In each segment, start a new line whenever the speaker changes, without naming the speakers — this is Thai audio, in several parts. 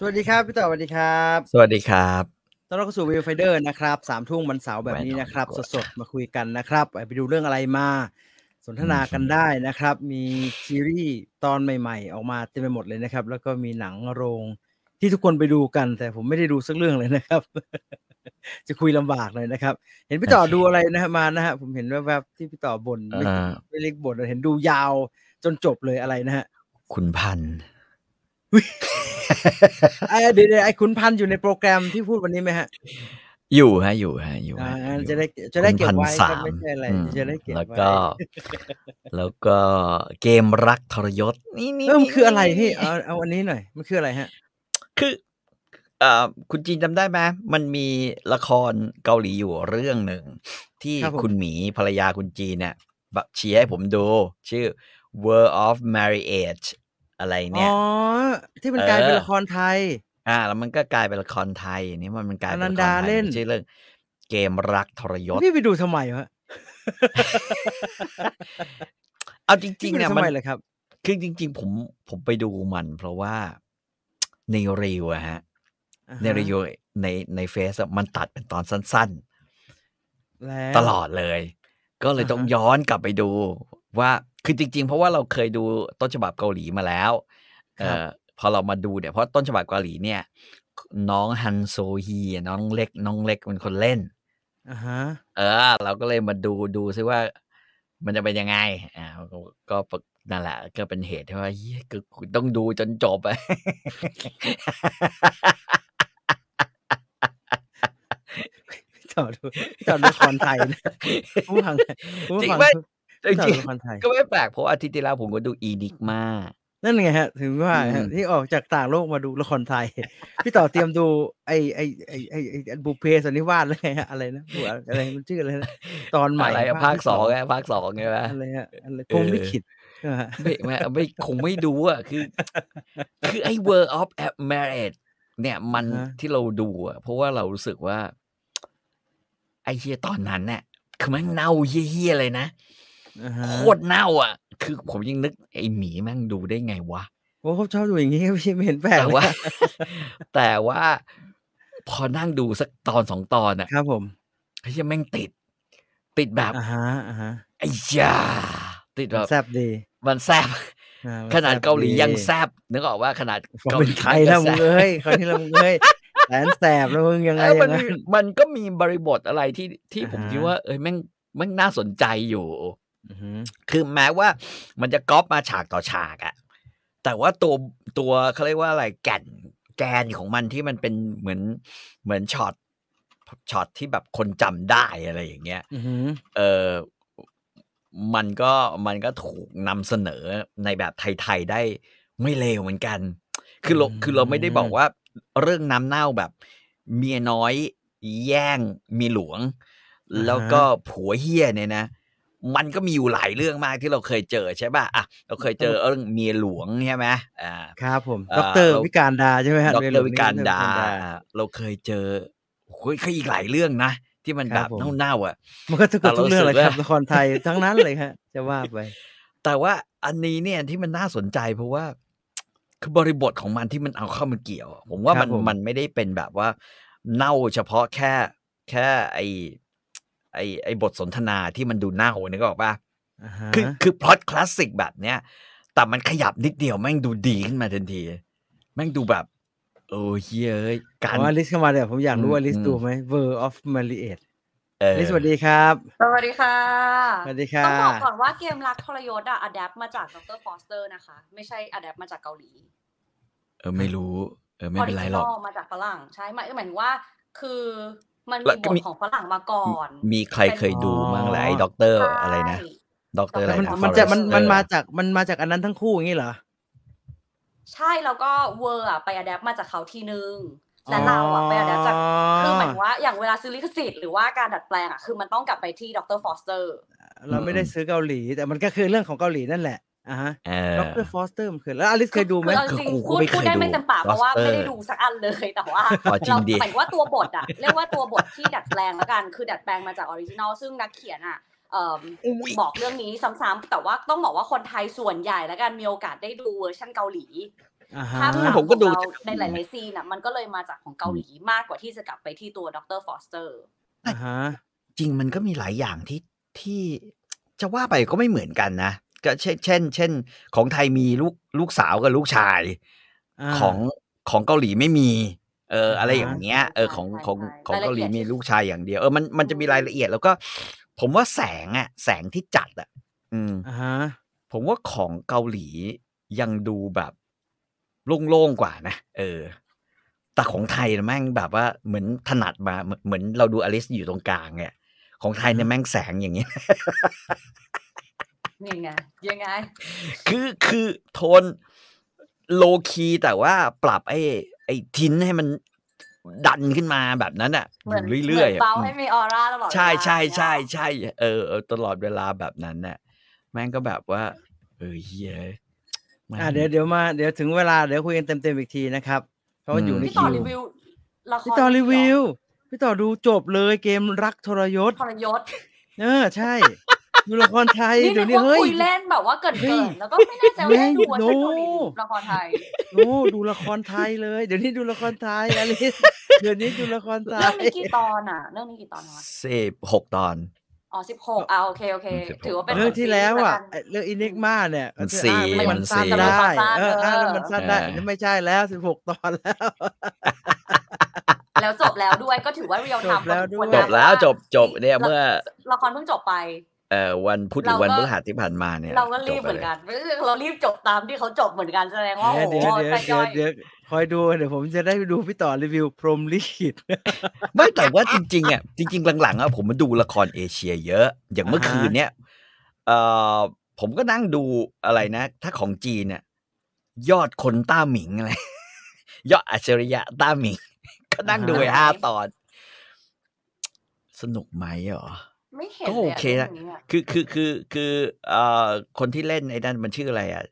สวัสดีครับ พี่ต่อสวัสดีครับ
สวัสดีครับ
ต้อนรับเข้าสู่วิวไฟเดอร์นะครับสามทุ่มวันเสาร์แบบนี้นะครับ
แน่นอน
สดๆ มาคุยกันนะครับไปดูเรื่องอะไรมา สนทนากันได้นะครับ มีซีรีส์ตอนใหม่ๆ ออกมาเต็มไปหมดเลยนะครับ แล้วก็มีหนังโรงที่ทุกคนไปดูกัน แต่ผมไม่ได้ดูสักเรื่องเลยนะครับ จะคุยลำบากเลยนะครับ เห็นพี่ต่อดูอะไรนะฮะมานะฮะผมเห็นแวบๆที่พี่ต่อบ่น
เอ่
ไม่
อ
ไม่เล็กบ่นเห็นดูยาวจนจบเลยอะไรนะฮะ
คุณพันธุ์
ไอ้เดี๋ยวเดี๋ยวไอ้ขุนพันธุ์อยู่ในโปรแกรมที่พูดวันนี้ไหมฮะ
อยู่ฮะอยู่ฮะอยู่
อ่า
ฮะ
งั้น
อยู่
จะได้จะได้เก็บ
คุณ
ไว้
พัน
ครับ
ธุ์สาม
ไม่ใช่อะไร
อืม
จะได้เก็บไว้
แล้วก็ แล้วก็เกมรักทรยศนี่นี่
เออมันคืออะไรพี่
นี่
เอาเอาอันนี้หน่อย มันคืออะไรฮะ
คือเอ่อคุณจีนจำได้ไหมมันมีละครเกาหลีอยู่เรื่องหนึ่ง ที่
ครับผม
คุณหมีภรรยาคุณจีนเนี่ยแบบเชียร์ให้ผมดู ชื่อ World of Marriage อะไร
อ๋
เนี่
อย ที่มันกลายเป็น
เออ
ละครไทย
อ่า แล้วมันก็กลายเป็นละครไทยอันนี่มันมันกลายเป็นละคร
อนันดา
ไทย
เล่น
มัชื่อเรื่อง เกมรักทรยศ
พี่ไปดูทำไมวะ
เอาจ
พี่
ริง
ไปดู
ๆเนี่ย
ทำ
มัน
ไมเลยครับ
คือจริง ๆ ผมผมไปดูมัน เพราะว่า ในรีวอะฮะ
อ่าฮะ
ในรีวในในเฟซมันตัดเป็นตอนสั้น
แล้
ๆ
ว
ตลอดเลย ก็เลย
อ่าฮะ
ต้องย้อนกลับไปดู ว่าคือจริง ๆ เพราะว่าเราเคยดูต้นฉบับเกาหลีมาแล้ว เออพอเรามาดูเนี่ยเพราะต้นฉบับเกาหลีเนี่ย น้องฮันโซฮีอะน้องเล็ก น้องเล็กเป็นคนเล่น
อ่าฮะ
เออ เราก็เลยมาดูดูซิว่า มันจะเป็นยังไง อ่าก็ก็ปกนั่นแหละ ก็เป็นเหตุที่ว่าเหี้ยก็กูต้องดูจนจบอะ
พี่ต่อดูพี่ต่อดูละครไทย นะผู้ฟังผู้
จริง
ฟัง
ไหม
พี่ต่อ
จริ
ดู
ง
ละครไทย
ๆก็ไม่แปลกเพราะอาทิตย์ที่แล้วผมก็ดูอีดิกมา
นั่นไงฮะ ถึงว่าฮะ
อืม
ที่ออกจากต่างโลกมาดูละครไทย พี่ต่อเตรียมดูไอ้ไอ้ไอ้ไอ้ไอ้บุพเพสันนิวาสเลยฮะอะไรนะบุอะไรมันชื่ออะไรนะตอนใหม่
อะไรอะภาคสองไงภาคสองไงวะ
อะไรฮะอะไร
เอ
พ
อ
งลิขิตนะฮะ
ไม่ไม่ ไม่คงไม่ดูอะคือ คือไอ้ World of Marriage เนี่ยมัน
อ่าฮะ
ที่เราดูอะเพราะว่าเรารู้สึกว่า ไอ้เฮียตอนนั้นเนี่ยคือแมันเน่าเฮี้ยๆเลยนะ
อ่าฮะ
โคตรเน่าอ่ะ คือผมยังนึกไอ้หมีแม่งดูได้ไงวะ
โอ้เขาชอบดูอย่างงี้ครับพี่ไม่เห็นแปลก
แต่
เลย
ว่า แต่ว่าพอนั่งดูสักตอนสองตอนอ่ะ
ครับผม
เฮ้ยแม่งติด ติดแบบ
อ่าฮะอ่าฮะ
ไอ้ยาติดแบบ
แซ่บดี
มันแซบ
อ่มั
ขนาดเกาหลียัง
แซ่บ
แซบนึกออกว่าขนาด
ดีฟัง
เกาห
เป็น
ลี
ไทยแล้วมึ
แซ่
ง
บ
เอ้ย คราวนี้แล้วมึงเอ้ยแสนแสบแล้วมึงยังไง
เออ
อ
มั
ย่าน งนั้น
มีมันก็มีบริบทอะไรที่ที่
อ่า
ผม
ฮะ
คิดว่า เอ้ยแม่งแม่งน่าสนใจอยู่
อือฮึ
คือแม้ว่ามันจะก๊อปมาฉากต่อฉากอะแต่ว่าตัวตัวเขาเรียกว่าอะไรแก่นแกนของมันที่มันเป็นเหมือนเหมือนช็อตช็อตที่แบบคนจำได้อะไรอย่างเงี้ย
อือฮึ
เออมันก็มันก็ถูกนำเสนอในแบบไทยๆได้ไม่เลวเหมือนกัน คือเราคือเราไม่ได้บอกว่าเรื่องน้ำเน่าแบบเมียน้อยแย่งเมียหลวง แล้วก็ผัวเฮี้ยเนี่ยนะ มันก็มีอยู่หลายเรื่องมากที่เราเคยเจอใช่ป่ะอ่ะเราเคยเจอเรื่องเมียหลวงใช่ไหมอ่า
ครับผม
เอ่อ
ดอกเตอร์
เรา
วิการดาใช่ไหมฮะ
ดอก
ยน
เต
หล
อร์
ง
วิการ
นี่
ดา
เอ
เราเคยเจอโอ้ยเคยอีกหลายเรื่องนะ ที่มัน
ค
แบ
รับบ ผม
เน่าๆอ่ะ
มันก็ทุก
แต่
ทุก
เรา
เรื่องเลย
รู้สึก
ครับ
ว่า
ละครไทยทั้งนั้นเลยฮะจะว่าไป
แต่ว่าอันนี้เนี่ยที่มันน่าสนใจเพราะว่า คือบริบทของมันที่มันเอาเข้ามาเกี่ยวอะผมว่า
ครับ
มัน
ผม
มันไม่ได้เป็นแบบว่า เน่าเฉพาะแค่ แค่ไอไอไอบทสนทนาที่มันดูเน่านี่ก็บอกว่า
อ่าฮะ
คือคือพล็อตคลาสสิกแบบเนี้ยแต่มันขยับนิดเดียวแม่งดูดีขึ้นมาทันที แม่งดูแบบ โอ้เฮ้ยเอ้ยการ
ว่าลิสเข้ามาเดี๋ยวผมอยากรู้
อืม
ว่าลิส
อืม
ดูไหม World of m a r r i a g e
เออ
ลิสสวัสดีครับ
สวัสดีค่ะ
สวัสดีค่ะ
ต้องบอกก่อนว่าเกมรักทรยศอะ a d a p t มาจากดรฟอสเตอร์นะคะ ไม่ใช่ a d a p t มาจากเกาหลี
เออไม่รู้ เออไม่เป็นไรหรอก
จิมาจากฝรั่งใช่ไหมหมายถึงว่า คือมัน
แล้วก็
มีบท
มี
ของฝรั่งมาก่อน
มีใครเคยดูมั้งแหละไอ้
อ๋อ
ด็อกเตอร์
ใช่
อะไรนะด็อกเตอร์อะไร
มัน
นะ
มันจะมัน
Forrester
มันมาจากมันมาจากอันนั้นทั้งคู่อย่างนี้เหรอ
ใช่แล้วก็เวอร์อะไป a d a p t มาจากเขาทีนึงแต่เราอะไป a d a p t จาก คือหมายถึงว่าอย่างเวลาซื้อลิขสิทธิ์หรือว่าการดัดแปลงอะคือมันต้องกลับไปที่ดรฟอสเตอร์
เราไม่ได้ซื้อเกาหลี แต่มันก็คือเรื่องของเกาหลีนั่นแหละอ่าฮะ
เอ
ด
อ
รฟอสเตอร์มันคือแล้วอลิสเคยดูไหม
คือเอาจริง
คือกู
พูด
ไม่เคย
พูดได้
ดู
ไม่เต็มปากเพราะว่า
Roster
ไม่ได้ดูสักอันเลย แต่ว่า
อ๋อจริ
เรา
งดิ
หมายถึงว่าตัวบทอะเรียกว่าตัวบทที่ดัดแปลงแล้วกันคือดัดแปลงมาจากออริจินอลซึ่งนักเขียนอะเอิ่ม
อุ๊ย
บอกเรื่องนี้ซ้ำๆแต่ว่าต้องบอกว่าคนไทยส่วนใหญ่แล้วกันมีโอกาสได้ดูเวอร์ชันเกาหลี
อ่าฮะ
ภาพหลัง
ผมก็ดู
ของเราในหลายๆซีนอ่ะมันก็เลยมาจากของเกาหลีมากกว่าที่จะกลับไปที่ตัวดรฟอสเตอร์
อ่าฮะ
จริงมันก็มีหลายอย่างที่ที่จะว่าไปก็ไม่เหมือนกันนะก็เช่นเช่น เช่น ของไทยมีลูกลูกสาวกับลูกชาย
อ่า
ของของเกาหลีไม่มี เอออะไร
อ่าฮะ
อย่างเงี้ย เออของของ
ใช่
ของ
รายละเอียด
เกาหลีมีลูกชายอย่างเดียวเออมันมันจะมี
อืม
รายละเอียด แล้วก็ ผมว่าแสงอะแสงที่จัดอะอืม
อ่าฮะ
ผมว่าของเกาหลียังดูแบบโล่งๆกว่านะเออ แต่ของไทยน่ะแม่งแบบว่าเหมือนถนัดมาเหมือนเหมือนเราดูอลิสอยู่ตรงกลางเนี่ยของไทยเนี่ยแม่งแสงอย่างเงี้ย
ยังไงยังไง
คือคือโทนโลคีแต่ว่าปรับไอ้ไอ้ทิ้นให้มันดันขึ้นมาแบบนั้นอ่ะ
เหมือน
อยู่เรื่อยๆ
เหมื
อะ
นเบาให้มีออร่าตลอด
ใช่ใช่
เวลา
ใช่ใช่เออเออตลอดเวลาแบบนั้นน่ะแม่งก็แบบว่า เออเฮียแม่ง
อ่าเดี๋ยวเดี๋ยวมาเดี๋ยวถึงเวลาเดี๋ยวคุยกันเต็มๆอีกทีนะครับเพราะว่าอยู่
อืม
ใน
พี่ต่
คิ
อ
ว
รีวิวละคร
พี่ต่อรีวิวพี่ต่อดูจบเลยเกมรักทรยศ
ทรยศ
เออใช่ ดูละครไทย
นี่
เดี๋ยว
นึ
นี้
กว่า
เฮ้ย
คุยเล่นแบบว่าเกิน
เฮ้ย
เกินแล้วก็ไม่แน่ใจว่าได้ดูเวอร์ชัน
แม่ง
เกาหลีหรือ
โน่
ละครไทย
โอ้ดูละครไทยเลย เดี๋ยวนี้ดูละครไทยอะไร เดี๋ยวนี้ดูละครไท
เรื่อง
ย
นี้กี่ตอนอ่ะเรื่องนี้กี่ตอนวะ
สิบหกตอน
อ๋อสิบหกอ่ะโอเคโอเค
สิบหก
ถือว่าเป็น
เรื่องที่แล้วอ่ะ
ขงซีรีส์ล
ไอ้
กัน
เรื่องอินิกมาเนี่ย
มัน
ก็
สี่
อ้างแล้วมัน
มัน
สั้น
สี่
ได้
เอ
เอ
อ
อ
อ้า
อ้าง งแล้ว วมัน น
แล้มัสั้
สั้
น
น
ได้
ได้อันนี้ไม่ใช่แล้วสิบหกตอนแล้ว
แล้วจบแล้วด้วยก็ถือว่าเรียลไท
จบ
ม์
แล้วด้วย
จบแล้วจบจบเนี่ยเมื่อ
ละครเพิ่งจบไป
เอ่อวันพุธหรือ
เราก็
วันพฤหัสที่ผ่านมาเนี่ย
เราก็
จ
รีบ
ไป
เหมือน
ลย
กันไม่ใช่เรารีบจบตามที่เขาจบเหมือนกันแสดงว่าโอ้
เดี๋ยว
โห
เดี๋ยวเดี๋ยวเดี๋
ใจย่อย
ยวคอยดูเดี๋ยวผมจะได้ไปดูพี่ต่อรีวิวพรหมลิขิต
ไม่แต่ว่าจริงๆอ่ะจริง ๆ หลังๆอ่ะผมมาดูละครเอเชียเยอะ อย่างเมื่อ
อ่าฮะ
คืนเนี่ยเอ่อผมก็นั่งดูอะไรนะ ถ้าของจีนเนี่ยยอดคนต้าหมิงอะไร ยอดอัจฉริยะต้าหมิง ก็นั่งดูไปห้าตอน สนุกไหมเหรอ
ไม่เห็น
ก็
ลยะ
โอเคนะ
รื่องนี้อะ
คือคือคือคือเอ่อคนที่เล่นไอ้นั่นมันชื่ออะไรอ่ะ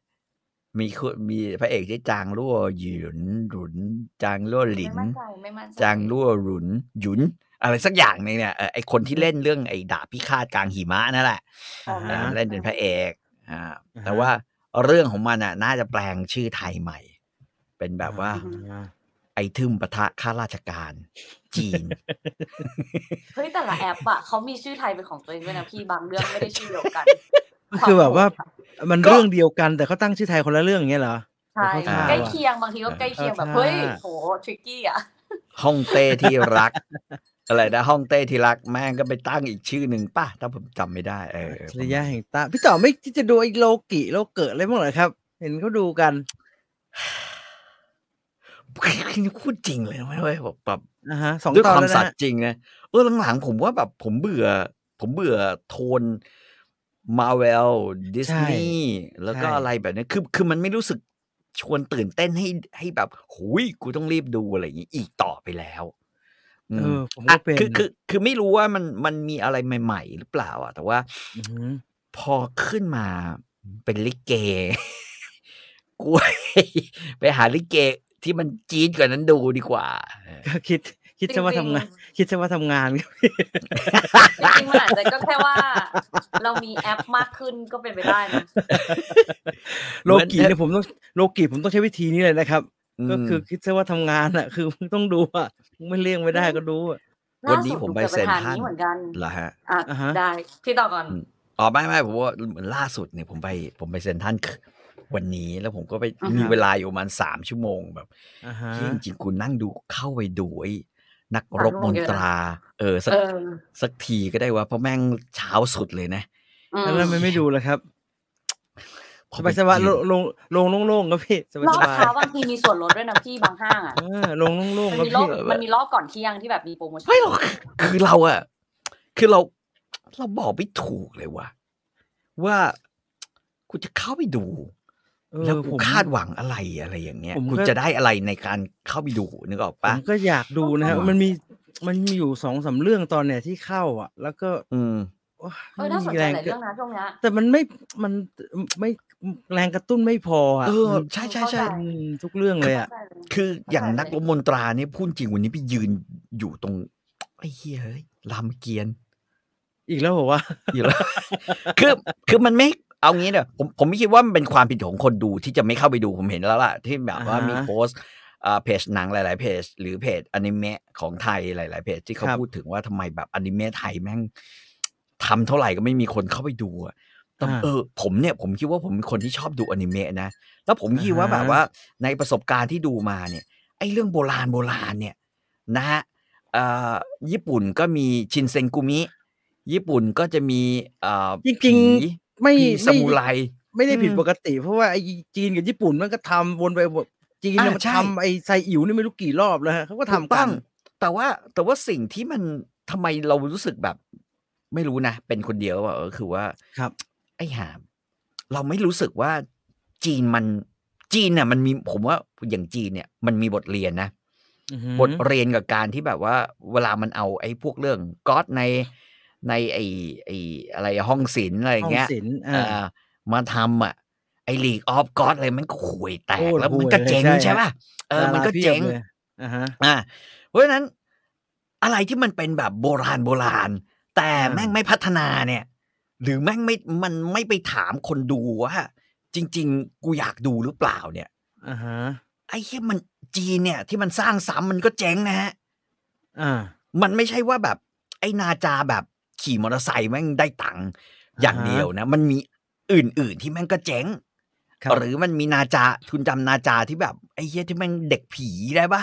มีคนมีพระเอกที่อจางลั่วหยุนหลุน จางลั่วหลิน
ไม่มั่นใจไม่มั่นใจ
จางลั่วหลุนหยุน อะไรสักอย่างหนึงเนี่ยเอ่อไอคนที่เล่นเรื่องไอดาบพิฆาตกลางหิมะนั่นแหละ
อ๋อไม่
อ่า
ฮะ
เล่นเป็นพระเอกอ่า
อ่าฮะ
แต่ว่าเรื่องของมันอ่ะน่าจะแปลงชื่อไทยใหม่ เป็นแบบว่า
อ่า
ไอทึมปะทะข้าราชการ จีน
เฮ้ยแต่ละแอปอะเขามีชื่อไทยเป็นของตัวเองด้วยนะพี่บางเรื่องไม่ได้ชื่อเดียวกัน
ก็คือแบบว่ามัน
ก็
เรื่องเดียวกันแต่เขาตั้งชื่อไทยคนละเรื่องอย่างเงี้ยเหรอ
ใช่
อ่า
ใกล้เคียงบางทีก็ใกล้เคียงแบบ
อ่า
เฮ้ยโหทริกกี้อะ
ห้องเต้ที่รัก อะไรนะห้องเต้ที่รักแม่งก็ไปตั้งอีกชื่อหนึ่งป่ะถ้าผมจำไม่ได้เออ
อัจฉริยะแห่งตาพี่ต่อไม่ที่จะดูไอ้โลกิโลเกิดอะไรบ้างเหรอครับ เห็นเขาดูกัน
คือพูดจริงเลยนะเว้ยแบบแบบ
นะฮะสอง
ด้วย
ตอ
คนวาม
แล้ว
สัต
นะ
ย์จริงนะเออหลังๆผมว่าแบบผมเบื่อ ผมเบื่อโทนมาเวลดิสนีย์แล้วก็อะไรแบบนี้คือคือมันไม่รู้สึกชวนตื่นเต้นให้ให้แบบหุยกูต้องรีบดูอะไรอย่างนี้อีกต่อไปแล้วม
เออผม
อ่ะ
ก็เป็น
คือคือคือไม่รู้ว่ามันมันมีอะไรใหม่ ๆ หรือเปล่าอ่ะแต่ว่า
อหือ
พอขึ้นมาเป็นลิเก กล้วย ไปหาลิเกที่มันจี๊ดกว่านั้นดูดีกว่าเออ
ก็ คิดคิดซะว่าทำงาน คิดซะว่าทำงาน ครับ
จริงๆจริงๆมันอาจจะก็แค่ว่า เรามีแอปมากขึ้นก็เป็นไปได้นะ
โลกิเนี่ยผมต้องโลกิผมต้องใช้วิธีนี้เลยนะครับ ก็คือคิดซะว่าทำงานอ่ะ คือมึงต้องดูอ่ะมึงไม่เลี่ยงไม่ได้ก็ดูอะ
มวันนี้ผ
ล่าสุด
มไป
หกิด
เซน
ญ
ท
หา
รัน
เหมือนกัน
เหรอฮะ
อ่ะ
อ่าฮะ
ได้พี่ต่อก่อน
อืม อ๋อไม่ไม่ผมว่าเหมือนล่าสุดเนี่ยผมไป ผมไปเซนทรันวันนี้แล้วผมก็ไป
อือฮะ
มีเวลาอยู่ประมาณสามชั่วโมงแบบ
อ่าฮะ
เฮ้ยจริงๆคุณนั่งดูเข้าไปดูไอ้นักรบมนตรา เออสัก
เออ
สักทีก็ได้ว่าเพราะแม่งเช้าสุดเลยนะ
อืม
แล้วทำไมไม่ดูล่ะครับ
พอ
ส
ไป
บายสบาย
ยืน
ลงลงลงโล่งๆครับพี่สบาย
รอบบ
สาย
เช้าบางทีมีส่วนลดด้วยนะพี่บางห้างอะ
เออลงโล่ง
มัน
ๆครับพี่
มีรอบมันมีรอบก่อนเที่ยงที่แบบมีโปรโมชั่น
ไม่หรอกคือเราอะคือเรา เราบอกไม่ถูกเลยว่าว่ากูจะเข้าไปดู
เออ
แล้วกู
ผม
คาดหวังอะไรอะไรอย่างเงี้ย
ผมก็
กูจะได้อะไรในการเข้าไปดูนึกออก
ผ
ปะ
มก็อยากดูนะฮะ
อ่ามั
มันมีมันมีอยู่สองสามเรื่องตอนเนี่ยที่เข้าอ่ะ แล้วก็
อืม
โอ๊ย
เออน่าสน
มี
ใจ
แรง
หลาย
ก็
เรื่องนะช่วงเนี้ย
แต่มันไม่มันไม่แรงกระตุ้นไม่พออ่ะ
เออ ใช่ใช่ใช่
เข้าใจ
อืมทุกเรื่องเลยอ่ะ
เข้าใจเลย
คืออย่างนักรบมนตราเนี่ยพูดจริงวันนี้ไปยืนอยู่ตรงไอ้เหี้ยเฮ้ยรามเกียรติ
อีกแล้วเหรอวะ
อยู่แล้ว คือ คือมันไม่ เอางี้เนี่ยผมผมไม่คิดว่ามันเป็นความผิดของคนดูที่จะไม่เข้าไปดูผมเห็นแล้วล่ะ ที่แบบว่า
อ่าฮะ
มีโพสต์อ่าเพจหนังหลาย ๆ เพจ หรือเพจอนิเมะของไทยหลาย ๆ เพจที่เขา
ครับ
พูดถึงว่าทำไมแบบอนิเมะไทยแม่งทำเท่าไหร่ก็ไม่มีคนเข้าไปดูอะ แต่เออผมเนี่ยผมคิดว่าผมเป็นคนที่ชอบดูอนิเมะนะ แล้วผมคิดว่า
อ่าฮะ
แบบว่าในประสบการณ์ที่ดูมาเนี่ยไอ้เรื่องโบราณโบราณเนี่ยนะฮะเอ่อญี่ปุ่นก็มีชินเซนกุมิ ญี่ปุ่นก็จะมีเอ่อ
จริง
ผี
ๆไม่
ผีส
ไม่
มุไร
ไม่ได้ผิด
อืม
ปกติ เพราะว่าไอ้จีนกับญี่ปุ่นมันก็ทำวนไปวนจีนเนี่ย
อ่า
มัน
ใช่
ทำไอ้ไซอิ๋วนี่ไม่รู้กี่รอบแล้วฮะเขาก็ทำ
ถู
กั
ต้อน งแต่ว่าแต่ว่าสิ่งที่มันทำไมเรารู้สึกแบบ ไม่รู้นะ เป็นคนเดียวว่าคือว่า
ครับ
ไอ้หาม เราไม่รู้สึกว่าจีนมันจีนน่ะมันมีผมว่าอย่างจีนเนี่ยมันมีบทเรียนนะ
อือหือบ
ทเรียนกับการที่แบบว่า เวลามันเอาไอ้พวกเรื่องก๊อตในในไอ้ไอ้อะไรอะห้องศิลป์อะไรอย่างเงี้ย
ห้ศิลป์
เอ
อ่า
อมาทำอ่ะไอ้ลีกออฟก๊อตอะไรมันก็ห่วยแตก
โอ้
แล้วมัน
ห่วย
ก็เจ๊ง
ใช่
ใช่ป่ะเออ
ดารา
มันก็
เพียบ
เจ๊ง
เลยอ่าฮะ
อ่าเพราะฉะนั้นอะไรที่มันเป็นแบบโบราณโบราณ แต่
อ่า
แม่งไม่พัฒนาเนี่ย หรือแม่งไม่มันไม่ไปถามคนดูว่าจริง ๆ กูอยากดูหรือเปล่าเนี่ย
อ่าฮะ
ไอ้ที่มันจีนเนี่ยที่มันสร้างซ้ำมันก็เจ๊งนะฮะ
อ่า
มันไม่ใช่ว่าแบบ ไอ้นาจาแบบขี่มอเตอร์ไซค์แม่งได้ตังค์อย่าง
อ่าฮะ
เดียวนะ มันมีอื่นๆที่แม่งก็เจ๊ง
ครับ
หรือมันมีนาจาทุนจำนาจาที่แบบไอ้เหี้ยที่แม่งเด็กผีได้ปะ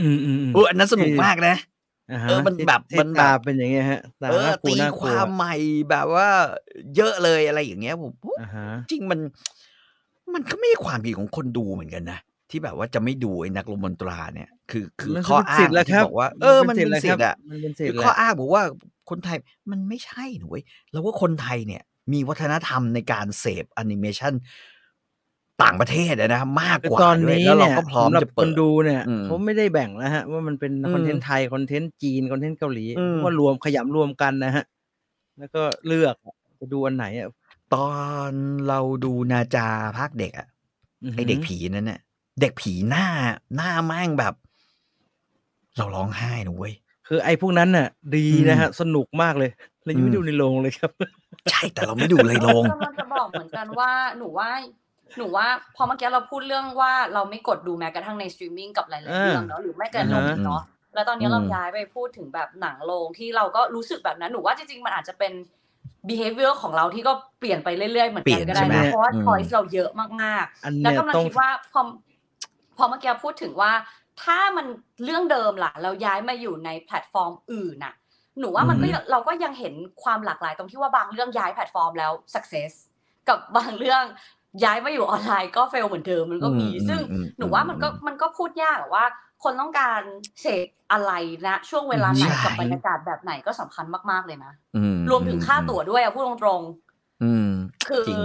อืมอืมอืม
เอออันนั้นสนุกมากนะ
าฮะ
เออมัน
ที่
แบบ
ที่
มันแบบ
ตาเป็นอย่างเงี้ยฮะตา
เออ
น่ากลัว
ตี
น่าก
ค
ลัว
วามใหม่แบบว่า เยอะเลยอะไรอย่างเงี้ยผม
อ่าฮะ
จริงมัน มันก็ไม่ใช่ความผิดของคนดูเหมือนกันนะที่แบบว่าจะไม่ดูไอ้นักลงมนตราเนี่ย คือคือ
มัน
ข้อ
เป็น
อ้า
สิท
ง
ธิ์แล้วค
ที่
รับ
บอกว่า เออมันเป็นสิทธิ์
แล้วครั
อะ
บมันเป็นสิท
คือ
ธิ์แห
ข้อ
ละ
อ้างบอกว่าคนไทยมันไม่ใช่หนุยแล้วว่าคนไทยเนี่ย มีวัฒนธรรมในการเสพแอนิเมชันต่างประเทศอะนะมาก
คือก
ว่า
ตอน
ด้วย
นี้
แล้วเรา
เนี่ย
ก็พร้อม
สำหรับ
จะ
ค
เปิด
นดูเนี่ย
อืม
เขาไม่ได้แบ่งแล้วฮะ ว่ามันเป็น
อืม
คอนเทนต์ไทยคอนเทนต์จีนคอนเทนต์เกาหลี
อืม
ว่ารวมขยำรวมกันนะฮะ แล้วก็เลือกจะดูอันไหนอ่ะ
ตอนเราดูนาจาภาคเด็กอะ
หื
ไอเด็กผีนั่นเนี่ยเด็กผีหน้าหน้าแม่งแบบ เราร้องไห้นุ้ย
คือไอ้พวกนั้นน่ะ ดีนะฮะ สนุกมากเลยแล้วยังไม่
อืม
ดูในโรงเลยครับ
ใช่แต่เราไม่ดูเลยลง
กำลังจะบอกเหมือนกันว่าหนูว่าหนูว่าพอเมื่อกี้เราพูดเรื่องว่าเราไม่กดดูแม้กระทั่งในสตรีมมิ่งกับหลายๆ
อ่า
เรื่องเนาะหรือไม่กระทั่ง
อ่าฮะ
เนาะแล้วตอนนี้เรา
อืม
ย้ายไปพูดถึงแบบหนังโรงที่เราก็รู้สึกแบบนั้นหนูว่าจริงๆมันอาจจะเป็น behavior ของเราที่ก็เปลี่ยนไปเรื่อยๆเหมือนกันก็ได้นะเพราะว่า choice เราเยอะมากๆ
อัน
แล้ว
เนี้ย
กำลัง
ต้อง
คิดว่าพอพอเมื่อกี้พูดถึงว่า ถ้ามันเรื่องเดิมล่ะ เราย้ายมาอยู่ในแพลตฟอร์มอื่นน่ะ หนูว่ามันก็
อือฮึ
ยังเราก็ยังเห็นความหลากหลายตรงที่ว่าบางเรื่องย้ายแพลตฟอร์มแล้ว success กับบางเรื่องย้ายมาอยู่ออนไลน์ก็เฟลเหมือนเดิมมันก็มี ซึ่ง
อืม
หนูว่ามันก็มันก็พูดยากอะว่า คนต้องการเสพอะไรนะช่วงเวลาไหน
ใช่
กับบรรยากาศแบบไหนก็สำคัญมากๆเลยนะ
อื
รวมถึงค่าตั๋วด้วยอะพูดตรงๆ
อืม
คือ
จริง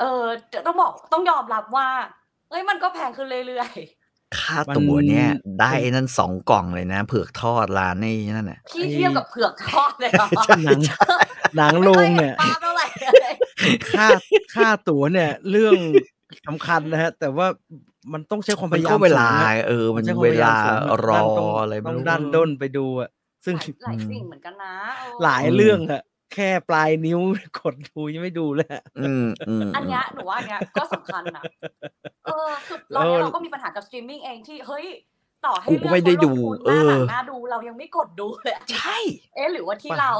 เออต้องบอกต้องยอมรับว่า เอ้ยมันก็แพงขึ้นเรื่อย
ค่าตั๋วเนี่ย
มัน
ได้ไอ้นั่นสองกล่องเลยนะ เผือกทอดร้านนี่นั่นน่ะ
ๆที่เทียบกับเผือกทอดเลยเหรอ
หนังหนังโรงเนี่ย
ไม่ค่อห็ภาพเท่าไหร่เลย
ค่าค่าตั๋วเนี่ย เรื่องสำคัญนะฮะ แต่ว่ามันต้องใช้ความพ
มัน
ยายา
ก็
ม
เวลา
สูงนะ
เออ มัน
ใช้ค
เว
มพยย
ลาม
สูงมัน
รอ
นั่นต้ง
อะไรไม่
ต้อง
รู้
ดันด้นไปดูอะซึ่ง
หลายสิ่งเหมือนกันนะเออ
หลาย
อืม
เรื่องอะแค่ปลายนิ้ว กดดูยังไม่ดูเลยอะ
อืมอืม
อันเนี้ยหนูว่าอันเนี้ยก็สำคัญนะเออคือตอนเนี้ยเราก็มีปัญหากับสตรีมมิ่งเองที่เฮ้ยต่อให้
กู
เรื่
ก็
อง
ไม่ได้ดู
คนลงทุนห
เออ
น้าหนังหน้าดูเรายังไม่กดดูเลย
ใช่
เอ๊ะหรือว่าที่เรา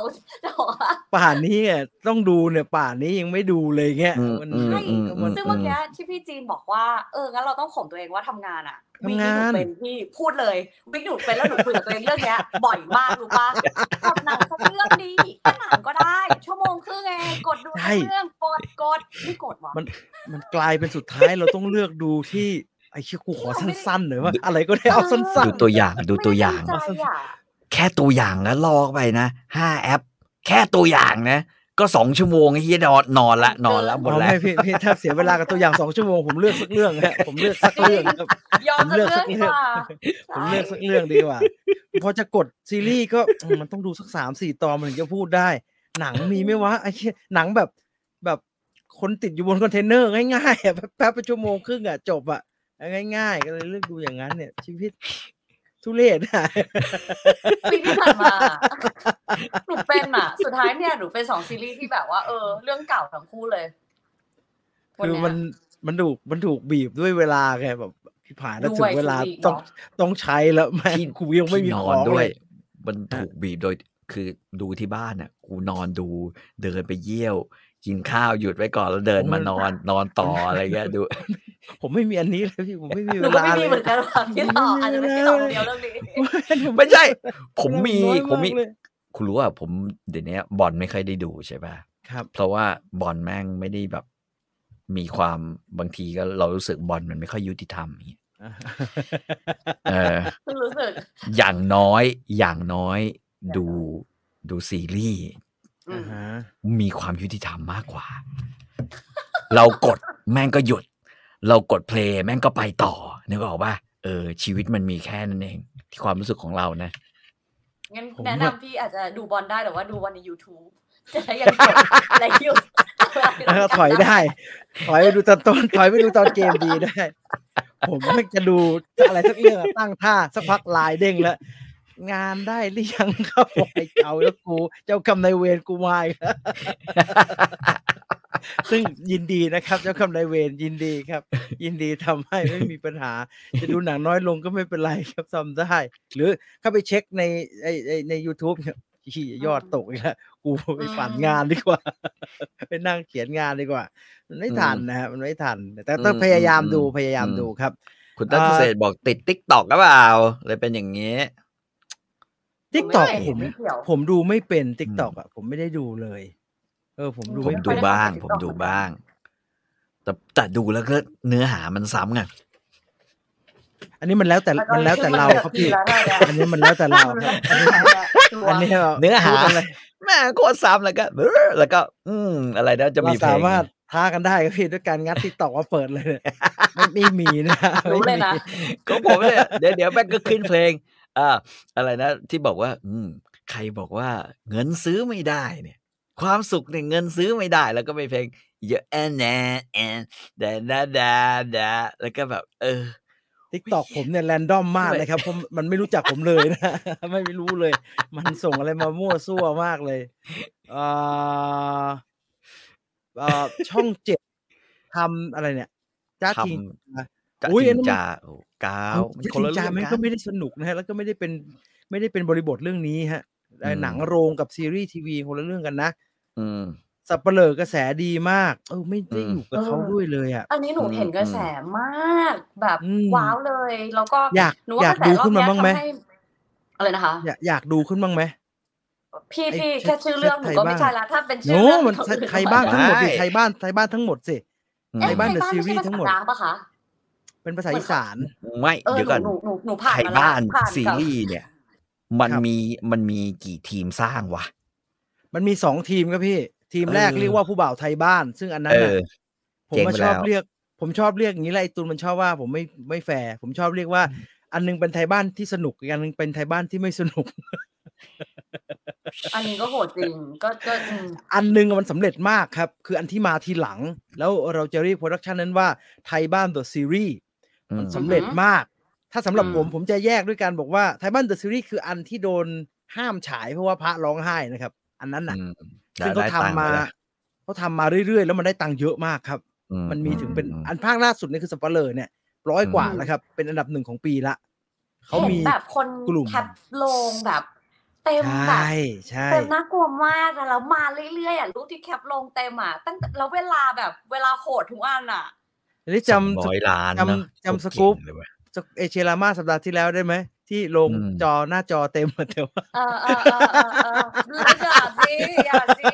จะบอกว่า
ป่านนี้อะต้องดูเนี่ยป่านนี้ยังไม่ดูเลยเงี้ย
อืม
มัน
อืม
ใช่
อืม
มัน
ซึ่งเมื่อกี้ที่พี่จีนบอกว่า เอองั้นเราต้องข่มตัวเองว่าทำงานอะ
ทำงาน
วิกนี้หนูเป็นพี่พูดเลยวิกหนูเป็นแล้วหนูคุยกับตัวเองเรื่องเนี้ย บ่อยมากรู้ปะทำหนังสักเรื่องดีก็หนังก็ได้ ชั่วโมงครึ่งเองกดดูสักเรื่องกดกดไม่กดวะ
มันมันกลายเป็นสุดท้ายเราต้องเลือกดูที่ไอ้เชี่ยกูขอสั้นๆหน่อย ว่า อะไรก็ได้เอาสั้น
ดูตัวอย่าง ดูตัวอย่าง
ไม่ได้ตั้งใจอะ
แค่ตัวอย่างแล้วลอกไปนะห้าแอป แค่ตัวอย่างนะ ก็สองชั่วโมงไอ้เหี้ยนอนนอนละ นอนละ
ๆ
หม
อ๋
ด
อ
แล้ว
ไม่พี่พี่ถ้าเสียเวลากับตัวอย่างสองชั่วโมงผมเลือกสักเรื่องฮะผมเลือกสักเรื่องครับ
ยอมจะเลือก
ผมเลือกสักเรื่องผมเลือกสัก
ดีกว่า
เรื่องดี กว่า พอจะกดซีรีส์ก็อืมมันต้องดูสักสามสี่ตอนมันถึงจะพูดได้ หนังมีไหมวะไอ้เหี้ยหนังแบบแบบคนติดอยู่บนคอนเทนเนอร์ง่ายๆอะแป๊บแป๊บเป็นชั่วโมงครึ่งอ่ะจบอ่ะง่ายๆ ก็เลยเลือกดูอย่างนั้นเนี่ย ชีวิตทุเรศอะ
ปีที่ผ่านมาหนูเป็นอะสุดท้ายเนี่ยหนูเป็นสองซีรีส์ที่แบบว่าเออ เรื่องเก่าทั้งคู่เลย วัน
คือ
เนี้ย
มันมันถูกมันถูกบีบด้วยเวลาไงแบบพี่ผ่านแล้ว
ด้
ถึ
วย
งเวลา
ถูกบีบ
ต้อง
เนอะ
ต้องใช้แล้วแม่ง
ที่
กูยังไม่มี
ที่น
ข
อ
อน ง
ด้ว
เลย ย
มันถูกบีบโดยคือดูที่บ้านอ่ะกูนอนดูเดินไปเยี่ยว กินข้าวหยุดไว้ก่อนแล้วเดิน
ผม
มา
ไม่
นอนนอนต่ออะไรเงี้ยดู
ผมไม่มีอันนี้เลยพี่ผมไม่มี
ห
เว
นูก็
ลา
ไม่
เล
มี
ย
เหมือน กันหรอกพี่ต่ออาจจะเป็นพี่ต่อคนเดียวเรื่องนี้
ไม่ใช่ ผม
เวลา
มี
น้อย
ผมมี
ากเลย
คุณรู้ว่าผมเดี๋ยวนี้บอลไม่ค่อยได้ดูใช่ป่ะ
ครับ
เพราะว่าบอลแม่งไม่ได้แบบมีความบางทีก็เรารู้สึกบอลมันไม่ค่อยยุติธรรมอย่างเงี้ย
อ่ะ
เออ
เพิ่งรู้สึก
อย่างน้อยอย่างน้อยดูดูซีรีส์
อื
อ่าม ฮะ
มีความยุติธรรมมากกว่า เรากดแม่งก็หยุด เรากดเพลย์แม่งก็ไปต่อนึกออกป่ะเออ ชีวิตมันมีแค่นั้นเอง ที่ความรู้สึกของเรานะ
งั้นแนะนำพี่อาจจะดูบอลได้แต่ว่าดูบอลใน YouTube จะได้ยังกดอะไรอยู่
แล้วก็ถอยได้ ถอยไปดูตอนต้นถอยไปดูตอนเกมดีได้ ผมไม่งจะดูจะอะไรสักเรื่องอะตั้งท่าสักพักลายเด้งแล้วงานได้หรือยังครับผมไอ้เก่าแล้วกู เจ้ากรรมนายเวรกูมาอีกแล้วซึ่งยินดีนะครับ เจ้ากรรมนายเวรยินดีครับ ยินดีทำให้ไม่มีปัญหา จะดูหนังน้อยลงก็ไม่เป็นไรครับทำได้ หรือเข้าไปเช็คในไอ้ไอ้ใน u t u b e เนี่ยอี๋ยอดตกอีกแล้วกูไปฝันงานดีกว่า ไปนั่งเขียนงานดีกว่า มันไม่ทันนะฮะมันไม่ทัน แต่ต้อง
อืม
พยายามดู
อืม
พยายาม
อืม
ดูครับ
คุณตั้ง
เอ่อ
เศษบอกติดติ๊กตอกก็เปล่าเลยเป็นอย่างนี้
ทิกตอก
ไม่
ผม
ไม่เกี่ยว
ผมดูไม่เป็นทิกตอกอ่ะ ผมไม่ได้ดูเลย เออ ผมดู
ผม
ไม่
ดู
เป็น
บ้าง
ไม่
ผ
ค่
ม
อยได้
ดู
เข้าไป
บ้าง แต่แต่ดูแล้วก็เนื้อหามันซ้ำไง
อันนี้มันแล้วแต่มันแล้วแต่เราครับพี่
แล้วเนี่ย
อันนี้มันแล้วแต่เราครับอันนี้เรา
เนื้อหา
พูดอะไร
แม่งโคตรซ้ำแล้วก็ เบ้อแล้วก็ อืม อะไรนะจะมี
เรา
เพล
สาง มารถท้ากันได้ครับพี่ด้วยการงัดทิกตอกมาเปิดเลยไม่ไม่มีนะ
รู้เลยนะ
ก็ผมเนี่ยเดี๋ยวเดี๋ยวแม่งก็ขึ้นเพลงอ่าอะไรนะ ที่บอกว่า อืม ใครบอกว่าเงินซื้อไม่ได้เนี่ย ความสุขเนี่ยเงินซื้อไม่ได้แล้วก็มีเพลงเยอะแอนแอนแอนดาดาดาดาแล้วก็แบบ เออ
ทิกตอกผมเนี่ยแรนดอมมากเลยครับผมมันไม่รู้จักผมเลยนะ ไม่รู้เลย มันส่งอะไรมามั่วซั่วมากเลยเอ่อเอ่อช่องเจ็ดทำอะไรเนี่ยจ้า
ท
ทิง
ำจะ
อุ๊ย
จ
อั
ริ
น
ง
นั้น
จาโอ้กาวมันคนละ
จริ
เรื่อง ง
ๆมัน
กั
ก็
น
ไม่ได้สนุกนะฮะแล้วก็ไม่ได้เป็นไม่ได้เป็นบริบทเรื่องนี้ฮะแต่
อืม
หนังโรงกับซีรีส์ทีวีคนละเรื่องกันนะ
อืม
สับเปลือกระแสดีมาก เออไม่ได้อยู่กับ
อืม
เขาด้วยเลยอ่ะ
อันนี้หนู
อืม
เห็นกระแสมากแบบ
อืม
ว้าวเลยแล้วก็
อยาก
หนูว่าย
อาก
กระแส
ดู
รอบ
ขึ้นมา
เนี้ย
บ้างไหม
ทำให้อะไรนะคะ
อยากอยากดูขึ้นบ้างไหม
พี่
ไอ้
พี่
เช
แค่
ฟ
ชื่อเรื่องห
เชฟ
นูก็
ไทย
ไม่
บ้าง
ใช่ละถ้าเป็นชื่
โน้
อเรื่อง
มัน
ขออื่
ไทยบ้านทั้งหมดสิ
ไม่
ไทยบ้านไทยบ้านทั้งหมดสิ
อืม
เอ๊ะ
ไทยบ้าน The
ไทยบ้า
Series
นไม่ใช่
ทั้งหมด
ภาษากลาปะคะ
เป็นภาษาอีสาน
ไม่
เออ
เดี๋ยวก่อน
หนูหนูหนู
ไท
ผ
ย
่านมา
บ้าน
แล้วผ่าน
ซี
กับ
รีส์เนี่ย มัน
ครับ
มีมันมีกี่ทีมสร้างวะ
มันมีสองทีมครับพี่ ทีมแรก
เออ
เรียกว่าผู้บ่าวไทยบ้าน ซึ่งอันนั้
เอน
น่ะ
อ
ผม
เจ๊ง
มา
ไป
ชอบ
แล้ว
เรียก ผมชอบเรียกอย่างนี้แหละไอตูนมันชอบว่าผมไม่ไม่แฟร์ผมชอบเรียกว่า อันนึงเป็นไทยบ้านที่สนุกอีกอันนึงเป็นไทยบ้านที่ไม่สนุก
อันนี้ก็โหดจริงก็ก็อืม
อันนึงอะมันสำเร็จมากครับ คืออันที่มาทีหลัง แล้วเราจะเรียกโปรดักชันนั้นว่าไทยบ้าน The Series
อื
มัน
ม
สำเร็จ
อือฮึ
มาก ถ้าสำหรับ
อืม
ผมผมจะแยกด้วยการบอกว่าไทยบ้านเดอะซีรีส์คืออันที่โดนห้ามฉายเพราะว่าพระร้องไห้นะครับ อันนั้นน่ะ
อืม
ซึ่งเขา
ได้ตังค์
ทำมา
แล้ว
เขาทำมาเรื่อยๆ แล้วมันได้ตังค์เยอะมากครับ
อื
มันมีถึงเป็น
อืม
อันภาคล่าสุดนี่คือสปอยเลอร์เนี่ยร้อยกว่า
อืม
แล้วครับ เป็นอันดับหนึ่งของปีละเขามี
เห็นแบบคน
กลุ่ม
แคปลงแบบเต็มแบบ
ใช่ใช่
เต็มน่ากลัวมากอะแล้วมาเรื่อยๆอ่ะรูปที่แคปลงเต็มอ่ะตั้งแต่แล้วเวลาแบบเวลาโหดทุกอันอ่ะ
นี่
สอง
จำ
ร้อยล้านเนอะ
จำจำส
โอเค
กู๊ป
เลยเว้ย
เอเชียรามาสัปดาห์ที่แล้วได้ไหม ที่ลง
อืม
จอหน้าจอเต็ม แต่ว่า
เออเออเออเออเอออย่าสิอย่าสิ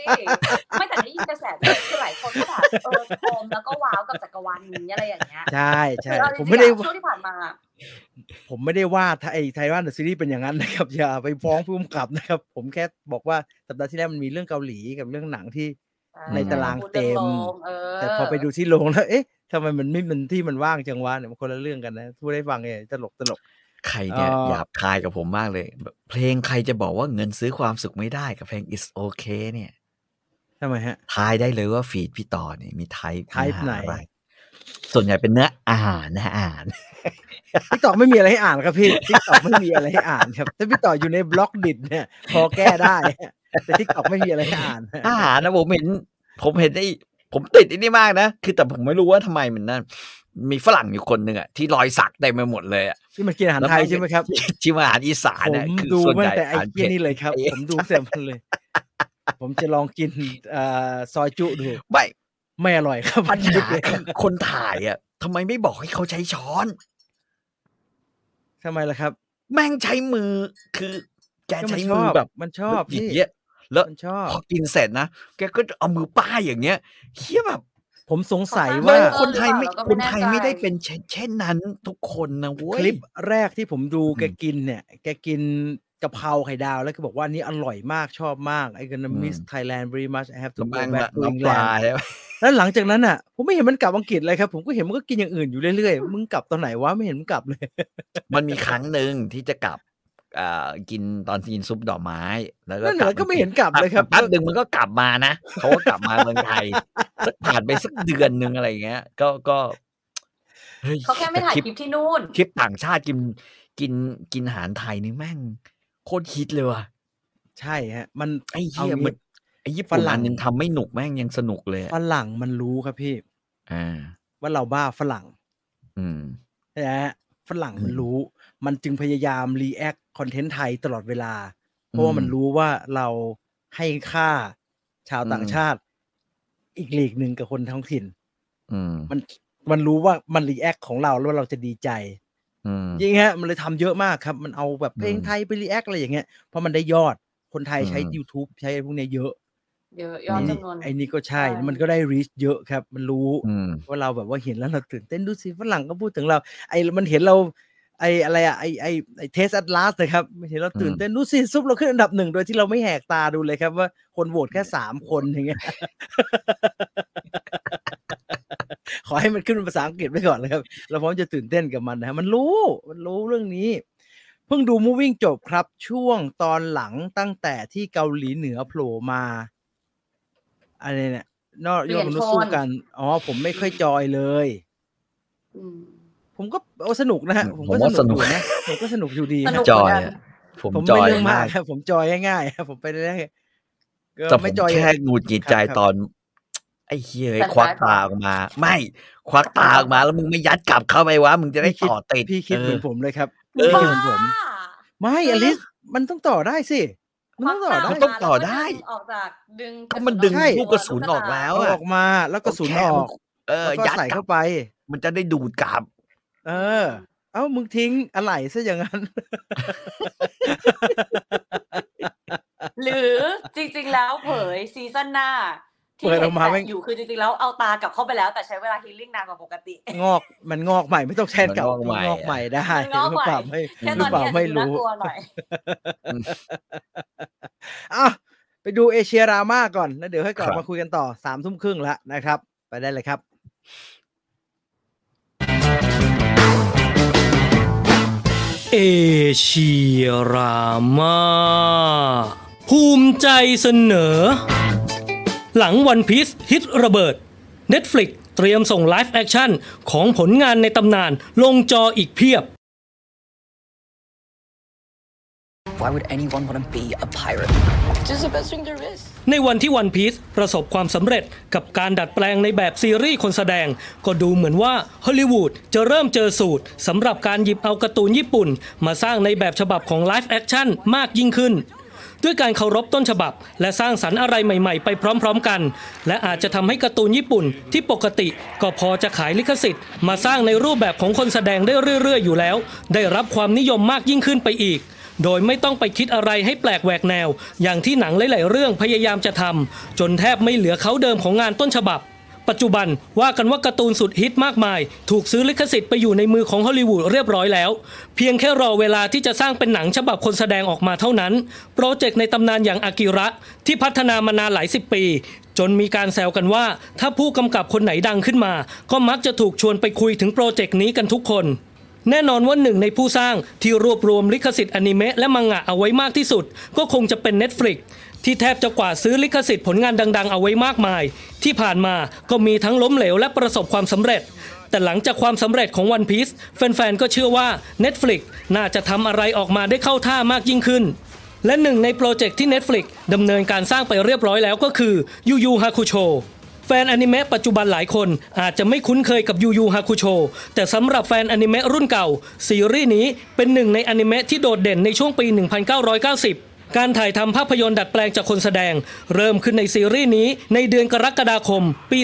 ไม่แต่ได้ยินกระแสด้วยคือหลายคนก็แบบเออชมแล้วก็ว้าวกับจักรวาลนี้อะไรอย่างเงี้ย
ใช่
คื
ใช่
อเอาจ
ผม
ริง
ไม่
ๆ
ได้
อะช่วงที่ผ่านมา
ผมไม่ได้ว่าไทยไทยวันเดอะซีรีส์เป็นอย่างนั้นนะครับ อย่าไปฟ้องผู้กำกับนะครับ ผมแค่บอกว่าสัปดาห์ที่แล้วมันมีเรื่องเกาหลีกับเรื่องหนังที่ ในตารางเต็ม แต่พอไปดูที่โรงแล้วเอ๊ะทำไมมันไม่มันที่มันว่างจังวะเนี่ยมันคนละเรื่องกันนะพูดให้ฟังเองตลกตลก
ใครเนี่ย
เอ่อ
ห
อ
ยาบคายกับผมมากเลยแบบเพลงใครจะบอกว่าเงินซื้อความสุขไม่ได้กับเพลง is okay เนี่ย
ทำไมฮะ
ทายได้เลยว่าฟีดพี่ต่อเนี่ยมีไทป์
ไทป์ไหน
อะไรส่วนใหญ่เป็นเนื้ออาหารนะอาหาร
ทิกตอกไม่มีอะไรให้อ่านครับพี่ทิกตอกไม่มีอะไรให้อ่านครับถ้าพี่ต่ออยู่ในบล็อกดิบเนี่ย พอแก้ได้ แต่ทิกตอกไม่มีอะไรให้อ่าน
อาหารนะผมเห็น ผมเห็นไอ้ ผมติดอันนี้มากนะ คือแต่ผมไม่รู้ว่าทำไมมันนั่นมีฝรั่งอยู่คนหนึ่งอ่ะที่รอยสักเต็มไปหมดเลยอ่ะ
ที่มันกินอาหารไทยใช่ไหมครับ
ชิมอาหารอีสาน
ผ
เนี่ย
ม
คือ
ดู
ส่วน
ตั้ง
ใหญ่
แต่ไอ้
อาหาร
เกีย
ผ็ด
นี่เลยครับ ผมดูเสียมันเลย ผมจะลองกินเอ่อซอยจุดู
ไม่
ไม่อร่อยครับ
ปัญ
ลึ
หาก
เลย
คือคนถ่ายอ่ะทำไมไม่บอกให้เขาใช้ช้อน
ทำไมล่ะครับ
แม่งใช้มือคือแก
ก็มั
ใช้
นช
มื
อ
อบ แบบ
มันชอบ
หยิ
พี่
บเยอะแล้ว
มันชอบ
พอกินเสร็จนะแกก็เอามือป้ายอย่างเงี้ยเฮียแบบ
ผมสงสัย
ของ
ว่า
แม่ง
บ้า
คนไทยไม่
เออเราก็
คนไทย
ไม่แน่ใจ
ไม่ได้เป็นเช่นเช่นนั้นทุกคนนะเว้
ค
ย
ลิปแรกที่ผมดู
อืม
แกกินเนี่ย แกกินกะเพราไข่ดาวแล้วก็บอกว่านี่อร่อยมากชอบมาก I gonna miss
อืม
Thailand very much I have to go
แล้วแม่งแบ
back
บ
to
น้ำปลา
England
แล้ว
แล้วหลังจากนั้นอ่ะ ผมไม่เห็นมันกลับอังกฤษเลยครับ ผมก็เห็นมันก็กินอย่างอื่นอยู่เรื่อยๆ มึงกลับตอนไหนวะไม่เห็นมึงกลับเลย
มันมีครั้งหนึ่งที่จะกลับอ่ากินตอนกินซุปดอกไม้ แล้วก็
นั่นเหรอก็ไม่เห็นกลับเลยครับ
แป๊บหนึ่งมันก็กลับมานะเขาก็กลับมาเมืองไทยสักผ่านไปสักเดือนหนึ่งอะไรอย่างเงี้ย ก็ก็ฮ้ย
เขาแค่ไม่ถ่ายคลิปที่นู่น
คลิปต่างชาติกินกินกินอาหารไทยนี่แม่ง โคตรฮิตเลยว่ะ
ใช่ฮะ มัน
ไอ้
เอา
เหี้ย
งี้
มันไอ้ญี่ปุ่
ฝ
น
รั่
อั
ง
นหนึ่งทำไม่หนุกแม่งยังสนุกเลยอะ
ฝรั่งมันรู้ครับพี่
อ่า
ว่าเราบ้าฝรั่ง
อืม
นะฮะฝรั่งมัน
อืม
รู้ มันจึงพยายามรีแอคคอนเทนต์ไทยตลอดเวลา เพราะว่ามัน
อืม
รู้ว่าเราให้ค่าชาวต่าง
อืม
ชาติ อีกหลีกหนึ่งกับคนท้องถิ่น
อืม
มันมันรู้ว่ามันรีแอคของเราแล้วเราจะดีใจ
อืม
จริงฮะมันเลยทำเยอะมากครับ มันเอาแบบเพลง
อืม
ไทยไปรีแอคอะไรอย่างเงี้ยเพราะมันได้ยอดคนไทยใช้
อืม
YouTube ใช้ไอ้พวกเนี้ยเยอะ
เดี๋ยวยอด
นี่
จำนวน
ไอ้นี่ก็ใช่
ใช่
มันก็ได้รีชเยอะครับ มันรู้
อืม
ว่าเราแบบว่าเห็นแล้วเราตื่นเต้นดูสิฝรั่งก็พูดถึงเรา ไอ้มันเห็นเรา ไอ้อะไรอะไอ้ไอ้ไอ้เทสแอดลาสนะครับมันเห็นเราตื่นเต้นดูสิซุปเราขึ้นอันดับหนึ่งโดยที่เราไม่แหกตาดูเลยครับว่าคนโหวตแค่สามคนอย่างเงี้ย ขอให้มันขึ้นเป็นภาษาอังกฤษไปก่อนเลยครับ เราพร้อมจะตื่นเต้นกับมันนะฮะมันรู้ มันรู้เรื่องนี้ เพิ่งดู Moving จบครับ ช่วงตอนหลังตั้งแต่ที่เกาหลีเหนือโผล่มา อะไรเนี่ยนอก
เปลี่
ยอย ด
น
มนุษย์สู้
โทน
กัน อ๋อ ผมไม่ค่อยจอยเลย
อืม
ผมก็โอ้สนุกนะฮะ ผม
ผม
ก็
ว่า
สนุก
สนุก
อยู่นะ ผมก็สนุกอยู่ดี
ส
ฮะ
นุก
จอยอะผม
ผม
จ
ไม่
อย
เรื่องมาม
าก ก
ครับ ผมจอยง่ายๆครับผมไปเรื่อยๆก็
แต่ผ
ไม่
ม
จอย
แค่หงูดหงิดใจ
ครับ
ตอน ไอ้เหี้ย
แต่
ควัก
ซ้าย
ตาออกมา ไม่ ควักตาออกมาแล้วมึงไม่ยัดกลับเข้าไปวะมึงจะได้ต่อติด
พี่คิดเหมือน
เออ
ผมเลยครับ
เออ
พี่คิดเหมือนผม ไม่อลิสมันต้องต่อได้สิ มันต้องต่อได้
ควัก
ต้
ตา
องต่อได้
แล้วก็งออกจากดึง
ก็มันดึง
ใช่
ลูกกระสุนออกแล้ว
เอาออกมาแล้วก็สูนออก
เออ
แล้วก็
ยัด
ใส่
กลั
เข้า
บ
ไป
มันจะได้ดูดกลับ
เออ เอ้ามึงทิ้งอะไรซะอย่างนั้น
หรือจริงๆแล้วเผ ยซีซั่นหน้า ที่
เปิดออกมาแม่
แปะ
ง
อยู่คือจริงๆแล้วเอาตากลับเข้าไปแล้วแต่ใช้เวลาฮีลลิ่งนานกว่าปกติ
งอกมันงอกใหม่ไม่ต้องแทนเก่า
มันงอกใหม่
งอกใหม่ได้
มันงอก
หรือ
ใหม่
เปล่าไม่
แค่
ห
ต
รือ อน เปล่า
นี้อาจ
ไม่
จะดูน่า
รู้
กลัวหน่อย
อ่ะไปดูเอเชียรามาก่อนแล้วเดี๋ยวให้กลับ
ครับ
มาคุยกันต่อสามทุ่มครึ่งแล้วนะครับ ไปได้เลยครับ
เอเชียรามาภูมิใจเสนอ หลังวันพี e ฮิตระเบิด Netflix เตรียมส่งไลฟ์แอคชั่นของผลงานในตำนานลงจออีกเพียบ
Why would anyone want to be a pirate? It's just the best thing there is.
ในวันที่วันพี e ประสบความสำเร็จกับการดัดแปลงในแบบซีรีส์คนแสดง ก็ดูเหมือนว่าฮอลลีวูดจะเริ่มเจอสูตรสำหรับการหยิบเอาการ์ตูนญี่ปุ่น มาสร้างในแบบฉบับของไลฟ์แอคชั่นมากยิ่งขึ้น ด้วยการเคารพต้นฉบับ และสร้างสรรค์อะไรใหม่ๆ ไปพร้อมๆกัน และอาจจะทำให้การ์ตูนญี่ปุ่นที่ปกติก็พอจะขายลิขสิทธิ์ มาสร้างในรูปแบบของคนแสดงได้เรื่อยๆ อยู่แล้ว ได้รับความนิยมมากยิ่งขึ้นไปอีก โดยไม่ต้องไปคิดอะไรให้แปลกแหวกแนว อย่างที่หนังหลายๆเรื่องพยายามจะทำจนแทบไม่เหลือเขาเดิมของงานต้นฉบับ ปัจจุบันว่ากันว่าการ์ตูนสุดฮิตมากมาย ถูกซื้อลิขสิทธิ์ไปอยู่ในมือของฮอลลีวูดเรียบร้อยแล้ว เพียงแค่รอเวลาที่จะสร้างเป็นหนังฉบับคนแสดงออกมาเท่านั้น โปรเจกต์ในตำนานอย่างอากิระ ที่พัฒนามานานหลายสิบปี จนมีการแซวกันว่า ถ้าผู้กำกับคนไหนดังขึ้นมา ก็มักจะถูกชวนไปคุยถึงโปรเจกต์นี้กันทุกคน แน่นอนว่าหนึ่งในผู้สร้างที่รวบรวมลิขสิทธิ์อนิเมะและมังงะเอาไว้มากที่สุด ก็คงจะเป็น Netflix ที่แทบจะกว่าดซื้อลิขสิทธิ์ผลงานดัง ๆ เอาไว้มากมาย ที่ผ่านมาก็มีทั้งล้มเหลวและประสบความสำเร็จ แต่หลังจากความสำเร็จของ One Piece แฟน ๆ ก็เชื่อว่า Netflix น่าจะทำอะไรออกมาได้เข้าท่ามากยิ่งขึ้น และหนึ่งในโปรเจกต์ที่ Netflix ดำเนินการสร้างไปเรียบร้อยแล้วก็คือ Yu Yu Hakusho แฟนอนิเมะปัจจุบันหลายคนอาจจะไม่คุ้นเคยกับยูยูฮาคุโชแต่สำหรับแฟนอนิเมะรุ่นเก่า ซีรีส์นี้เป็นหนึ่งในอนิเมะที่โดดเด่นในช่วงปี 1990 การถ่ายทำภาพยนตร์ดัดแปลงจากคนแสดง เริ่มขึ้นในซีรีส์นี้ในเดือนกรกฎาคม ปี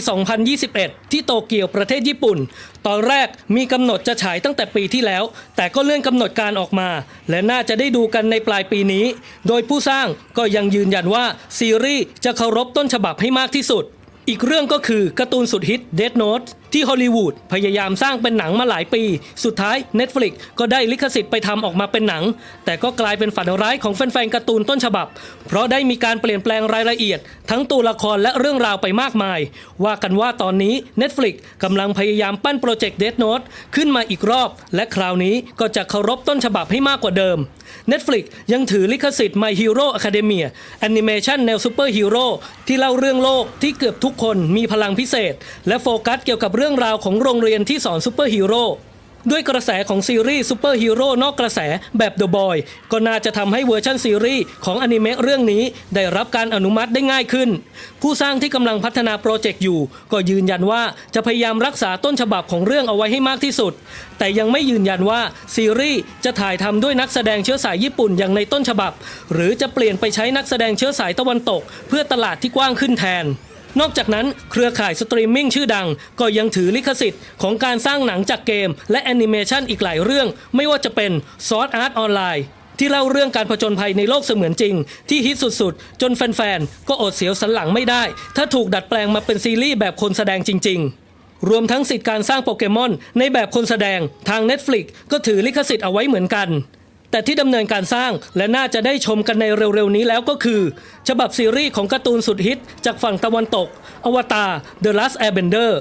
2021 ที่โตเกียวประเทศญี่ปุ่น ตอนแรกมีกำหนดจะฉายตั้งแต่ปีที่แล้ว แต่ก็เลื่อนกำหนดการออกมา และน่าจะได้ดูกันในปลายปีนี้ โดยผู้สร้างก็ยังยืนยันว่าซีรีส์จะเคารพต้นฉบับให้มากที่สุด อีกเรื่องก็คือการ์ตูนสุดฮิต Dead Note ที่ฮอลลีวูดพยายามสร้างเป็นหนังมาหลายปี สุดท้าย Netflix ก็ได้ลิขสิทธิ์ไปทำออกมาเป็นหนัง แต่ก็กลายเป็นฝันร้ายของแฟนๆการ์ตูนต้นฉบับ เพราะได้มีการเปลี่ยนแปลงรายละเอียด ทั้งตัวละครและเรื่องราวไปมากมาย ว่ากันว่าตอนนี้ Netflix กำลังพยายามปั้นโปรเจกต์ Dead Note ขึ้นมาอีกรอบ และคราวนี้ก็จะเคารพต้นฉบับให้มากกว่าเดิม Netflix ยังถือลิขสิทธิ์ My Hero Academia แอนิเมชันแนวซูเปอร์ฮีโร่ที่เล่าเรื่องโลกที่เกือบทุกคนมีพลังพิเศษ และโฟกัสเกี่ยวกับเรื่องราวของโรงเรียนที่สอนซูเปอร์ฮีโร่ด้วยกระแสของซีรีส์ซูเปอร์ฮีโร่นอกกระแสแบบ The Boy ก็น่าจะทำให้เวอร์ชันซีรีส์ของอนิเมะเรื่องนี้ได้รับการอนุมัติได้ง่ายขึ้น ผู้สร้างที่กำลังพัฒนาโปรเจกต์อยู่ ก็ยืนยันว่าจะพยายามรักษาต้นฉบับของเรื่องเอาไว้ให้มากที่สุด แต่ยังไม่ยืนยันว่าซีรีส์จะถ่ายทำด้วยนักแสดงเชื้อสายญี่ปุ่นอย่างในต้นฉบับ หรือจะเปลี่ยนไปใช้นักแสดงเชื้อสายตะวันตก เพื่อตลาดที่กว้างขึ้นแทน นอกจากนั้นเครือข่ายสตรีมมิ่งชื่อดัง ก็ยังถือลิขสิทธิ์ของการสร้างหนังจากเกม และแอนิเมชันอีกหลายเรื่อง ไม่ว่าจะเป็นซอ o อาร์ตออนไลน์ที่เล่าเรื่องการผจญภัยในโลกเสมือนจริง ที่ฮิตสุดๆ จนแฟนๆ ก็อดเสียวสันหลังไม่ได้ ถ้าถูกดัดแปลงมาเป็นซีรีส์แบบคนแสดงจริง ๆ รวมทั้งสิทธิ์การสร้างโปเกมอนในแบบคนแสดงทาง Netflix ก็ถือลิขสิทธิ์เอาไว้เหมือนกัน แต่ที่ดำเนินการสร้างและน่าจะได้ชมกันในเร็วๆนี้แล้วก็คือ ฉบับซีรีส์ของการ์ตูนสุดฮิต จากฝั่งตะวันตก อวตาร The Last Airbender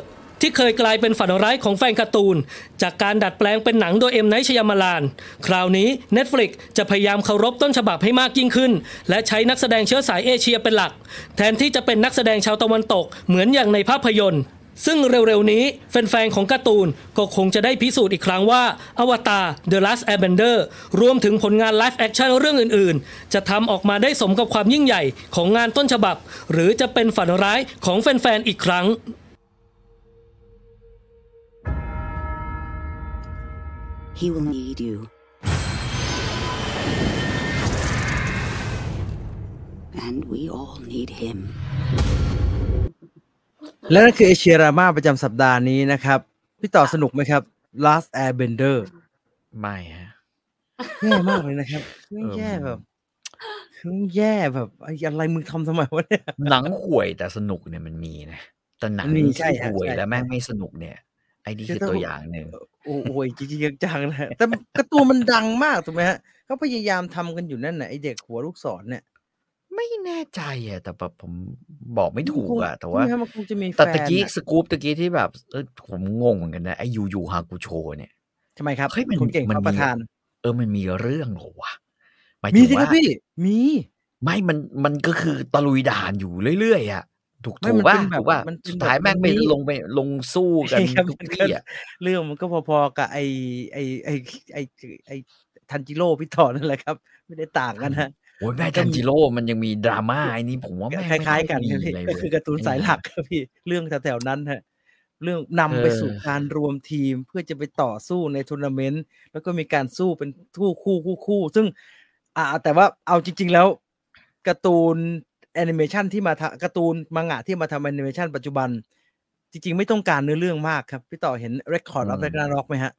ที่เคยกลายเป็นฝันร้ายของแฟนการ์ตูน จากการดัดแปลงเป็นหนังโดยเอ็มไนท์ชยามาลาน คราวนี้ Netflix จะพยายามเคารพต้นฉบับให้มากยิ่งขึ้น และใช้นักแสดงเชื้อสายเอเชียเป็นหลัก แทนที่จะเป็นนักแสดงชาวตะวันตกเหมือนอย่างในภาพยนตร์ ซึ่งเร็วๆนี้แฟนๆของการ์ตูนก็คงจะได้พิสูจน์อีกครั้งว่าอวตาร The Last Airbender รวมถึงผลงานไลฟ์แอคชั่นเรื่องอื่นๆ จะทำออกมาได้สมกับความยิ่งใหญ่ของงานต้นฉบับ หรือจะเป็นฝันร้ายของแฟนๆอีกครั้ง
He will need you. And we all need him.
และนั่นคือเอเชียรามาประจำสัปดาห์นี้นะครับ พี่ต่อสนุกไหมครับ Last Airbender
ไม่ฮะ
แย่มากเลยนะครับไม่งแย่แบบคือแม่งแย่แบบไอ้อะไรมึงทำทำไมวะเนี่ย
หนังห่วยแต่สนุกเนี่ยมันมีนะแต่หนัง
มันมี
ที่
ใช่ฮะ
ห่วย
ใช่
แล้วแม่ง
ใช่
ไม่สนุกเนี่ย ไอ้นี่
คือ
คือ
ต้อง
ตัวอย่างหนึ่ง
โอ้โอ้ยจริงๆจังๆนะแต่การะตูนมันดังมากถูกไหมฮะเขาพยายามทำกันอยู่นั่นน่ะไอเด็กหัวลูกศรเนี่ย
ไม่แน่ใจอ่ะแต่แบบผมบอกไม่ถูกอ่ะ แต่ว่า
ใช่ไหมฮะมันคงจะมีแฟ
แต่
น
ตะกี้
น่ะ
สกู๊ปตะกี้ที่แบบเออผมงงเหมือนกันนะไอ้ยูยูฮากุโชเนี่ย
ทำไมครับ
เฮ้ยมัน
คุณเก่ง
มัน
พระประ
มี
ธาน
เออมันมีเรื่องเหรอวะหมาย
มี
ถึง
สิครับ
ว่า
พี่มี
ไม่มันมันก็คือตะลุยด่านอยู่เรื่อยๆอ่ะถูก
ไม่
ถู
มัน
กว่า
เป็นแบบ
ถูกว่า
มันเป็น
สุดท้าย
แบบ
แม่งไป
นี้
ลงไปลงสู้กัน
ใช่ครับ
ทุก
มันก็
ที่อ่ะ
เรื่องมันก็พอๆกับไอไอไอไอไอทันจิโร่พี่ต่อนั่นแหละครับ ไม่ได้ต่างกันนะ
โอ้ยแม่
มันก็
ทัน
มี
จิโร่มันยังมีดราม่าไอ้นี่ผมว่าแม่ง
คล้ายๆ กัน
ไม่
นะ
มี
พี่
เลย
ก็
เว้ย
คือการ์ตูนสายหลัก ครับพี่เรื่องแถวๆนั้นฮะเรื่องนำไปสู่
เออ
การรวมทีมเพื่อจะไปต่อสู้ในทัวร์นาเมนต์แล้วก็มีการสู้เป็นคู่คู่คู่คู่ซึ่ง อ่า แต่ว่าเอาจริง ๆ แล้วการ์ตูนแอนิเมชันที่มาทำการ์ตูนมังงะที่มาทำแอนิเมชันปัจจุบัน จริง ๆ ไม่ต้องการเนื้อเรื่องมากครับ พี่ต่อเห็น Record of Ragnarok ไหมฮะ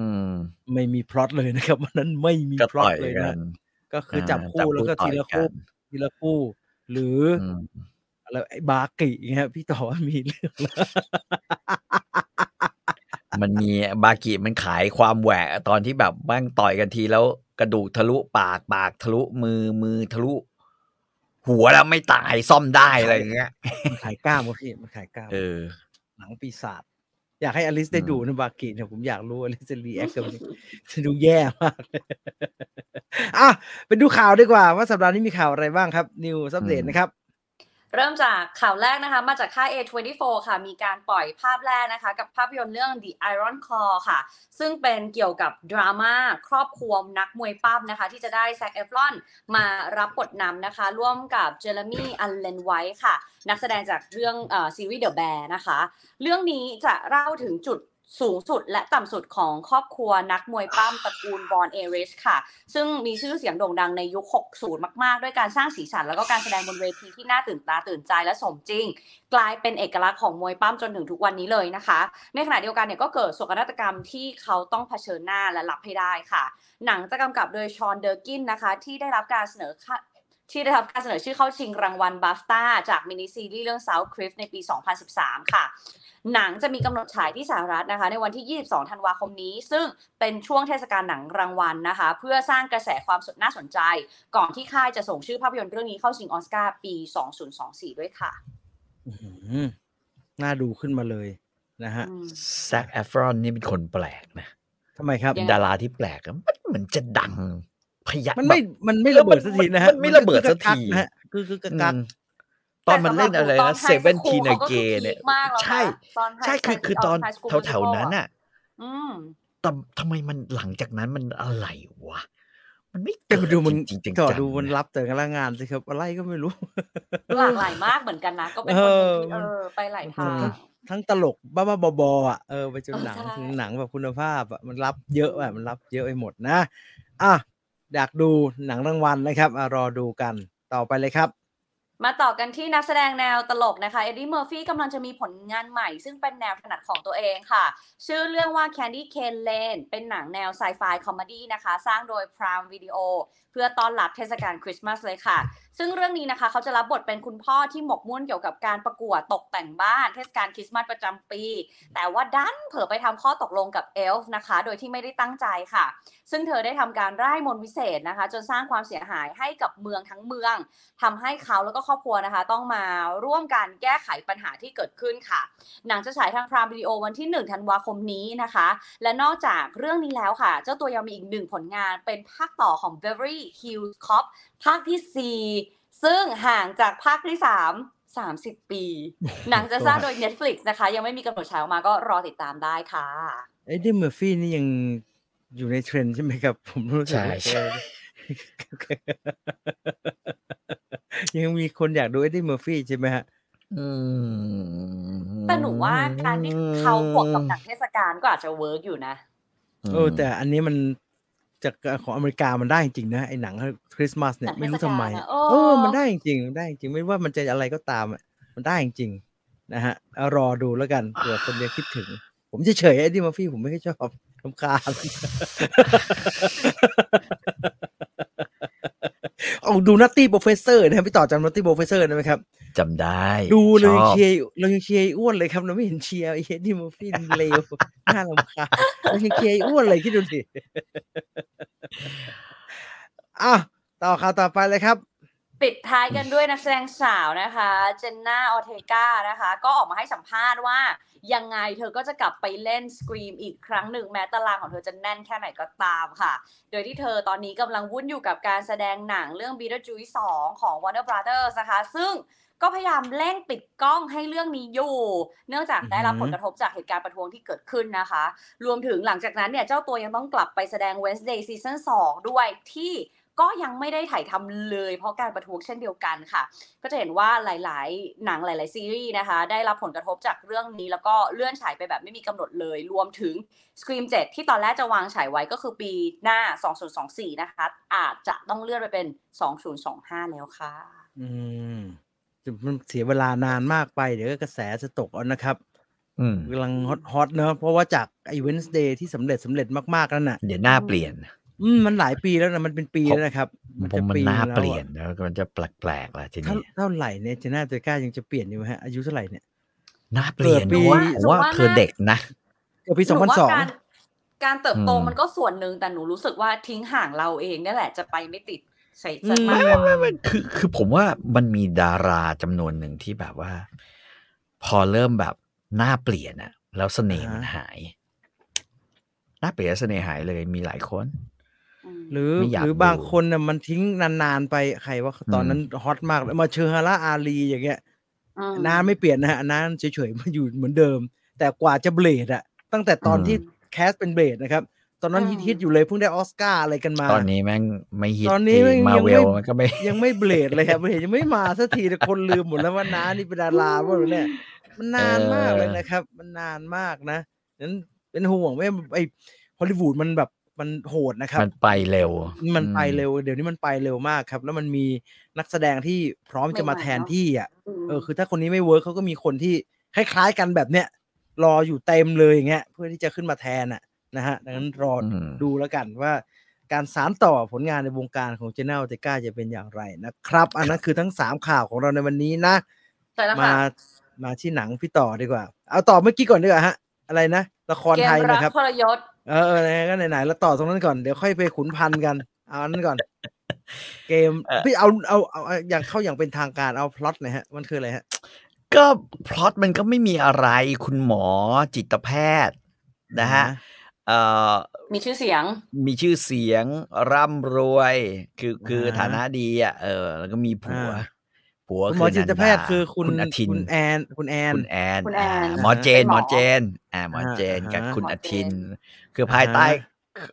อืม
ไม่มีพล็อตเลยนะครับวันนั้นไม่มี
ก็
พล็อต
ต่อย
เลย
กั
นะ
น
ก็คือจับ
อ่า
คู่แล้วก็
ต่
ที
อย
ละคู่ทีละคู่ หรือ
กั
อ
นอืม
แล้วไอ้บากิเงี้ยพี่ต่อว่ามีเรื่องแล้ว
มันมีบากิมันขายความแหวะตอนที่แบบบ้างต่อยกันทีแล้วกระดูกทะลุปากปากทะลุมือมือทะลุ หัวแล้วไม่ตายซ่อมได้อะไรอย่างเงี้ย
มันขายกล้ามวะพี่มันขายกล้าม
เออ
หนังปีศาจอยากให้อลิสได้
อืม
ดูนะบากิเนี่ยผมอยากรู้อลิสจะรีแอคกับ มันจะดูแย่มาก เลยอ่ะไปดูข่าวดีกว่าว่าสัปดาห์นี้มีข่าวอะไรบ้างครับนิวอัปเดตนะครับ
เริ่มจากข่าวแรกนะคะ มาจากค่าย A24 ค่ะ มีการปล่อยภาพแรกนะคะ กับภาพยนตร์เรื่อง The Iron Claw ค่ะ ซึ่งเป็นเกี่ยวกับดราม่าครอบครัวนักมวยปั้มนะคะ ที่จะได้แซกเอฟรอนมารับบทนำนะคะ ร่วมกับเจอร์มี่อัลเลนไวท์ค่ะ นักแสดงจากเรื่องเอ่อซีรีส์ The Bear นะคะ เรื่องนี้จะเล่าถึงจุดสูงสุดและต่ำสุดของครอบครัวนักมวยปั้มตระกูลบอลเอริชค่ะ ซึ่งมีชื่อเสียงโด่งดังในยุค 60 มาก ๆ ด้วยการสร้างสีสันแล้วก็การแสดงบนเวทีที่น่าตื่นตาตื่นใจและสมจริง กลายเป็นเอกลักษณ์ของมวยปั้มจนถึงทุกวันนี้เลยนะคะ ในขณะเดียวกันเนี่ยก็เกิดโศกนาฏกรรมที่เขาต้องเผชิญหน้าและรับให้ได้ค่ะ หนังจะกำกับโดยชอนเดอร์กินนะคะ ที่ได้รับการเสนอค่า ที่ได้รับการเสนอชื่อเข้าชิงรางวัลบัฟตาจากมินิซีรีส์เรื่อง South Cliff ในปี 2013 ค่ะ หนังจะมีกำหนดฉายที่สหรัฐนะคะ ในวันที่ 22 ธันวาคมนี้ ซึ่งเป็นช่วงเทศกาลหนังรางวัลนะคะ เพื่อสร้างกระแสความสนน่าสนใจ ก่อนที่ค่ายจะส่งชื่อภาพยนตร์เรื่องนี้เข้าชิงออสการ์ปี 2024 ด้วยค่ะ
อื้อหือน่าดูขึ้นมาเลยนะฮะ
อืม
แซคแอฟรอนนี่เป็นคนแปลกนะ
ทำไมครับ
ยังไง
ดาราที่แปลกอะมันเหมือนจะดัง พยัก
มันไม่
แบบ
มันไม่
เออ
ระเบิด
มัน
สักทีนะฮะ
มันไม่ระเบิดสักที
นะฮะคือคือกระกัก
อืมตอนมันเล่นอะไร
แต่สำห
นะ
บ
เซเว่นทีน
ขา
เก
คือ
เนี่ย
พีคมากแล้วนะ
ใช่
ตอน
ใช่ คือ คือตอน
High School Musical
แถวๆนั้น
อะ
น่ะ
อืม
แต่ทำไมมันหลังจากนั้นมันอะไรวะ มันไม่
แต่
เกิ
มาดูมัน
จริงๆจังๆ
ก็ดูมัน
นะ
รับแต่กันละงานสิครับ อะไรก็ไม่รู้
หลากหลายมากเหมือนกันนะ ก็เป็นคนหนึ่งที่เออไปหลายทาง
ทั้งตลกบ้าๆบอๆอ่ะเออไปจนหนัง
เออใช่
ถึงหนังแบบคุณภาพอ่ะมันรับเยอะอ่ะมันรับเยอะไปหมดนะอ่ะอยากดูหนังรางวัลนะครับอ่ะรอดูกันต่อไปเลยครับ
มาต่อกันที่นักแสดงแนวตลกนะคะ เอ็ดดี้เมอร์ฟี่กำลังจะมีผลงานใหม่ ซึ่งเป็นแนวถนัดของตัวเองค่ะ ชื่อเรื่องว่า Candy Cane Lane เป็นหนังแนวไซไฟคอมเมดี้นะคะ สร้างโดย Prime Video เพื่อต้อนรับเทศกาลคริสต์มาสเลยค่ะ ซึ่งเรื่องนี้นะคะ เขาจะรับบทเป็นคุณพ่อที่หมกมุ่นเกี่ยวกับการประกวดตกแต่งบ้าน เทศกาลคริสต์มาสประจำปี แต่ว่าดันเผลอไปทำข้อตกลงกับเอลฟ์นะคะ โดยที่ไม่ได้ตั้งใจค่ะ ซึ่งเธอได้ทำการร่ายมนต์วิเศษนะคะ จนสร้างความเสียหายให้กับเมืองทั้งเมือง ทำให้เขาแล้วก็ครอบครัวนะคะ ต้องมาร่วมกันแก้ไขปัญหาที่เกิดขึ้นค่ะ หนังจะฉายทางพรามวิดีโอวันที่ 1 ธันวาคมนี้นะคะ และนอกจากเรื่องนี้แล้วค่ะ เจ้าตัวยังมีอีกหนึ่งผลงานเป็นภาคต่อของ Beverly Hills Cop ภาคที่ 4 ซึ่งห่างจากภาคที่ 3 30 ปี หนังจะสร้างโดย Netflix นะคะ ยังไม่มีกำหนดฉายออกมาก็รอติดตามได้ค่ะ
เอ็ดดี้เมอร์ฟี่นี่ยังอยู่ในเทรนด์ใช่ไหมครับ ผมรู้สึก
ใช่
ว่า
ใช่
ยังมีคนอยากดูเอ็ดดี้เมอร์ฟี่ใช่ไหมฮะ
อืม
แต่หนูว่าการที่เขาบวกกับหนังเทศกาลก็อาจจะเวิร์กอยู่นะ
เออแต่อันนี้มันจากของอเมริกามันได้จริงๆนะไอหนังคริสต์มาสเนี่ย
หนัง
ไม่รู้
เทศ
ทำ
กาล
ไม
อะ
อะ
โอ้
เออมันได้จริงๆมันได้จริงไม่ว่ามันจะอะไรก็ตามอะมันได้จริงๆนะฮะเอารอดูแล้วกันเผื่อคนจะคิดถึง ผมจะเฉยไอ้ดิมาฟี่ผมไม่ค่อยชอบทำคาญ เอาดูนัตตี้โปรเฟสเซอร์นะครับพี่ต่อจำนัตตี้โปรเฟสเซอร์ได้ไหมครับ
จำได้
ดูเรา
ช
ยัง
อบ
เชียร์อยู่เรายังเชียร์ไอ้อ้วนเลยครับเราไม่เห็นเชียร์ไอ้เฮดดี้มูฟี่เลว น่ารำคาญเรายังเชียร์ไอ้อ้วนเลยคิดดูสิ อ่ะต่อข่าวต่อไปเลยครับ
ปิดท้ายกันด้วยนักแสดงสาวนะคะ เจนน่าออเทกานะคะ ก็ออกมาให้สัมภาษณ์ว่า ยังไงเธอก็จะกลับไปเล่น Scream อีกครั้งหนึ่งแม้ตารางของเธอจะแน่นแค่ไหนก็ตามค่ะ โดยที่เธอตอนนี้กำลังวุ่นอยู่กับการแสดงหนังเรื่อง Beetlejuice 2 ของ Warner Brothers นะคะ ซึ่งก็พยายามเร่งปิดกล้องให้เรื่องนี้อยู่ เนื่องจากได้รับ
อือหื
ผ
อ
ลกระทบจากเหตุการณ์ประท้วงที่เกิดขึ้นนะคะ รวมถึงหลังจากนั้นเนี่ยเจ้าตัวยังต้องกลับไปแสดง Wednesday Season 2 ด้วยที่ก็ยังไม่ได้ถ่ายทำเลย เพราะการประท้วงเช่นเดียวกันค่ะ ก็จะเห็นว่าหลาย ๆ หนังหลาย ๆ ซีรีส์นะคะ ได้รับผลกระทบจากเรื่องนี้ แล้วก็เลื่อนฉายไปแบบไม่มีกำหนดเลย รวมถึง Scream 7 ที่ตอนแรกจะวางฉายไว้ก็คือปีหน้า 2024 นะคะ อาจจะต้องเลื่อนไปเป็น 2025 แล้วค่ะ
อืมมันเสียเวลานานมากไป เดี๋ยวก็กระแสจะตกเอานะครับ
อืม
กำลังฮอตฮอตเนอะเพราะว่าจากไอ้ Wednesday ที่สำเร็จสำเร็จมากๆนั่นน่ะ
เดี๋ยวหน้าเปลี่ยน
อืมมันหลายปีแล้วนะมันเป็นปีแล้วนะครับ
ผ
จะ
มมัน
ปี
หน้า
แวอะ
เปลี่ยนแล้วมันจะแปลกๆล่ะที
เท่า
นี้
เท่าไหร่เนี่ยเจน่าเจก้ายังจะเปลี่ยนอยู่ไหมฮะอายุเท่าไหร่เนี่ย
หน้าเปลี่ยน
เกิดปี
ผมว่าผมว่าเธอเด็กนะ
เกิดปี
ห
สอง
นู
พัน
ว่า
สอง
การการเติบโต
อืม
มันก็ส่วนหนึ่งแต่หนูรู้สึกว่าทิ้งห่างเราเองเนี่ยแหละจะไปไม่ติดใส่ใจมากกว่า
ไม่ไม่คือคือผมว่ามันมีดาราจำนวนหนึ่งที่แบบว่า พอเริ่มแบบหน้าเปลี่ยนอะแล้วเสน่ห์มันหาย หน้าเปลี่ยนแล้วเสน่ห์หายเลยมีหลายคน
อืม
หรือ
ไม่อยาก
หรือบางคนน่ะมันทิ้งนานๆไปใครว่าตอนนั้นฮอตมากแล้วมาเชอฮาร่าอาลีอย่างเงี้ย
อืม
น้าไม่เปลี่ยนนะฮะน้าเฉยๆมาอยู่เหมือนเดิม แต่กว่าจะเบลดอะตั้งแต่ตอน
อืม
ที่แคสเป็นเบลดนะครับ ตอนนั้น
อืม
ฮิตๆอยู่เลยเพิ่งได้ออสการ์อะไรกันมา
ตอนนี้แม่งไม่ฮิต
ตอนนี้แม่ง
มา
ยัง
เว
ไม่
ลมันก็ไม่
ยังไม่เบลดเลยครับเบลดยังไม่มาสักทีแต่คนลืมหมดแล้วว่าน้านี่เป็นดาราว่าหรือเนี่ยมันนานมากเลยนะครับ มันนานมากนะนั้นเป็นห่วงไม่ไอฮอลลีวูดมันแบบมันโหดนะครับ
มันไปเร็ว
มันไป
อื
เร็วเดี๋ยวนี้มันไปเร็วมากครับ แล้วมันมีนักแสดงที่พร้อมจะมา
ใหม่ๆ
แทน
เนอะ
ที่อ่ะ
ม
เออคือถ้าคนนี้ไม่เวิร์กเขาก็มีคนที่คล้ายๆกันแบบเนี้ยรออยู่เต็มเลยอย่างเงี้ยเพื่อที่จะขึ้นมาแทนอ่ะนะฮะดังนั้นรอ
อืม
ดูแล้วกันว่า การสารต่อผลงานในวงการของเจน่าเจก้าจะเป็นอย่างไรนะครับ อันนั้นคือทั้งสามข่าวของเราในวันนี้นะ
ใช่แล้ว
มา
ค่ะ
มาที่หนังพี่ต่อดีกว่า เอาต่อเมื่อกี้ก่อนดีกว่าฮะ อะไรนะละคร
เก
ไทย
มรั
นะครับ
ทรยศ
เออเออไหนๆก็ไหนๆแล้วต่อตรงนั้นก่อนเดี๋ยวค่อยไปขุนพันธุ์กัน เอาอันนั้นก่อน เกม
เอ่อ
พี่เอาเอาเอาเอาอย่างเข้าอย่างเป็นทางการเอาพล็อตหน่อยฮะมันคืออะไรฮะ
ก็พล็อตมันก็ไม่มีอะไรคุณหมอจิตแพทย์นะฮะ
อ่า
เอ่อ
มีชื่อเสียง
มีชื่อเสียงร่ำรวย คือคือ
อ่า
ฐานะดีอ่ะเออ แล้วก็มีผัว
อ่า
ผัว
คุณห
คื
มอจิตแพทย์
นันดา
คือคุณ
อาทิน
คุณแอนคุณแอน
คุณแอน
คุณ
อ่า
แอน
หมอเจน
เป็น
หม
หม
อ
อ
เจน อ่าหมอเจน
อ่า
กับคุณ
หมอ
อา
อาทิ
ทิน
น
คือภายใต้
อ่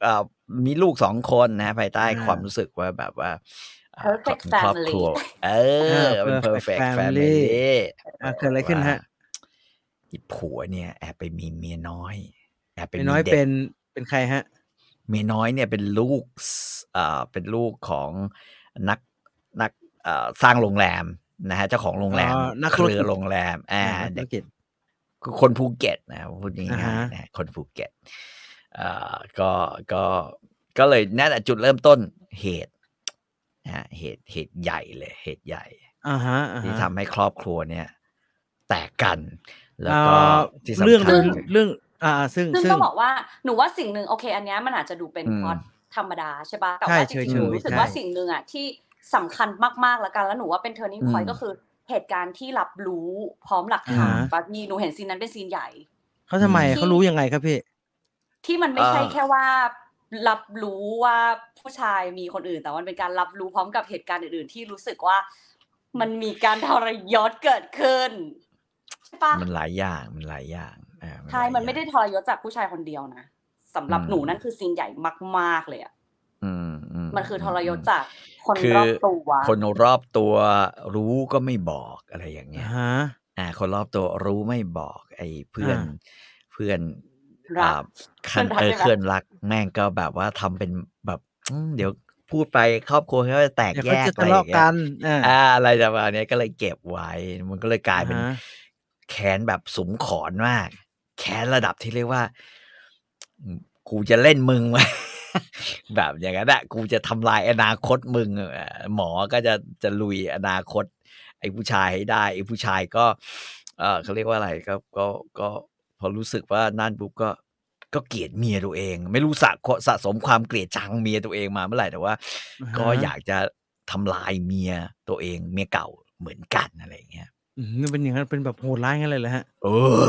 เอ่อมีลูกสองคนนะ ภายใต้
อ่า
ความรู้สึกว่าแบบว่าอ่า
Perfect
ครอบครัว เออเป็น perfect family
อ่ะเกิดอะไรขึ้นฮะ
ว่าอีผัวเนี่ยแอบไปมีเมียน้อย แอบไป
ไอ้
มี
น้อย
ด็ก
เป็นเป็นใครฮะ
เมียน้อยเนี่ยเป็นลูกสอ่าเป็นลูกของนักนักอ่าสร้างโรงแรมนะฮะเจ้าของโรงแรม
อ๋อนัก
เค
ธุรกิจ
รือโรงแรมอ่า
นักธุร
เด็ก
กิจ
คนภูเก็ตนะพูด
อ่า
ง่าย
ฮะ
ๆนะคนภูเก็ตอ่าก็ก็ก็เลยนั่นแหละจุดเริ่มต้นเหตุนะฮะเหตุเหตุใหญ่เลยเหตุใหญ่
อ่าฮะอ่า
ที่
ฮะ
ทำให้ครอบครัวเนี่ย แตกกัน แล้วก็
อ่า
ที่สำคัญ
เรื่องโดยเรื่องอ่าซึ่ง
ซึ่ง
ซึ่ง
ต้องบอกว่าหนูว่าสิ่งหนึ่งโอเค อันเนี้ยมันอาจจะดูเป็น
อืม
พล็อตธรรมดาใช่ปะแต่
ใช่เฉยๆ
ว่าจริงๆหนูรู้สึก
ใช่
ว่าสิ่งหนึ่งอ่ะที่สำคัญมากๆแล้วกันแล้วหนูว่าเป็น turning point
อืม
ก็คือเหตุการณ์ที่รับรู้พร้อมหลักฐานปะมีหนูเห็นซีนนั้นเป็นซีนใหญ่
เขาทำไม
ที่
เขารู้ยังไงครับพี่
ที่มันไม่
อ่า
ใช่แค่ว่า รับรู้ว่าผู้ชายมีคนอื่น แต่มันเป็นการรับรู้พร้อมกับเหตุการณ์อื่นๆ ที่รู้สึกว่า มันมีการทรยศเกิดขึ้นใช่ปะ
มันหลายอย่างมันหลายอย่างอ่า
ใช่
หลาย
มันไม่
อย่า
ได้
ง
ทรยศจากผู้ชายคนเดียวนะสำหรับ
อืม
หนูนั่นคือซีนใหญ่มาก ๆ เลยอะ
อืมอื
มันคือทรยศ
ม
จากคน
คือ
รอบตัว
คนรอบตัวรู้ก็ไม่บอกอะไรอย่างเงี้ย
ฮะ
อ่า คนรอบตัวรู้ไม่บอก ไอ้เพื่อน
อ่า
เพื่อน
รัก
คัน
เพื่อนรัก
เออ
ใช่ไหม
เพื่อนรักแม่งก็แบบว่าทำเป็นแบบอืมเดี๋ยวพูดไปครอบครัวเขาจะแตก
เดี๋ยว
แย
เขาจะ
กอะ
ทะ
ไรอ
เลาะ
ย่า
กั
งเงี้ย
นอ่า
อ่าอะไรประมาณเนี้ยก็เลยเก็บไว้ มันก็เลยกลายเป็น
อ่าฮะ
แค้นแบบสุมขอนมาก แค้นระดับที่เรียกว่า กูจะเล่นมึ งไว้ แบบอย่างนั้นอะกูจะทำลายอนาคตมึงอะหมอก็จะจะลุยอนาคต ไอ้ผู้ชายให้ได้ไอ้ผู้ชายก็ เออเขาเรียกว่าอะไรก็ก็ก็พอรู้สึกว่านั่นปุ๊บก็ก็เกลียดเมียตัวเอง ไม่รู้สะสะสมความเกลียดชังเมียตัวเองมาเมื่อไหร่แต่ว่า
อ่าฮะ
ก็อยากจะทำลายเมียตัวเองเมียเก่าเหมือนกันอะไรอย่างเงี้ย
อืมมันเป็นอย่างนั้นเป็นแบบโหดร้ายงั้นเลยเหรอฮะ
เออ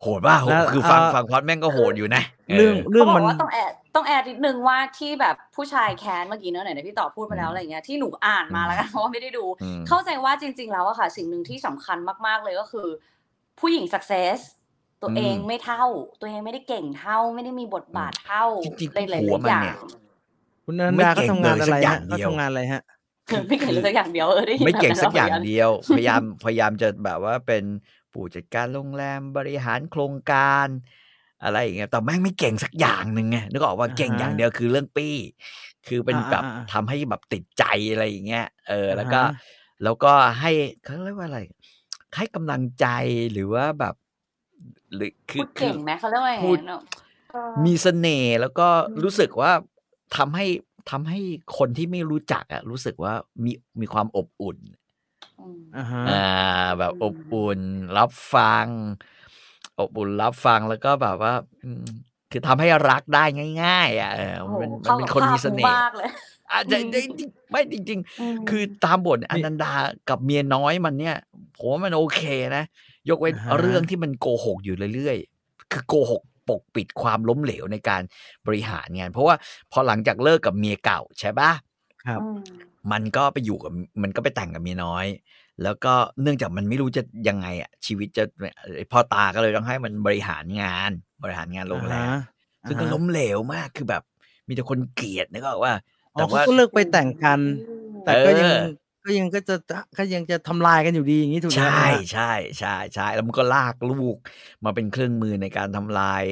โหดป่ะโหด
แล้ว
คือฟัง
เอ่อ
ฟังพล็อดแม่งก็โหดอยู่นะ
เรื่องเรื่
เขา
อง
บอ
มัน
กว่าต้องแอดต้องแอดนิดนึงว่าที่แบบผู้ชายแค้นเมื่อกี้เนอะไหนๆพี่ต่อพูดไปแล้วอะไรอย่างเงี้ยที่หนูอ่านมาแล้วกันเพราะว่าไม่ได้ดู
อืม
เข้าใจว่าจริง ๆ แล้วอะค่ะ สิ่งหนึ่งที่สำคัญมากๆเลยก็คือ ผู้หญิง success ตัวเอง
อืม
ไม่เท่า ตัวเองไม่ได้เก่งเท่า ไม่ได้มีบทบาทเท่า
จริงๆ
ในหลา
หัวย มั
ๆอน ย่า
เนี่
ง
ย
คุณนันดา
ไม่
เขา
เก่ง
ทำงาน
เลย
อะไร
สักอย่า
ฮะ
ง
เขา
เดียว
ทำงานอะไรฮะ
คือไม่เก่งเลยสักอย่างเดียวเออได้ยิน
ไม่เก่ง
แบบนั้น
สักอย่าง
แล้ว
เดียว พยายาม พยายามจะแบบว่าเป็นผู้จัดการโรงแรมบริหารโครงการ อะไรอย่างเงี้ยแต่แม่งไม่เก่งสักอย่างหนึ่งไงนึกออกว่า
อ่าฮะ
เก่งอย่างเดียวคือเรื่องปี้ คือเป็น
อ่า
แบบ
อ่าอ่า
ทำให้แบบติดใจอะไรอย่างเงี้ยเออ แล้วก็
อ่าฮะ
แล้วก็ให้เขาเรียกว่าอะไรให้กำลังใจหรือว่าแบบ หรือคื
พู
อ
ด
คื
เก่
อ
งไหมเขาเรียกว่าไง
พูด
เนอะ
มีเสน่ห์แล้วก็
อืม
รู้สึกว่าทำให้ทำให้คนที่ไม่รู้จักอะรู้สึกว่ามีมีความอบอุ่น
อืม
อ่าฮะ
อ่าแบบ
อื
อ
ม
บอุ่นรับฟัง อบอุ่นรับฟังแล้วก็แบบว่าอืมคือทำให้รักได้ง่าย ๆ อ่ะเออ
โอ้
มัน
โห
เป็นมัน
เข้า
เป็
กัน บ
คน
ภา
มีเส
พกู
น่ห์
มากเลย
อาจจะ
อืม
ได้ไม่จริง ๆ คือ
อ
ตามบทอ
นี่
นันดากับเมียน้อยมันเนี่ยผมว่ามันโอเคนะ ยกเว้น
อ่าฮะ
เรื่องที่มันโกหกอยู่เรื่อยๆ คือโกหก ปกปิดความล้มเหลวในการบริหารงาน เพราะว่าพอหลังจากเลิกกับเมียเก่าใช่ปะ
ครับ
อืม
มันก็ไปอยู่กับมันก็ไปแต่งกับเมียน้อย แล้วก็เนื่องจากมันไม่รู้จะยังไงอะชีวิตจะพ่อตาก็เลยต้องให้มันบริหารงาน บริหารงานโรงแรมซึ่งก็ล้มเหลวมากคือแบบ มีแต่คนเกลียดนะก็ว่า
อ๋อ
แต่
เขา
ว่า
ก็เลิกไปแต่งกัน แต่ก็ยัง
เออ
ก็ยังก็จะก็ยังจะทำลายกันอยู่ดีอย่างนี้ถูกไหม
ใช่
ฮะ
ใช่ใช่ใช่แล้วมันก็ลากลูก มาเป็นเครื่องมือในการทำลาย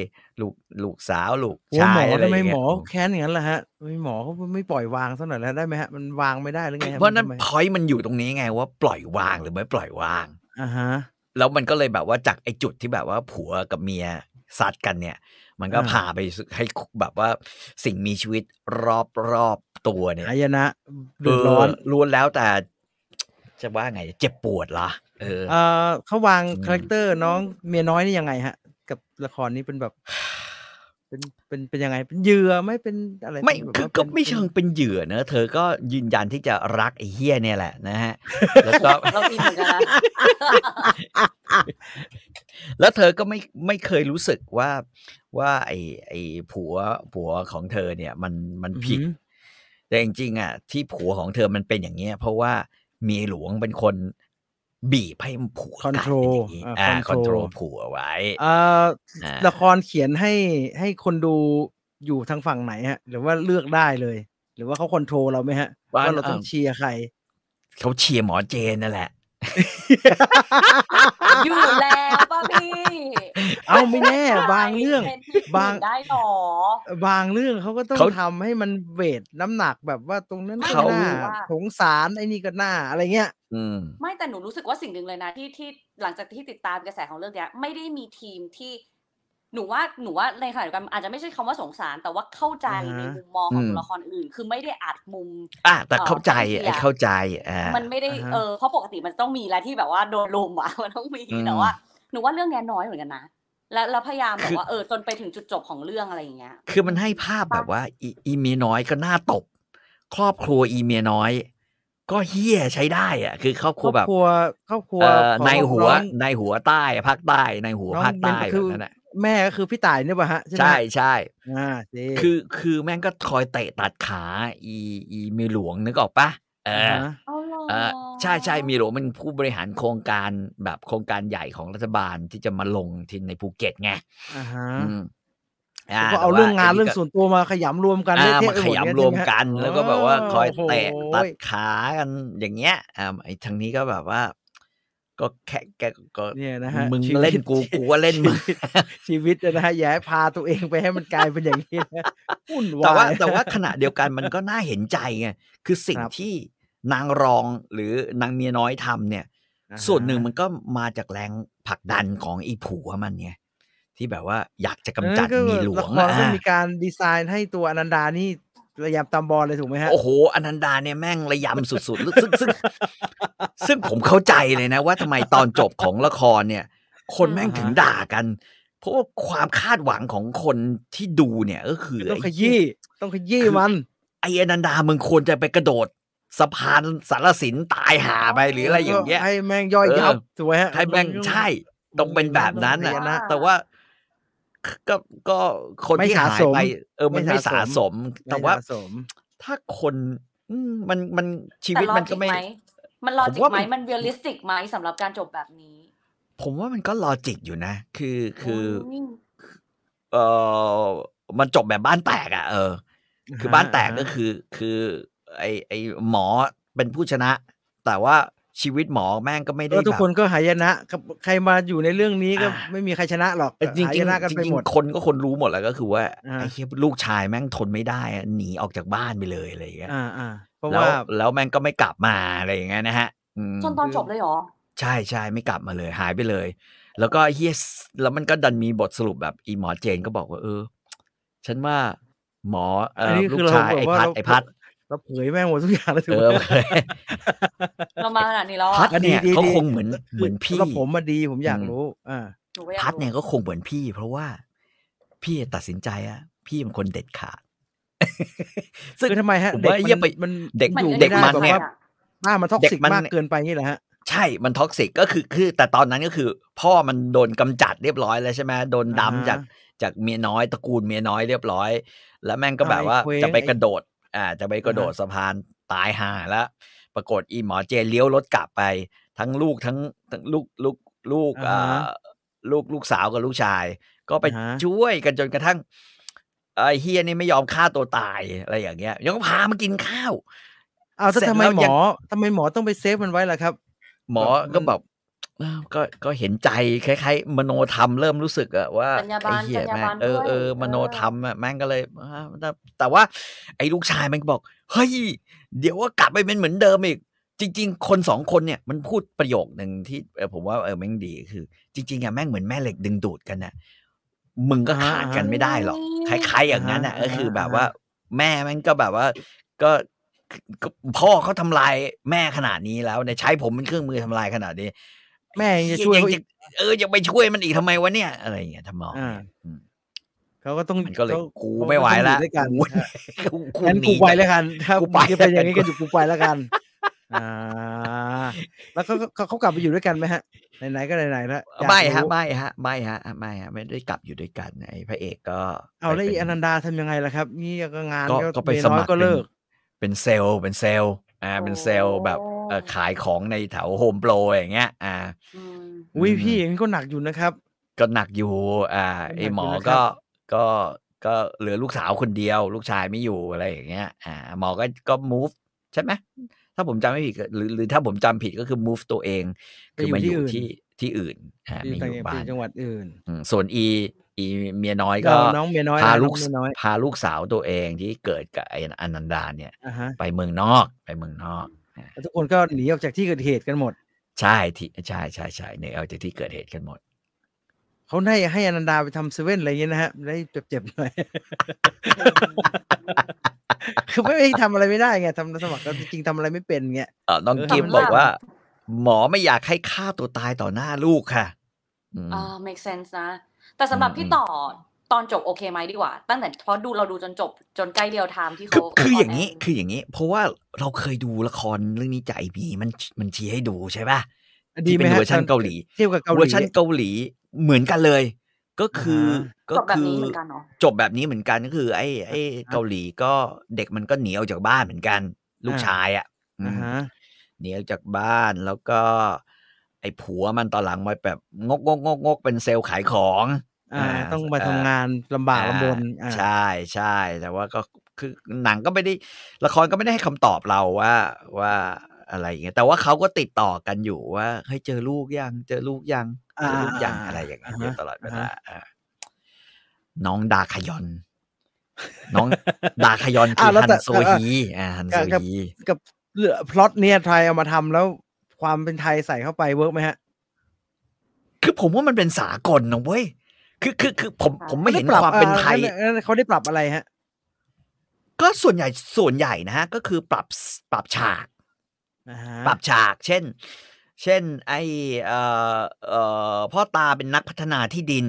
ลูกลูกสาวลูก
โอ้
ชา
หม
ย
อ
อะไรอ
ทำไม
ย่าง
ห
เงี้
มอย แค้นอย่างนั้นล่ะฮะทำไมหมอเขาไม่ปล่อยวางสักหน่อยแล้วได้ไหมฮะมันวางไม่ได้หรือไงฮะ
เพราะนั้น
มัทำไม
พอยมันอยู่ตรงนี้ไงว่าปล่อยวางหรือไม่ปล่อยวาง
อ่าฮะ
แล้วมันก็เลยแบบว่าจากไอ้จุดที่แบบว่าผัวกับเมียซัดกันเนี่ย มันก็
อ่า
พาไปสู่ให้แบบว่าสิ่งมีชีวิตรอบรอบตัวเนี่ย
อายนะเดือดร้อน
เล้วนแล้วแต่ จะว่าไงเจ็บปวดละเออ
เออเขาวาง
อืม
คาแรคเตอร์น้องเมียน้อยนี่ยังไงฮะ กับละครนี้เป็นแบบ เป็นเป็นเป็นยังไงเป็นเหยื่อไหม่เป็นอะไร
ไม่
เป็นแบบ
คือ
ว่า
ก็
ป็น
ไม่เชิง
ป็น
เป็นเหยื่อเนอะเธอก็ยืนยันที่จะรักไอ้เฮี้ยเนี่ยแหละนะ ฮะ แล้วก็
เราอินเหมือนกันนะ
แล้วเธอก็ไม่ไม่เคยรู้สึกว่าว่าไอ้ไอ้ผัวผัวของเธอเนี่ย มันมัน
อือหือ
ผิด แต่จริงๆอ่ะที่ผัวของเธอมันเป็นอย่างเงี้ย เพราะว่าเมียหลวงเป็นคนบีบให้ผัวกลายเป็นอย่างนี้
Control อ่า
อ่าคอนโทร
control
ลผัวไว้
เอ่อ
อ่า
ละครเขียนให้ให้คนดูอยู่ทางฝั่งไหนฮะ หรือว่าเลือกได้เลย หรือว่าเขาคอนโทรลเราไหมฮะว่าเราต้องเชียร์ใคร
เขาเชียร์หมอเจนนั่นแหละ
อยู่แล้วป่ะพี่
เอาไม่แน่บางเรื่อง
ป็นที่
บาง
อื่นได้หรอ
บางเรื่องเขาก็ต้อง
เขา
ทำให้มันเวทน้ำหนักแบบว่าตรงนั้นก็
เขา
หน้า
ว่า
สงสารไอ้นี่ก็หน้าอะไรเงี้ย
อืม
ไม่แต่หนูรู้สึกว่าสิ่งหนึ่งเลยนะที่ที่หลังจากที่ติดตามกระแสของเรื่องเนี้ยไม่ได้มีทีมที่ หนูว่าหนูว่าในขณะเดียวกันอาจจะไม่ใช่คำว่าสงสาร แต่ว่าเข้าใจ
อ่าฮะ
ในมุมมองของ
อืม
ตัวละครอื่น คือไม่ได้อัดมุม
อ่ะแต่
เอ่อ
เข้าใจ
เขาเชียร์
ไอ้เข้าใจอ่า
มันไม่ได้
อ่าฮะ
เออเพราะปกติมันต้องมีแหละที่แบบว่าโดนลุมอ่ะ มันต้องมี
อืม
แต่ว่าหนูว่าเรื่องเนี้ยน้อยเหมือนกันนะแล้วแล้วพยายามแบบว่าเออจนไปถึงจุดจบของเรื่องอะไรอย่างเงี้ย
คือมันให้ภาพแบบว่าอีอีเมียน้อยก็น่าตบ ครอบครัวอีเมียน้อย ก็เฮี้ยใช้ได้อ่ะ คือครอบ
ค
ค
ร
รัว
อบ
แบบ
ครัวครอบครัว
เอ่อ
ของ
ในหัว
น้อง
ในหัวใต้ภาคใต้ในหัว
น้อง
ภาคใต้
เป็น
แบ
คื
บ
อ
นั้นอ่ะ
แม่ก็คือพี่ต่ายเนี่ยป่ะฮะใช่ไหม
ใช่
ฮะ
ใช่
อ่าเจ๊
คือ คือแม่งก็คอยเตะตัดขา อีอีเมียหลวงนึกออกปะเอออ
ฮะ
เอาเหรอ
เออใช่ใช่มีหลวงเป็นผู้บริหารโครงการแบบโครงการใหญ่ของรัฐบาลที่จะมาลงที่ในภูเก็ตไง
อ่าฮะ
อืมอ่
แล้วก็เอาเรื่องงานเรื่อง
แต่
ส่วนตัวมาขยำรวมกัน
อ่า
เละเทะไป
มาข
หดเงี้
ยำร
ใช่
วม
ไหฮะ
กัน แล้วก็แบบว่าคอยเตะ
โอ้โห
ตัดขากันอย่างเงี้ยอ่าไอ้ทางนี้ก็แบบว่า ก็แค่แกก็
เนี่ยนะฮะ
มึง
ชีวิต
เล่น กูกูว่าเล่นมึง
ชีวิตชีวิตนะฮะอย่าให้พาตัวเองไปให้มันกลายเป็นอย่างนี้นะ วุ่นวาย
แต่ว่าแต่ว่าขณะเดียวกันมันก็น่าเห็นใจไงคือสิ่ง
ครับ
ที่นางรองหรือนางเมียน้อยทำเนี่ย
าฮะ
ส่วนหนึ่งมันก็มาจากแรงผลักดันของไอ้ผัวมันไงที่แบบว่าอยากจะกำจัด
เออ
เมียหลวง
ละครก็
อ่ะ
มีการดีไซน์ให้ตัวอนันดานี่ระยำตามบอลเลยถูกไหมฮะ
โอ้โหอนันดาเนี่ยแม่งระยำสุดๆซึ่งซึ่งซึ่งผมเข้าใจเลยนะว่าทำไมตอนจบของละครเนี่ย คนแม่งถึงด่ากัน เพราะว่าความคาดหวังของคนที่ดูเนี่ยก็คือ
ต้องข
ไอ้
ยี้ต้องขยี้
คือ
มัน
ไอ้อนันดามึงควรจะไปกระโดดสะพานสารสินตายหาไปหรืออะไรอย่างเงี้ย
ให้แมงย่อย
เออ
ยับถูกไหมฮะ
ใช่แม่ง
น
ใช่ต้องเป็นแบบนั้น
มัน
นะ
ต้องเป็นอย่างนั้น
แต่ว่าก็ก็คน
ไม่
ที่หา
สะส
ย
ม
ไปเออมัน
ไม่
ไม่
สะ
สะ
ส
ส
ม
ม
ไม่
แต่ว่า
สะสม
ถ้าคนอืมมันมันชีวิต
แต่
มันก็ไม่
ลอจิมันลอจิ
ผม
ก
ว่า
ไหม
มัน
มันเรียลลิสติกไหมสำหรับการจบแบบนี้
ผมว่ามันก็ลอจิกอยู่นะ คือคืออ
ม
เออมันจบแบบบ้านแตกอ่ะเออ คือบ้านแตกก็คือคือไอไอหมอเป็นผู้ชนะ แต่ว่าชีวิตหมอแม่งก็ไม่ได้
แล้วทุก
แบบ
คนก็หายนะกับใครมาอยู่ในเรื่องนี้ก็
อ่า
ไม่มีใครชนะหรอก
เออจริง
หา
ๆจริ
ย
ง
นะกันไปหมด
ๆคนก็คนรู้หมดแล้วก็คือว่า
อ่า
ไอ้เหี้ยลูกชายแม่งทนไม่ได้อะหนีออกจากบ้านไปเลยอะไรอย่างเงี้ย
อ่าอ่าเพราะ
แล้ว
ว่า
แล้วแม่งก็ไม่กลับมาอะไรอย่างเงี้ยนะฮะอืม
จนตอนจบเลยเหรอ
ใช่ใช่ไม่กลับมาเลยหายไปเลย แล้วก็เฮียสแล้วมันก็ดันมีบทสรุปแบบอีหมอเจนก็บอกว่า เออ ฉันว่าหมอเออน อ
นี้
ลู
คือก เรา
ชาย
แบบ
ไอ้
ว่า
พั
เรา
ดไอ้พัด
เราเผยแม่งหมดทุกอย่างแล้วถูก
เอ
ไหม
อ
เรามาขนาดนี้แล้ว
พัด
อะ
เนี่ย
ดีๆ
เขา
ดี
คงเหมือน เหมือนพี่
แล้วผมมาดีผมอยาก
อืม
รู้ อ่า
หก็อาก
พัดเนี่ย
รู้
ก็คงเหมือนพี่ เพราะว่า พี่ตัดสินใจอะพี่เป็นคนเด็ดขาด ซึ่ง
คือทำไมฮะ
ผม
เด็ก
ว่าเหี้ย
มั
ไป
นมัน
เด็ก
อยู่
เด็ก
ไได้
มัน
แบบ
เนี่ย
ว่าบ้านมันท็อก
เด็ก
ซิก
มัน
มาก
เนี่ย
เกินไปนี่แหละฮะ
ใช่มันท็อกซิกก็คือคือ แต่ตอนนั้นก็คือ พ่อมันโดนกำจัดเรียบร้อยแล้วใช่ไหมโดนดํ
อ่าฮะ
จากจากเมียน้อยตระกูลเมียน้อยเรียบร้อย แล้วแม่งก็แบบว่า
ไอ้เคว้ง
จะไป
ไอ้
กระโดด อ่า จะไปกระโดด
อ่าฮะ
สะพานตายห่าแล้ว ปรากฏอีหมอเจเลี้ยวรถกลับไป ทั้งลูกทั้งทั้งลูกลูกลูก
อ่าฮะ
เอ่อลูกลูกสาวกับลูกชาย ก็ไป
อ่าฮะ
ช่วยกันจนกระทั่งไอ้เฮียนี่ไม่ยอมฆ่าตัวตายอะไรอย่างเงี้ยยังพามากินข้าว
เอาถ้า
เสร็จ
ทำไม
แล้ว
หม
ยัง
อทำไมหมอต้องไปเซฟมันไว้ล่ะครับ
หมอ
แบบมัน
ก็แบบเอ้าก็ก็เห็นใจคล้ายๆ มโนธรรมเริ่มรู้สึกอะว่า
จรรยาบรรณ
ไอ้เหี้ย
จรรยา
แม่
บรง รณ
เออเออ
ด้วย
มโน
เออ
ธรรมอะแม่งก็เลยอ้าวแต่แต่ว่า ไอ้ลูกชายมันก็บอก เฮ้ย เดี๋ยวว่ากลับไปเป็นเหมือนเดิมอีก จริง ๆ คนสองคนเนี่ยมันพูดประโยคหนึ่งที่เออผมว่าเออแม่งดีคือ จริงๆอะแม่งเหมือนแม่เหล็กดึงดูดกันนะมึงก็ขาดกันไม่ได้หรอกคล้ายๆ อย่างนั้นอะ
อ่าฮะ
ก็คือแบบ
อ่าฮะ
ว่า แม่แม่งก็แบบว่า ก็ก็พ่อเขาทำลายแม่ขนาดนี้แล้วเนี่ยใช้ผมเป็นเครื่องมือทำลายขนาดนี้
แม่ยังจะช่วยเขาอีก
เออยังไปช่วยมันอีกทำไมวะเนี่ยอะไรอย่างเงี้ยทำนอง
อ่า
เนี้ยอืม
เขาก็ต้อง
มันก็เลย
ขา
กูไม่ไหว
เขาก็ต้อง
ละ
อยู่ด้วยกัน
กู
นะฮะ
กู
งั้น
ห
กู
นี
ไปแล้วกันครับ
กูไป
มึงจะเป็น
แล้วกัน
อย่างนี้กันอยู่กูไปแล้วกัน อ่า แล้วเขาเขาเขากลับไปอยู่ด้วยกันไหมฮะไหนๆก็ไหนๆแล้วอยาก
ไม่ฮะ
รู้
ไม่ฮะไม่ฮะไม่ฮะไม่ได้กลับอยู่ด้วยกันไอ้พระเอกก็
เอาแล้ว
ไป
อี
ป็
อนันดาทำยังไงล่ะครับ นี่ก็งาน
ก็
ก็
ก็ไป
เมีย
ส
น้อ
มั
ย
คร
ก็
เป็น
เลิก
เป็นเซลล์เป็นเซลล์อ่าเป็นเซลล์แบบเอ่อขายของในแถวโฮมโปรอย่างเงี้ย อ่า
อืม
อุ้ย
อืม
พี่อย่างนี้ก็หนักอยู่นะครับ
ก็หนักอยู่ อ่าไอหมอ
ก็หนักอยู่นะครับ
ก็ ก็ ก็เหลือลูกสาวคนเดียว ลูกชายไม่อยู่อะไรอย่างเงี้ย อ่า หมอ ก็ ก็ move ใช่ไหม ถ้าผมจำไม่ผิดก็หรือ หรือถ้าผมจำผิดก็คือ move ตัวเอง คือมาอยู่ที่ ที่อื่น อ่า
อยู่
ไม่อ
ต่าง
ยู่
จังหวัด
บ้า
อน ยู่จังหวัดอื่น
อืมส่วนอี อีเมียน้อยก็
เราน้องเมียน้อย
พา
นะ
ลูก
น้องเมียน้อย
พาลูกสาวตัวเองที่เกิดกับไออนันดาเนี่ย
อ่ะฮะ
ไปเมืองนอก ไปเมืองนอก
แล้วทุกคนก็หนีออกจากที่เกิดเหตุกันหมด
ใช่ที่ใช่ใช่ใช่เนี่ยเอาจากที่เกิดเหตุกันหมด
เขาให้ให้อนันดาไปทำเซเว่นอะไรอย่างเงี้ยนะฮะได้เจ็บๆหน่อย คือไม่ไม่ทำอะไรไม่ได้ไงทำสมัครก็จริงๆทำอะไรไม่เป็นเงี้ย
เออน้อง
เออ
กิม
สำหรับ
บอกว่า หมอไม่อยากให้ฆ่าตัวตายต่อหน้าลูกค่ะอืม
อ่า make sense นะ แต่สำหรับ
อืม
พี่ต่อตอนจบโอเคไหมดีกว่า ตั้งแต่เพราะดูเราดูจนจบจนใกล้เรียวไทม์ที่
คือ
เขา
คือ
เข
อย่างนี้
นี้
คืออย่างนี้ เพราะว่าเราเคยดูละครเรื่องนี้จากไอพีมันมันชี้ให้ดูใช่ป่ะ
ดี
ที่
ไหม
เป็น
ฮะ
เวอร์ชัน
ตอ
เกาหลี
เทียบกับเกาหลี
เวอร์ชันเกาหลีเหมือนกันเลย ก็คืออก็
จบแบบ
คื
นี้
อ
เหมือนกันเนอะ
จบแบบนี้เหมือนกันก็คือ ไอ้ไอ้เกาหลีก็เด็กมันก็หนีออกจากบ้านเหมือนกัน ลูก
อ่า
ชายอ่ะอืม
อ่าฮะ
หนีออกจากบ้านแล้วก็ ไอ้ผัวมันตอนหลังมาแบบงกงกงกงกเป็นเซลล์ขายของ
อ่า
อ่า
ต้องมา
เอ่อ
ทำงานลำบากลำบน
อ่า
อ่า
ใช่ใช่แต่ว่าก็คือหนังก็ไม่ได้ละครก็ไม่ได้ให้คำตอบเราว่าว่าอะไรอย่างเงี้ยแต่ว่าเขาก็ติดต่อกันอยู่ว่าเฮ้ยเจอลูกยังเจอลูกยังเจอลูกยัง
อ่า
อะไรอย่างเงี้ย
อ่าฮะ
อยู่ตลอดเวลา
อ่าฮะ
อ่าน้องดาคยอน น้อง ดาคยอนคื
อ้าว
อ
แล้ว
ฮัน
แต่
โซฮีอ่าฮันโซ
กับ
ฮี
กับเรื่องพล็อตเนี่ยไทยเอามาทำแล้วความเป็นไทยใส่เข้าไปเวิร์กไหมฮะ
คือผมว่ามันเป็นสากลนะเว้ย คือคือคือผม
ใช่
ผมไม่เห็น
ด้
ความเป็นไทย
อ่องั้นงั้นเขาได้ปรับอะไรฮะ
ก็ส่วนใหญ่ส่วนใหญ่นะฮะ ก็คือปรับปรับฉาก
อ่าฮะ
ปรับฉาก เช่น เช่น ไอเอ่อเอ่อพ่อตาเป็นนักพัฒนาที่ดิน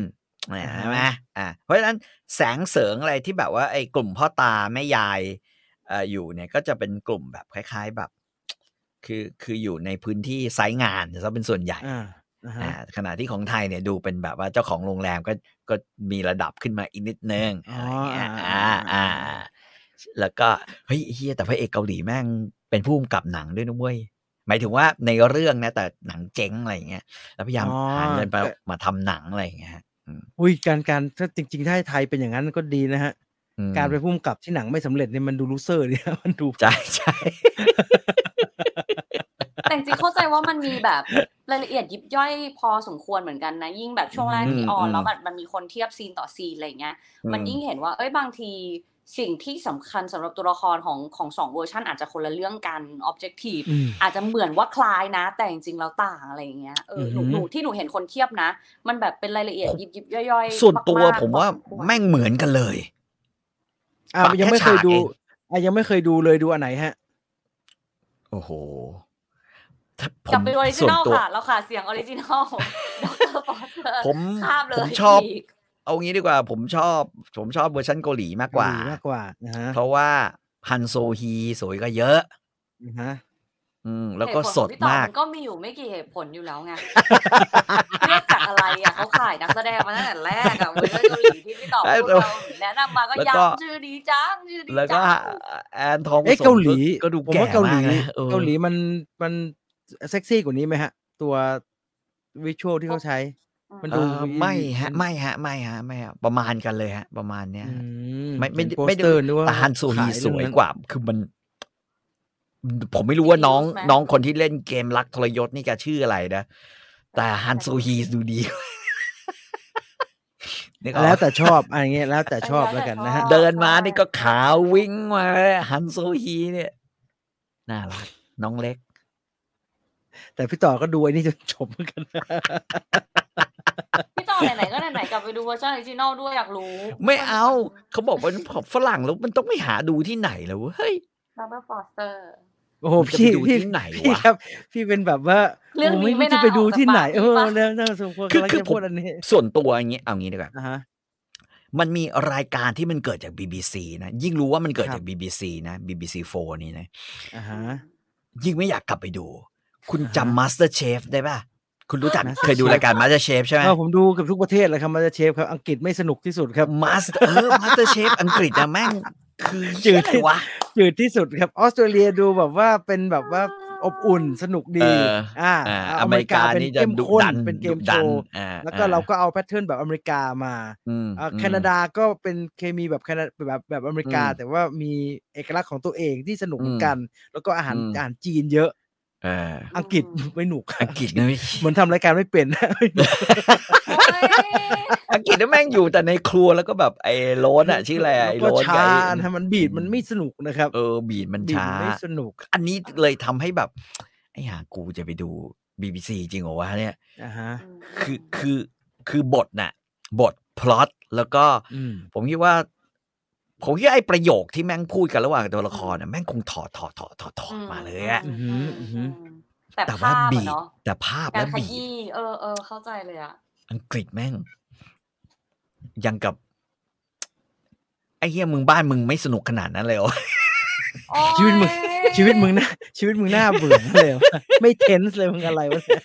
นะใช่ไหมอ่าเพราะฉะนั้นแสงเสริงอะไรที่แบบว่าไอกลุ่มพ่อตาแม่ยายเอ่ออยู่เนี่ยก็จะเป็นกลุ่มแบบคล้าย ๆแบบ คือคืออยู่ในพื้นที่ไซต์งานซะเป็นส่วนใหญ่
อ่าอ่าฮะ
อ่าขณะที่ของไทยเนี่ยดูเป็นแบบว่าเจ้าของโรงแรมก็ก็มีระดับขึ้นมาอีกนิดนึง
อ๋
อะ
อ
ไรอย่างเงี้
อ่าย
อ่าอ่าแล้วก็เฮ้ยเฮียแต่พระเอกเกาหลีแม่งเป็นผู้กำกับหนังด้วยนะเว้ยหมายถึงว่าในเรื่องนะแต่หนังเจ๊งอะไรอย่างเงี้ยแล้วพยายามหาเงินมามาทำหนังอะไรอย่างเงี้ยฮะอืม
อุ้ยการการถ้าจริงๆถ้าให้ไทยเป็นอย่างนั้นก็ดีนะฮะ
อืม
การไปพุ่มกับที่หนังไม่สำเร็จเนี่ยมันดูลูเซอร์เนี่ย มันดู
ใช่ใช่
แต่จริงๆเข้าใจว่ามันมีแบบรายละเอียดยิบย่อยพอสมควรเหมือนกันนะ ยิ่งแบบช่วงแรกที่ออ
อื
น
ม
แล้วแบบมันมีคนเทียบซีนต่อซีนอะไรอย่างเงี้ย มันยิ่งเห็นว่า เอ้ยบางทีสิ่งที่สำคัญสำหรับตัวละครของของสองเวอร์ชันอาจจะคนละเรื่องกันออบเจกตีฟ
อืม
อาจจะเหมือนว่าคล้ายนะ แต่จริงๆแล้วต่างอะไรอย่างเงี้ยเออหนู
อือหือ
หนูที่หนูเห็นคนเทียบนะ มันแบบเป็นรายละเอียดยิบยิบๆย่อยๆ
ส่วนตัว
กๆ
ผมว่า
พอสควร
แม่งเหมือนกันเลย
อ่า
ปรับ
ยัง
แค่
ไม่เคย
ฉาก
ดู
เอง
อ่ะยังไม่เคยดูเลยดูอันไหนฮะ
โอ้โหถ้าผ
กลับ
ม
ไปออริจิ
ส่วน
นอล
ตัว
ค่ะแล้วค่ะเสียงออริจินอลดรฟอสเตอร์
ผม
ข้ามเลย
ผมชอบ
อีก
เอางี้ดีกว่า ผมชอบ ผมชอบเวอร์ชันเกาหลีมากกว่า
เลีมากกว่านะฮะ
เพราะว่าฮันโซฮีสวยก็เยอะ
นะฮะ
อืมแล้วก็
เหตุผ
ส
ขอ
ด
งพี่ต่อ
มาก
นก็มีอยู่ไม่กี่เหตุผลอยู่แล้วไง เลือกจากอะไรอ่ะเขาขายนักแสดงมาตั้งแต่แรกอ่ะมันก็เกาหลีที่พี่ต่อ
ใช่
พูดเราแนะนำมาก็
แล้วก็
ย้ำชื่อดีจังชื่อดี
แล้วก็
จัง
แอนทองผส
เอ๊ะ
ม
เกาหลี
ก็ดู
ผม
แก่
ว่าเกาหลี
มนะออ
เกาหลีมันมันเซ็กซี่กว่านี้ไหมฮะ ตัววิชวลที่เขาใช้ มันดู
เอ่อไม่ฮะ
น
ไม่ฮะไม่ฮะไม่ฮะประมาณกันเลยฮะ ประมาณเนี้ย
อื
ฮะ
ม
ไม่ไม่
เห็น
ไม่
โปสเตอร์หรือว่า
ตาฮันโซฮี
ขเรื่
ส
อง
วย
นั้น
กว่า คือมัน ผมไม่รู้ว่าน้อง น้องคนที่เล่นเกมรักทรยศนี่แกชื่ออะไรนะ แต่ฮันโซฮีดูดีนึกออก
แล้วแต่ชอบอะไรเงี้ยแล้วแต่ชอบแล้วกันนะฮะ
เดินมานี่ก็ขาววิ่งมาฮันโซฮีเนี่ยน่ารักน้องเล็ก
แต่พี่ต่อก็ดูไอ้นี่จนจบเหมือนกันนะ
พี่ต่อไหนๆก็ไหนๆกลับไปดูเวอร์ชันออริจินอลด้วยอยากรู้
ไม่เอาเขาบอกว่าฝรั่งแล้วมันต้องไม่หาดูที่ไหนแล้วเฮ้ย
บัมเบอร์ฟอสเตอร์
โอ้โห
มันจะ
พี่
ไปดู
พี่
ที่ไหน
พี่
วะ
ครับ พี่เป็นแบบว่า
เรื่อง
โ
นี้ไม่
รู้จะ
น่า
ไปดูที่ไหน
อ
เอ
อก
อ
จากปากพี่ปะ
เรื่องน่าสมควร
คือ
อ
คือ
จะ
ผม
พูดอันนี้
ส่วนตัวอย่างเงี้ยเอางี้ดีกว่า
อ่ะฮะ
มันมีรายการที่มันเกิดจาก BBC นะ ยิ่งรู้ว่ามันเกิด
ครับ
จาก BBC นะ BBC 4 นี่นะ
อ่ะฮะ
ยิ่งไม่อยากกลับไปดู คุณ
อ่าฮะ
จำ Master Chef ได้ป่ะ คุณรู้จัก
Master
เคยดู
Chef
รายการ Master Chef ใช่ไหม
ก็ผมดูเกับทุกประเทศเลยครับมาจะเชฟครับอังกฤษไม่สนุกที่สุดครับ
Master เออ Master Chef อังกฤษนะแม่ง คือ
จืด
เหี้ยอะไรวะ
จืดที่สุดครับออสเตรเลียดูแบบว่าเป็นแบบว่าอบอุ่นสนุก
เอ
ดี
อ
อ่า
อ่า
อ
อ
เม
เม
ริ
ริ
กาก
า
เป็น
นี่จะ
เข้ม
ดุ
ข้น
ดัน
เป็นเก
ดุ
มโช
ดัน
ว์
อ่า
แล้วก็
อ่
เราก็เอาแพทเทิร์นแบบอเมริกามา
อืม
เอ่ออ
ม
แคนาดาก็เป็นเคมีแบบแคนาแบบแบบอเมริกา
อืม
แต่ว่ามีเอกลักษณ์ของตัวเองที่สนุกเหมือน
อืม
กัน แล้วก็อาหาร
อืม
อาหารจีนเยอะ
เออ
อังกฤษ ไม่หนุก
อังกฤษนะเว้ย
เหมือนทำรายการไม่เป็น
เฮ้ย
อังกฤษนี่แม่งอยู่แต่ในครัวแล้วก็แบบไอ้โรนอะชื่ออะไรอะไอ้โร
ก็
น
ช้า
ไอ้
นะมันบีดมันไม่สนุกนะครับ
เออ บีดมัน
บีด
ช้า
มันไม่สนุก
อันนี้เลยทำให้แบบ ไอ้ห่ากูจะไปดู BBC จริงเหรอวะเนี่ย
อ่าฮะ
คือคือคือบทน่ะ บทพล็อตแล้วก็
อืม
ผมคิดว่า ผมคิดว่าไอ้ประโยคที่แม่งพูดกันระหว่างตัวละครน่ะแม่งคงถอดถอดถอดถอดถอดมาเลยอะ
อืม
แต่
แต่
ภา
ว่า
พ
บี
อะ
ด
เนาะ
แต่ภาพ
การ
และ
ข
บีด
ยี้เออเออเข้าใจเลยอ่ะ
อังกฤษแม่ง ยังกับ ไอ้เหี้ยมึงบ้านมึงไม่สนุกขนาดนั้นเลยเหรอ
ชีวิตมึง ชีวิตมึงน่าชีวิตมึงน่าเบื่อ มากเลยวะไม่เทนส์เลยมึงอะไรวะเนี่ย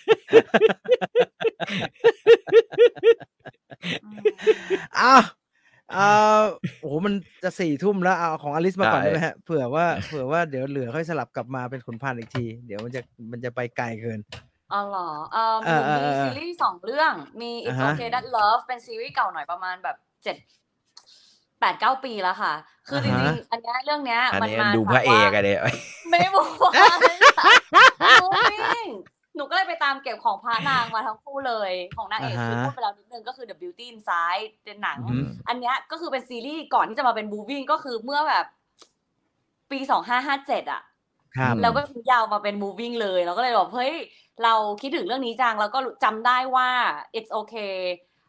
อ้าวอ่าโอ้โหมันจะสี่ทุ่มแล้วเอาของอลิสมาก่อน
ได้
ได้ไหมฮะเผื่อว่าเผื่อว่าเดี๋ยวเหลือค่อยสลับกลับมาเป็นขุนพันธ์อีกที เดี๋ยวมันจะมันจะไปไกลเกิน
อ๋อเหรอเอ่อ
เออเออ
มี
เออ
ซีรีส์สองเรื่อง มี
อ่า
It's
ฮะ
Okay That Love เป็นซีรีส์เก่าหน่อยประมาณแบบเจ็ดแปดเก้าปีแล้วค่ะ คือจ
อ่าฮะ
ริงๆ อันเนี้ยเรื่องเนี้ย
อัน
มัน
นี้
มา
ดู
จาก
พระเอก
ว่า
อะเนี่ย
ไม่บอกหนูวิ่ง หนูก็เลยไปตามเก็บของพระนางมาทั้งคู่เลย ของนางเอก
อ่าฮะ
ที่พูดไปแล้วนิดนึงก็คือ The Beauty Inside เป็นหนัง
อือหืออั
อันเนี้ยก็คือเป็นซีรีส์ก่อนที่จะมาเป็นบูวิ่งก็คือเมื่อแบบปีสองห้าห้าเจ็ดอะ
ครับ
อืม
แล้วก็ทิ้งยาวมาเป็น moving เลย เราก็เลยบอกเฮ้ย เราคิดถึงเรื่องนี้จัง แล้วก็จำได้ว่า it's okay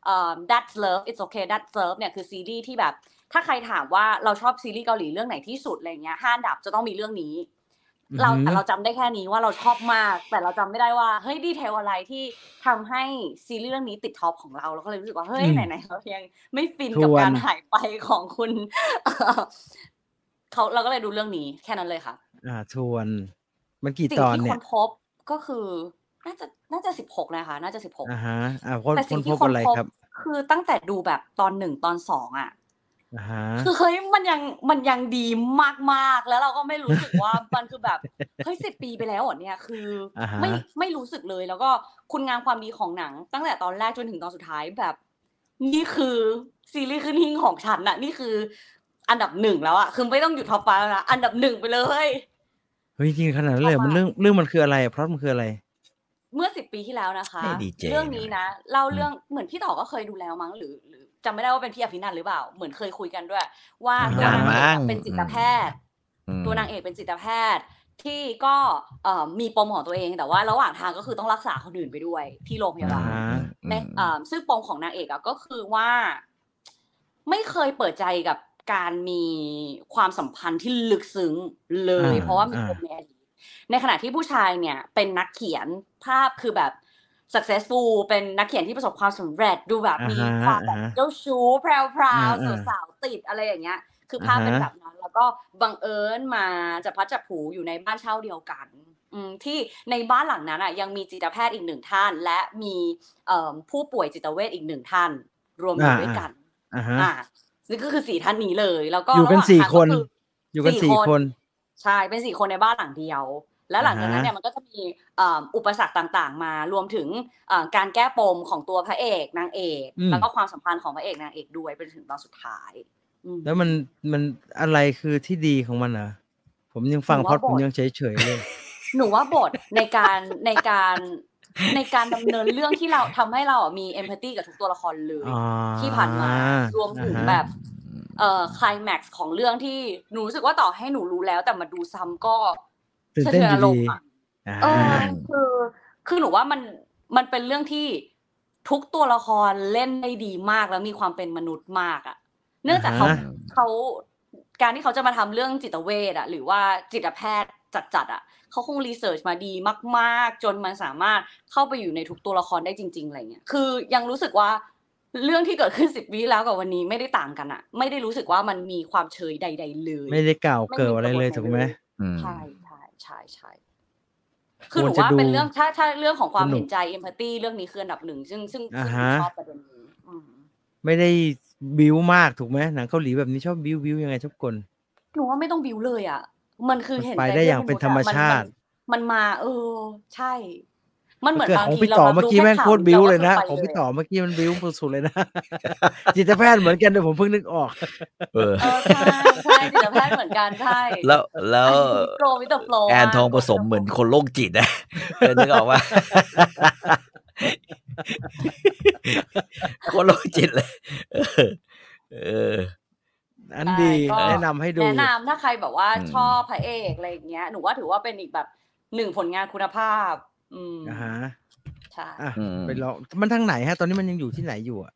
เอ่อ that's love it's okay that's love เนี่ยคือซีรีส์ที่แบบ ถ้าใครถามว่าเราชอบซีรีส์เกาหลีเรื่องไหนที่สุดอะไรเงี้ยห้าอันดับจะต้องมีเรื่องนี้ เรา
อือหือ
แต่เราจำได้แค่นี้ว่าเราชอบมาก แต่เราจำไม่ได้ว่า เฮ้ยดีเทลอะไรที่ทำให้ซีรีส์เรื่องนี้ติดท็อปของเราเราก็เลยรู้สึกว่าเฮ้ย
อืม
ไหนๆเรายังไม่ฟินกับ
ทวน
การหายไปของคุณ เอ่อเขาเราก็เลยดูเรื่องนี้แค่นั้นเลยค่ะ
อ่าทวนมันกี่
สิ่ง
ตอน
ที่
เนี่
ค
ย
นพบก็คือน่าจะน่าจะสิบหกนะคะ น่าจะสิบหก
อ่าฮะอ่าคน
แต่
ค
สิ่
น
ง
พ
ที่
บ
คน
อะไร
พบ
ครับ
คือตั้งแต่ดูแบบตอนหนึ่งตอนสองอ่ะ
อ่าฮะ
คือเฮ้ยมันยังมันยังดีมากๆ แล้วเราก็ไม่รู้สึกว่า มันคือ แบบเฮ้ยสิบปีไปแล้วเหรอเนี่ยคืออา
ฮะ
ไม่ไม่รู้สึกเลยแล้วก็คุณงามความดีของหนัง ตั้งแต่ตอนแรกจนถึงตอนสุดท้ายแบบ นี่คือซีรีส์ขึ้นหิ้งของฉันน่ะ นี่คือ อันดับหนึ่งแล้วอะคือไม่ต้องหยุดท็อปไฟว์แล้วนะอันดับหนึ่งไปเลย
เฮ้ยจริงขนาดนั้นเลยเหรอมันเรื่องเรื่องมันคืออะไรเพราะมันคืออะไร
เมื่อสิบปีที่แล้วนะคะ
ไม่ดีเจ
เรื่องนี้
นะ
นะเล่าเรื่องเหมือนพี่ต่อก็เคยดูแล้วมั้งหรือหรือจำไม่ได้ว่าเป็นพี่อภินันท์หรือเปล่า เหมือนเคยคุยกันด้วย ว่า
อ่า
ตัวนางเอก
มั้ง
เป็นจิตแพทย์
อืม
ตัวนางเอกเป็นจิตแพทย์ ที่ก็เอ่อมีปมของตัวเองแต่ว่าระหว่างทางก็คือต้องรักษาคนอื่นไปด้วยที่โรงพยาบาล
อ่า
ในเอ่อซึ่งปมของนางเอกอะก็คือว่า ไม่เคยเปิดใจกับการมีความสัมพันธ์ที่ลึกซึ้งเลย
อ่า
เพราะว่ามี
อ่า
ปมในอดีตในขณะที่ผู้ชายเนี่ย เป็นนักเขียนภาพคือแบบ successful เป็นนักเขียนที่ประสบความสำเร็จดูแบบ
อ่า
มี
ฮะ
ความแบ
อ่า
บ
ฮะ
เจ้าชู้แพรวๆ
อ่าๆ
สาวๆติดอะไรอย่างเงี้ย คือภาพ
อ่าฮะ
เป็นแบบนั้น แล้วก็บังเอิญมาจับพลัดจับผลูอยู่ในบ้านเช่าเดียวกัน อืมที่ในบ้านหลังนั้นอ่ะยังมีจิตแพทย์อีกหนึ่งท่าน และมีเอิ่มผู้ป่วยจิตเวชอีกหนึ่งท่าน รวมอยู่
อ่า
ด้วยกัน
อ่าฮะ
อ่านี่ก็คือสี่ท่านนี้เลย แล้วก็
อยู่กัน
ระหว่าง
สี่
ทาง
คน
ก็อ
อยู่กันสี่คน
ใช่ เป็นสี่คนในบ้านหลังเดียว และหลังจากนั้นเนี่ยมันก็จะมีเอ่ออุปสรรคต่างๆ มารวมถึงเอ่อการแก้ปมของตัวพระเอกนางเอก
อืม
แล้วก็ความสัมพันธ์ของพระเอกนางเอกด้วยเป็นถึงตอนสุดท้ายอืม
แล้วมันมันอะไรคือที่ดีของมันเหรอผมยังฟัง
ผม
พอด
ว่า
ผม
บท
ยังเฉยเฉยๆเลย
หนูว่าบทในการ ในการในการดำเนินเรื่องที่เราทำให้เราอ่ะมีเอมพัตตีกับทุกตัวละครเลย
อ่า
ที่ผ่านมารวมถึง
อ่าฮะ
แบบเอ่อคลแม็กซ์ของเรื่องที่หนูรู้สึกว่าต่อให้หนูรู้แล้ว แต่มาดูซ้ำก็
ตื่นเต้นอ
สะทื
ยู่
รม
ดี
ณ์อะ
อ่า
เออคือคือหนูว่ามันมันเป็นเรื่องที่ทุกตัวละครเล่นได้ดีมากแล้วมีความเป็นมนุษย์มากอะเนื่องจากเขา
อ่าฮะ
เขาการที่เขาจะมาทำเรื่องจิตเวชอะหรือว่าจิตแพทย์จัดๆอะเขาคงรีเสิร์ชมาดีมาก ๆ จนมันสามารถเข้าไปอยู่ในทุกตัวละครได้จริง ๆอะไรเงี้ยคือยังรู้สึกว่าเรื่องที่เกิดขึ้น สิบวิแล้วกับวันนี้ไม่ได้ต่างกันอะไม่ได้รู้สึกว่ามันมีความเฉยใด ๆ เลย
ไม่ได้กล่าวเกิดอะไรเลย
ไม่มี
ถูกไหม
กระบวนการเลย
อืม
ใช่ใช่ใช่ใช่คือ
คว
ห
ร
นู
จะ
ว่า
ดู
เป็นเรื่องถ้าถ้าเรื่องของความ
สนุก
เห็นใจเอมพัตตีเรื่องนี้คืออันดับหนึ่งซึ่งซึ่ง
อ่า
ซึ่งห
ฮะ
นูชอบประเด็นนี้อืม
ไม่ได้บิวมากถูกไหมหนังเกาหลีแบบนี้ชอบบิวบิวยังไงชอบกล
หนูว่าไม่ต้องบิวเลยอ่ะ มันคือเห็น
มันไป
ใจ
ได้อย่าง
ษะ
เป็นธรรมชาติ
มันมันมา เออ ใช่ มันเหมือน
เกิด
บาง
ของ
ที
พี่
เรา
ต่อ
รับ
เมื่อ
รู้
กี้
แค่
แม่ง
ข่าว
โคตรบิว
ราก็
เลยนะ
ไป
ของพี่
เลย
ต่อเมื่อกี้มันบิวสุดๆเลยนะ จิตแพทย์เหมือนกันเดี๋ยวผมเพิ่งนึกออก
เออ
เออใช่ใช่จิตแพทย์เหมือนกันใช่
แล้วแล้ว
โปรวิตโปร
แอนทองผสมเหมือนคนโรคจิต นะ เออนึกออกว่า คนโรคจิตเลย เออเออ
อันดี
ใช่ก็
แนะนำให้ดู
แนะนำถ้าใครแบบว่า
อืม
ชอบพระเอกอะไรอย่างเงี้ยหนูว่าถือว่าเป็นอีกแบบหนึ่งผลงานคุณภาพ อืม
อ่าฮะ
ใช่
อ่ะ
อืม
ไปลองมันทางไหนฮะ ตอนนี้มันยังอยู่ที่ไหนอยู่อ่ะ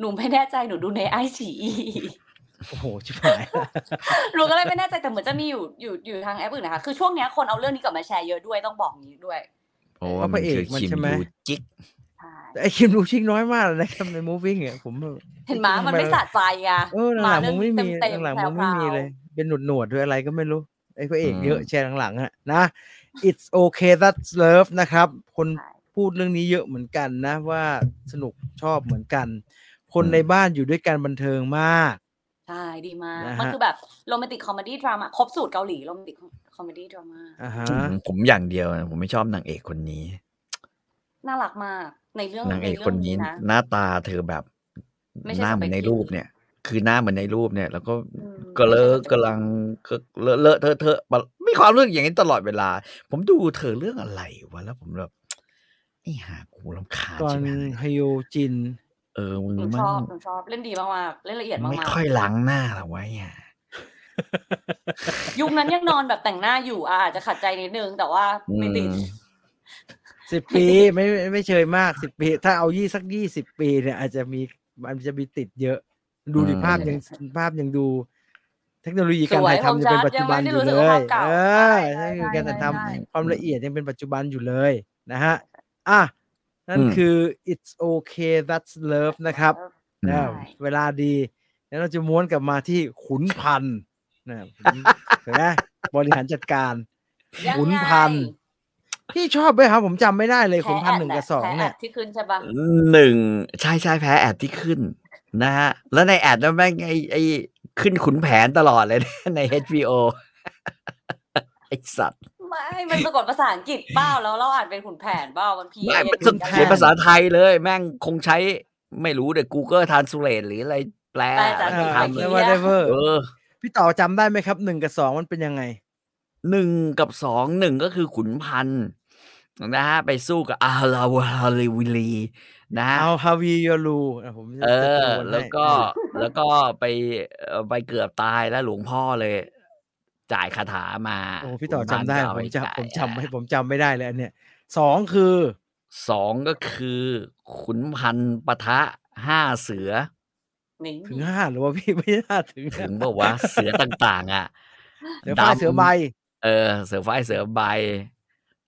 หนูไม่แน่ใจหนูดูในไอซี
โอ้โห ชิบหายละ
หนูก็เลยไม่แน่ใจแต่เหมือนจะมีอยู่อยู่อยู่ทางแอปอื่นนะคะคือช่วงเนี้ยคนเอาเรื่องนี้กลับมาแชร์เยอะด้วยต้องบอกอย่างนี้ด้วย
เพราะว่ามันคือคิมดูจิก
ใช่
แต่ไอ้คิมดูชิงน้อยมากเลยนะครับในมูฟวิ่งเนี่ยผม
เห็นหมามันไม่สะใจอ่ะ
เออหลังๆมึงไม่มี
าเรื่อง
หลังๆ
เต็
มึง
ๆ
ไม่มี
แพรวๆ
เลย เป็นหนวดหนวดๆด้วยอะไรก็ไม่รู้ ไอ้พระเอก
อืม
เยอะแชร์หลังๆฮะนะ it's okay that's love นะครับ คน
ใช่
พูดเรื่องนี้เยอะเหมือนกันนะว่าสนุกชอบเหมือนกัน คน
อืม
ในบ้านอยู่ด้วยกันบันเทิงมาก
ใช่ดีมาก
นะฮะ
มันคือแบบโรแมนติกคอมเมดี้ดราม่าครบสูตรเกาหลีโรแมนติกคอมเมดี้ดราม่า
อ่าฮะ
ผมอย่างเดียวนะผมไม่ชอบนางเอกคนนี้
น่ารักมากในเรื่อง
นางเอก
ใรื่
คนนี้
นะ
หน้าตาเธอแบบ
ไม่ใช่
หน้าเหมือนใน
สเปค
รูปเนี่ย คือหน้าเหมือนในรูปเนี่ย แล้วก็
อืม
ก็เลอะ
ไม่ใช่
กำลังก็เลอะเลอะเทอะเทอะไม่ความเรื่องอย่างนี้ตลอดเวลา ผมดูเธอเรื่องอะไรวะแล้วผมแบบไอ้หากูรำคาญ
กอน
ใช่ไหม
ฮโยจิน
เออมึง
หนู
มั
ช
น
อบหนูชอบเล่นดีมากๆเล่นละเอียดมาก
ไม่ค่อยล้างหน้าหรอวะเนี่ย
ๆยุคนั้นยังนอนแบบแต่งหน้าอยู่อ่ะอาจจะขัดใจนิดนึงแต่ว่าไม่ติด
อืม
สิบปีไม่ไม่ไม่เชยมากสิบปี ถ้าเอายี่สักยี่สิบปีเนี่ยอาจจะมีมันจะมีติดเยอะ ดูดิ
อืม
ภาพยังภาพยังดู เทคโนโลยีการ
สว
ถ่า
ย
ยทำยังเป็นปัจจุบันอยู่
ผมจะยังไม่ได้รู้สึ
เล
กว่าย ภาพเก่า
เออ
ใช่
เทคโนโลยีการ
ใช่
ถ่าย
ใช่
ทำความละเอียดยังเป็นปัจจุบันอยู่เลยนะฮะอ่ะนั่น
อืม
คือ it's okay that's love นะครับ
อื
นะ
ม
เวลาดี แล้วเราจะม้วนกลับมาที่ขุนพันธุ์นะ เห็นไหมบริหารจัดการ
ยังไง
ขุนพันธุ์พี่ชอบไหมครับ ผมจำไม่ได้เลยขุนพันธุ์หนึ่งกับสอง
แพ้แด
เนี่ย
แพ้แดที่ขึ้นใช่ปะ
หนึ่งใช่ใช่แพ้แอดที่ขึ้น นะฮะ แล้วในแอดนั้นแม่งไอไอขึ้นขุนแผนตลอดเลยนะ ใน HBO ไอสัตว์
ไม่มันสะกดภาษาอังกฤษเปล่าแล้วเราอ่านเป็นขุนแผนเปล่ามันพี
ไม่เป็น
ขุ
ต้น
แผ
เขียนภาษาไทยเลย แม่งคงใช้ไม่รู้เดี๋ยว Google Translate หรืออะไรแปล
แปลจากอังกฤษ
อ่า
ทำเล
แล้
ยว
ว่าเดเวอร์
เออ
พี่ต่อจำได้ไหมครับหนึ่งกับสองมันเป็นยังไง
หนึ่งกับสองหนึ่งก็คือขุนพันธุ์นะฮะ ไปสู้กับอาลาวาลิวิลีนะฮะ
เอาฮาวียอลูอ่ะผมจะ
เอ
จะ
อ
โยนให้
แล้วก็แล้วก็ไปเอ่อไปเกือบตายแล้วหลวงพ่อเลย จ่ายคาถามา
โอ้พี่ต่อจำ
คุณบ้าน
ได้
ก็เอา
ผ
ป
มจำ
จ่า
ผมจำไม่
ยอ่ะ
ผมจำไม่ได้เลยอันเนี้ยสองคือ
สองก็คือ ขุนพันธ์ปะทะห้าเสือ
นี่
ถึงห้าหรือว่าพี่ ไม่น่าถึง
ถึงบอกว่าวะ เสือต่างๆ อ่ะ
เสือฝ้าย
ดำ
เสือใบ
เออ เสือไฟเสือใบ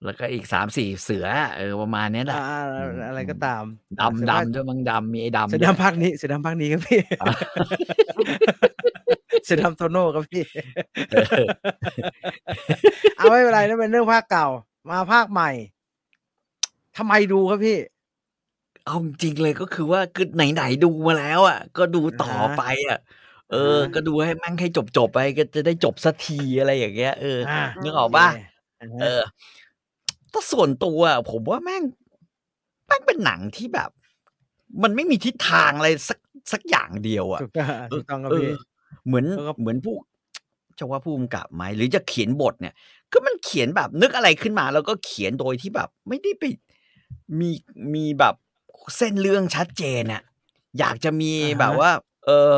แล้วก็อีกสามสี่เสือ เออประมาณเนี้ยแหละ
อ่า
อืม
อะไรก็ตาม
ดำ
เสือฝ้าย
ดำด้วยมั้งดำมีไอ้ดำ
เสือ
ด้วย
ดำภาคนี้เสือดำภาคนี้ครับพี่ เสือดำโตโน่ครับพี่ เอาไม่เป็นไรนั่นเป็นเรื่องภาคเก่า มาภาคใหม่ทำไมดูครับพี่
เอาจริงๆเลยก็คือว่าคือไหนๆดูมาแล้ว อ่ะ ก็ดูต่อไปอ่ะ เออ
อ่าฮะ
ก็ดูให้มั่งให้จบๆไปก็จะได้จบสักทีอะไรอย่างเงี้ยเอออ
อ่า
นึกออกป่ะ
โอเค
เออถ้าส่วนตัวอะผมว่าแม่งแม่งเป็นหนังที่แบบ มันไม่มีทิศทางอะไรสักสักอย่างเดียวอะ
ถูกต้องถูกต้องครับ
เอ
พี่
อเหมือน
แล้วก็
เหมือนผู้จะว่าผู้กำกับไหมหรือจะเขียนบทเนี่ย ก็มันเขียนแบบนึกอะไรขึ้นมา แล้วก็เขียนโดยที่แบบ ไม่ได้ไปมีมีแบบเส้นเรื่องชัดเจนอะอยากจะมีแบบว่า เออ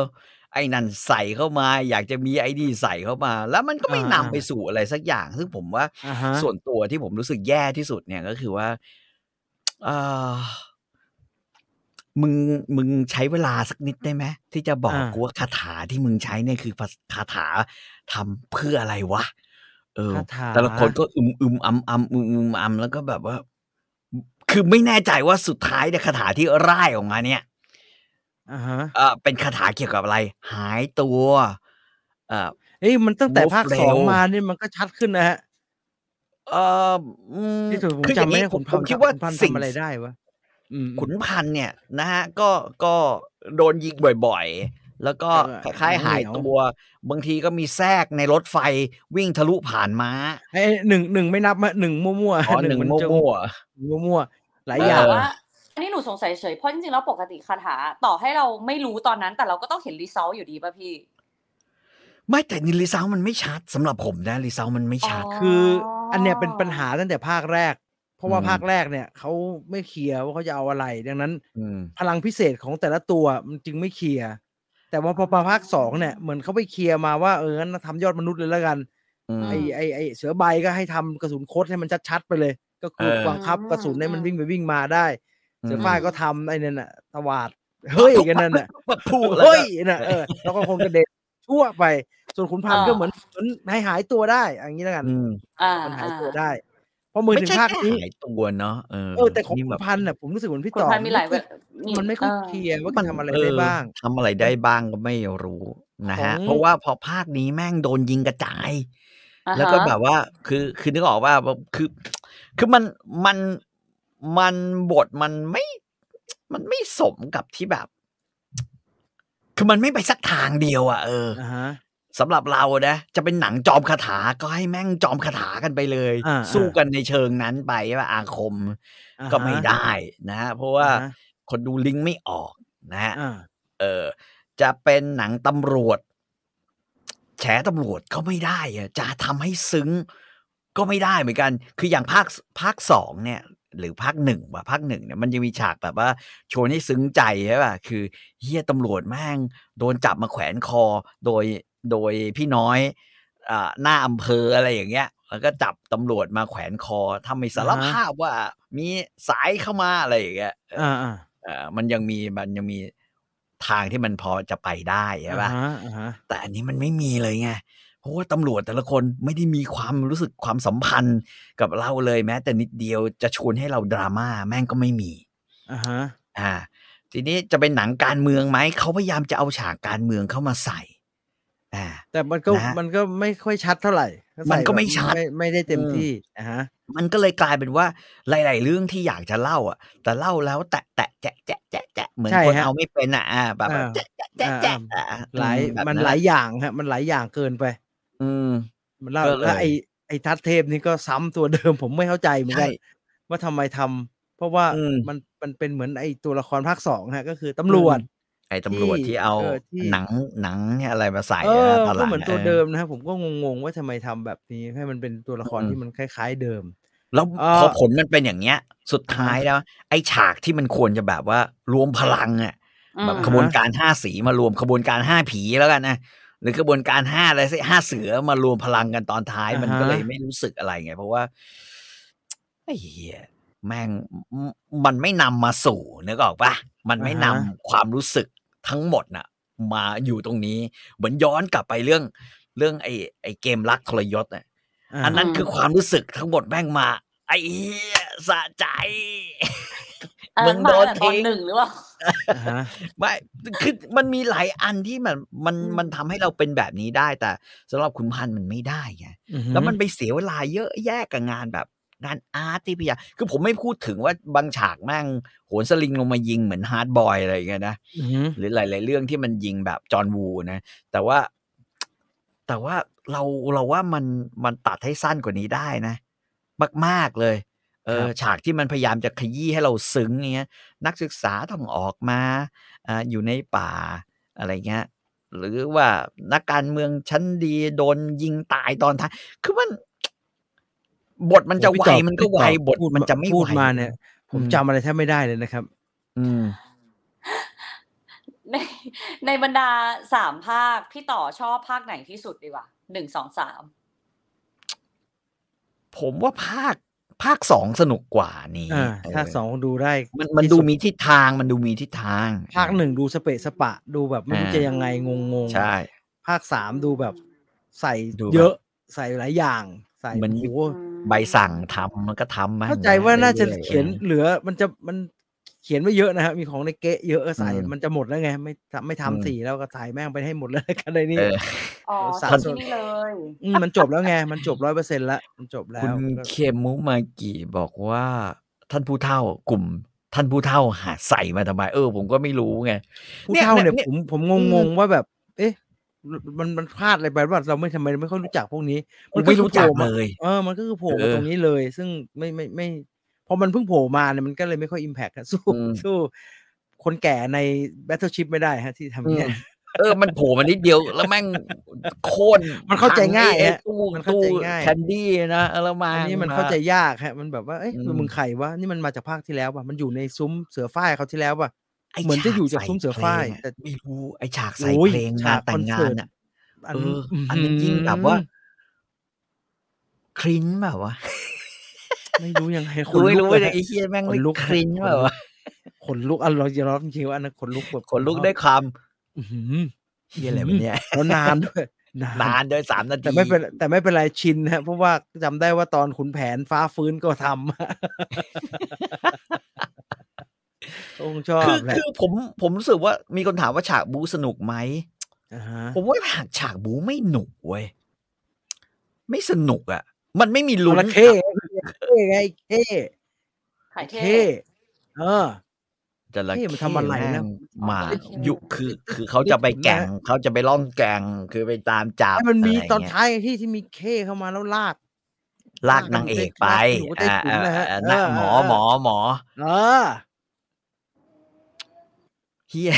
ไอ้นั่นใส่เข้ามา อยากจะมีไอ้ดีใส่เข้ามา แล้วมันก็ไม่นำไปสู่อะไรสักอย่าง ซึ่งผมว่า
อ่าฮะ
ส่วนตัวที่ผมรู้สึกแย่ที่สุดเนี่ยก็คือว่าเอ่อมึงมึงใช้เวลาสักนิดได้ไหมที่จะบอกกูว่าคาถาที่มึงใช้เนี่ยคือภาษคาถาทำเพื่ออะไรวะ เออ
คาถา
แต่ละคนก็อึมอึมอัมอัมอึมอึมอัมแล้วก็แบบว่า คือไม่แน่ใจว่าสุดท้ายเนี่ยคาถาที่ร่ายออกมาเนี่ย
อ่าฮะ
เออเป็นคาถาเกี่ยวกับอะไร หายตัว เออ
เอ้ยมันตั้งแต่
Wolf
ภาคสอง
Rail
มานี่มันก็ชัดขึ้นนะฮะ
เอออืม
ที่สุดผม
คืออย่า
จำ
ง
ไม่
นี้
ได้
ผ
ผม ม
ผม
ทำ
คิดว่า
ขุนพันธุ์
สิ่ง
ทำอะไรได้วะอืม
ขุนพันธุ์เนี่ยนะฮะก็ก็โดนยิงบ่อยๆ แล้วก็
แล้
คว
ก็
ล้ายๆหาย
เหนียว
ตัว บางทีก็มีแทรกในรถไฟวิ่งทะลุผ่านม้า
ไอ้หนึ่งหนึ่งไม่นับมาหนึ่งมั่ว
อ๋ อ
ๆ
หนึ่ง
มั
โม
จะ
โม่อะ
มั่วมั่วๆหลาย
เออ
อ
อ
ย่าง
แต่ว่าอันนี้หนูสงสัยเฉยเพราะจริงๆแล้วปกติคาถาต่อให้เราไม่รู้ตอนนั้น แต่เราก็ต้องเห็นรีซอลอยู่ดีป่ะพี่
ไม่แต่นิลิซาวมันไม่ชัดสำหรับผมนะลิซาวมันไม่ชัด
คืออันเนี้ยเป็นปัญหาตั้งแต่ภาคแรก เพราะว่า
อืม
ภาคแรกเนี่ยเขาไม่เคลียร์ว่าเขาจะเอาอะไร ดังนั้น
อืม
พลังพิเศษของแต่ละตัวมันจึงไม่เคลียร์แต่ว่าพอมาภาคสองเนี่ยเหมือนเขาไปเคลียร์มาว่าเอองั้นทำยอดมนุษย์เลยแล้วกัน
อืม
ไอไอไอเสือใบก็ให้ทำกระสุนโคตรให้มันชัดๆไปเลย ก็คือ
เออ
บังคับกระสุนให้มันวิ่งไปวิ่งมาได้ เสือฝ้ายก็ทำไอ้นั่นน่ะตวาดเฮ้ยกันนั่นน่ะ
แบบพูด แล้วก็
เฮ้ยนะเออแล้วก็คงกระเด็นทั่วไป ส่วนขุนพันธ์ก็เหมือนเหมือนหายหายตัวได้อะอย่างนี้แล้วกัน
อืม
อ่า
มันหาย
อ่า
ตัวได้พอมือ
ไม่
ถึง
ใช่
ภาค
แค่
นี้
หายตัวเนาะเออ
เออแต่ของ
นี่
ขุ
แบ
น
บ
พันธ์น่ะผมรู้สึกเหมือนพี่
ขุน
ต่อ
พันธุ์มีหลาย
มันไค่อย
มี
มันไม่ค่อยเคลียร์ว่ามันทำอะไรได้
เ
บ้าง
ทำอะไรได้บ้างก็ไม่รู้นะฮะ
ของ
เพราะว่าพอภาคนี้แม่งโดนยิงกระจาย
อ่าฮะ
แล้วก็แบบว่าคือคือนึกออกว่าแบบคือ คือมันมันมันบทมันไม่มันไม่สมกับที่แบบ คือมันไม่ไปสักทางเดียวอ่ะเออ
อ่าฮะ
สำหรับเรานะจะเป็นหนังจอมคาถาก็ให้แม่งจอมคาถากันไปเลย
อ่า
สู้
อ่า
กันในเชิงนั้นไปว่าอาคม
อ่าฮะ
ก็ไม่ได้นะเพราะว่า
อ่ฮะ
คนดูลิงก์ไม่ออกนะฮะ
อ่า
เออจะเป็นหนังตำรวจ แฉตำรวจก็ไม่ได้อะจะทำให้ซึ้งก็ไม่ได้เหมือนกัน คืออย่างภาคภาคสองเนี่ย หรือภาคหนึ่งว่ะภาคหนึ่งเนี่ยมันยังมีฉากแบบว่าโชว์ให้ซึ้งใจใช่ป่ะคือเฮียตำรวจแม่ง โดนจับมาแขวนคอโดยโดยพี่น้อยอ่าหน้าอำเภออะไรอย่างเงี้ย แล้วก็จับตำรวจมาแขวนคอทำให้สารภาพว่ามีสายเข้ามาอะไรอย่างเงี้ย
อ่าอ่า
เอ่อมันยังมีมันยังมีทางที่มันพอจะไปได้ใช่ปะ
อ่าฮอ่าฮะ
แต่อันนี้มันไม่มีเลยไงเพราะว่าตำรวจแต่ละคนไม่ได้มีความรู้สึกความสัมพันธ์กับเราเลยแม้ แต่นิดเดียวจะชวนให้เราดราม่าแม่งก็ไม่มี
อ่าฮะ
อ่า ทีนี้จะเป็นหนังการเมืองไหมเขาพยายามจะเอาฉากการเมืองเข้ามาใส่อ่า
แต่มันก็
นะฮะ
มันก็ไม่ค่อยชัดเท่าไหร่ใส่
มันก็ไม่ชัด
ไม่ไม่ได้เต็มที่อ่าฮะ
มันก็เลยกลายเป็นว่าหลาย ๆ เรื่องที่อยากจะเล่าอ่ะ แต่เล่าแล้วแตะแตะแจะแจะแจะแจะเหมือนคนเอาไม่เป็นอ่ะอ่าแบบแจะแจะแจะแจะอ่ะ
หลาย
แบบ
มัน
แะ
หลายอย่างฮะมันหลายอย่างเกินไป
อืม
มันเล่า
ก็เลย
แล้วไอ้ไอ้ทัศเทพนี่ก็ซ้ำตัวเดิม ผมไม่เข้าใจเหมือนกัน
ใช่
ว่าทำไมทำเพราะว่า
อืม
มันมันเป็นเหมือนไอ้ตัวละครภาคสองฮะ ก็คือตำรวจ
ไอ้ตำรวจ
ที่
ที่เอา
เออที่
หนังหนังเนี่ยอะไรมาใส่
เอ
นะ
อ
ตอนห
ก็
ลัง
เหมือนตัว
ออ
เดิมนะฮะผมก็งงๆว่าทำไมทำแบบนี้ให้มันเป็นตัวละคร
อืม
ที่มันคล้าย ๆ เดิม
แล้ว
เอ่อ
พอผลมันเป็นอย่างเงี้ย สุดท้ายแล้วไอ้ฉากที่มันควรจะแบบว่ารวมพลังอ่ะ
อืม
แบบ
อ่าฮะ
ขบวนการห้าสีมารวมขบวนการห้าผีแล้วกันนะหรือขบวนการห้าอะไรสักห้าเสือมารวมพลังกันตอนท้าย
อ่าฮะ
มันก็เลยไม่รู้สึกอะไรไง เพราะว่าไอ้เหี้ยแม่งมมันไม่นำมาสู่นึกออกปะมันไม่นำความรู้สึกทั้งหมดน่ะ มาอยู่ตรงนี้ เหมือนย้อนกลับไปเรื่องเรื่องไอ้ไอ้เกมรักทรยศน่ะ
อา
อันนั้นคือความรู้สึกทั้งหมดแม่งมา ไอ้เหี้ยสะใจ
อันนั้น
มึงโดน
มาตั้งแต่ต
ทิ้
อน
ง
หนึ่งหรือเปล่า
อ่าฮะ
ไม่คือมันมีหลายอันที่มันมัน
อืม
มันทำให้เราเป็นแบบนี้ได้แต่สำหรับคุณพันธุ์มันไม่ได้ไง แล้วมันไปเสียเวลาเยอะแยะกับงานแบบงานอาร์ตที่พี่อยากคือผมไม่พูดถึงว่าบางฉากแม่งโหนสลิงลงมายิงเหมือนฮาร์ดบอยอะไรอย่างเงี้ยนะ
อือหือ
หรือหลาย ๆ เรื่องที่มันยิงแบบจอห์นวูนะ แต่ว่า แต่ว่าเราเราว่ามันมันตัดให้สั้นกว่านี้ได้นะ มาก ๆ เลย เอ
ครั
อบ ฉากที่มันพยายามจะขยี้ให้เราซึ้งเงี้ย นักศึกษาต้องออกมาอาอยู่ในป่าอะไรเงี้ย หรือว่านักการเมืองชั้นดีโดนยิงตายตอนท้ายคือมัน บทมันจะ
โอ้
ไว
พี่อบ
มันก็ไว
พี่ตอบบ
ท
พูดา
มันจะไม่
พู
ไว
ดมาเนี่ย ผมจำอะไรแทบไม่ได้เลยนะครับ
อืม
ในในบรรดาสามภาค พี่ต่อชอบภาคไหนที่สุดดีกว่าหนึ่งสองสาม
ผมว่าภาคภาคสองสนุกกว่านี้
อ่า
เออ
ถ้าสองดูได้
มันมัน
ที่
ดู
สุ
มีทิศทางมันดูมีทิศทาง
ภาคหนึ่งดูสเปะสปะ ดูแบบไม่รู้
อ่า
จะยังไงงงงๆ
ใช่
ภาคสามดูแบบใส่
ดู
เย
แบบ
อะใส่หลายอย่าง ใส่
มัน
โอ้โห
ใบสั่งทำมันก็ทำมา
เข้าใจว่าน่าจะ
รื่อๆ
เขียนเหลือมันจะมันเขียนไม่เยอะนะครับมีของในเกะเยอะใส่
อืม
มันจะหมดแล้วไง ไม่ทำไม่
อืม
ทำสี่แล้วก็ถ่ายแม่งไป ให้หมดแล้วกันในนี้
เออ
อ๋อ
สาม
ชอบที่นี่เลย
มมันจบแล้วไง มันจบร้อยเปอร์เซ็นต์ละมันจบแล้ว
คุณ
ก็
เคมุมากิบอกว่าท่านผู้เฒ่ากลุ่ม ท่านผู้เฒ่าหาใส่มาทำไมเออ ผมก็ไม่รู้ไง
ผู้เฒ่าเนี่ย
เนี่ย
ผมผมงง
อื
ง
ม
ๆว่าแบบ เอ๊ะ มันมันพลาดอะไรไปว่าเราไม่ทำไมไม่ค่อยรู้จักพวกนี้
ผม
ก็
ไม่รู้จัก
โผมา
เลย
เออมันก็คือโผล่มา
เออ
ตรงนี้เลย ซึ่งไม่ไม่ไม่พอมันเพิ่งโผล่มาเนี่ยมันก็เลยไม่ค่อยอิมแพก สู้
อืม
สู้คนแก่ใน Battleship ไม่ได้ฮะที่ทำเนี่ย
เออ มันโผล่มานิดเดียว แล้วแม่งโค่น
มันเข้าใจง่าย
พั
ฮะ
ไอ้ตู้
มันเข้า
ตู้
ใจง่าย
แคนดี้นะเออแล้วมา
อันนี้มันเข้าใจยากฮะมันแบบว่าเอ๊ะ
อืม
มันมึงไข่วะนี่มันมาจากภาคที่แล้วป่ะมันอยู่ในซุ้มเสือฝ้ายเขาวที่แล้วป่ะ
ไ
เหมือนจะอยู่จาก
ใ
ซุ้มเสือฝ้าย
พลงะ
แต่
ไม่รู้ไอ้ฉากใส่
โอ้ย
เพลง
ฉาง
าก นแต่
คอง น
งา
เสิร์
น
ต
อ่ะ
อัน
เอออันนั้นยิ่งแบบว่า ครินแบบว่าวะ
ไม่รู้ยังไง
รู้ไม่รู้
เล
ว่าย เนี่ย
ฮะ
ไอ้เฮียแม่ง
ขนลุก
ครินแบบว่าวะ
ขนลุกอันเราจะรับจริงๆว่าอันนั้นขนลุกแบบ
ขนลุกได้ความ
อื้อหือ
เฮียอะไร
อื
วะ
ม
เนี่ย
แล้วนานด้วย
นานด้วยสามนาที
แต่ไม่เป็นแต่ไม่เป็นไรชินนะเพราะว่าจำได้ว่าตอนขุนแผนฟ้าฟื้นก็ทำ คงช อบ
คือ
แหละ
คือผมผมรู้สึกว่ามีคนถามว่าฉากบู๊สนุกไหม
าฮะ
ผมว่าฉากฉากบู๊ไม่หนุกเว้ยไม่สนุกอ่ะ มันไม่มีลุ้น
จระเข้เท่ไงเท่
ถ่ายเท่
เท่เออ
จระเข้
มันทำอะไรนะ
แม่งมา
จระเข้
ยุคือ คือเขาจะไปแก่งเขาจะไปล่องแก่งคือไปตามจับ
ให้มันมี
ะไร
ตอน
เงี้ย
ท้ายที่ที่มีเข้เข้ามาแล้วลาก
ลากนางเอกไป
ลาก
อ่าน
างเอกไป
อ
หนูก็ได้ถุนนะ
่าอ่า
ฮะ
หมอ
เออ
หมอหมอ
เออ
เฮี ย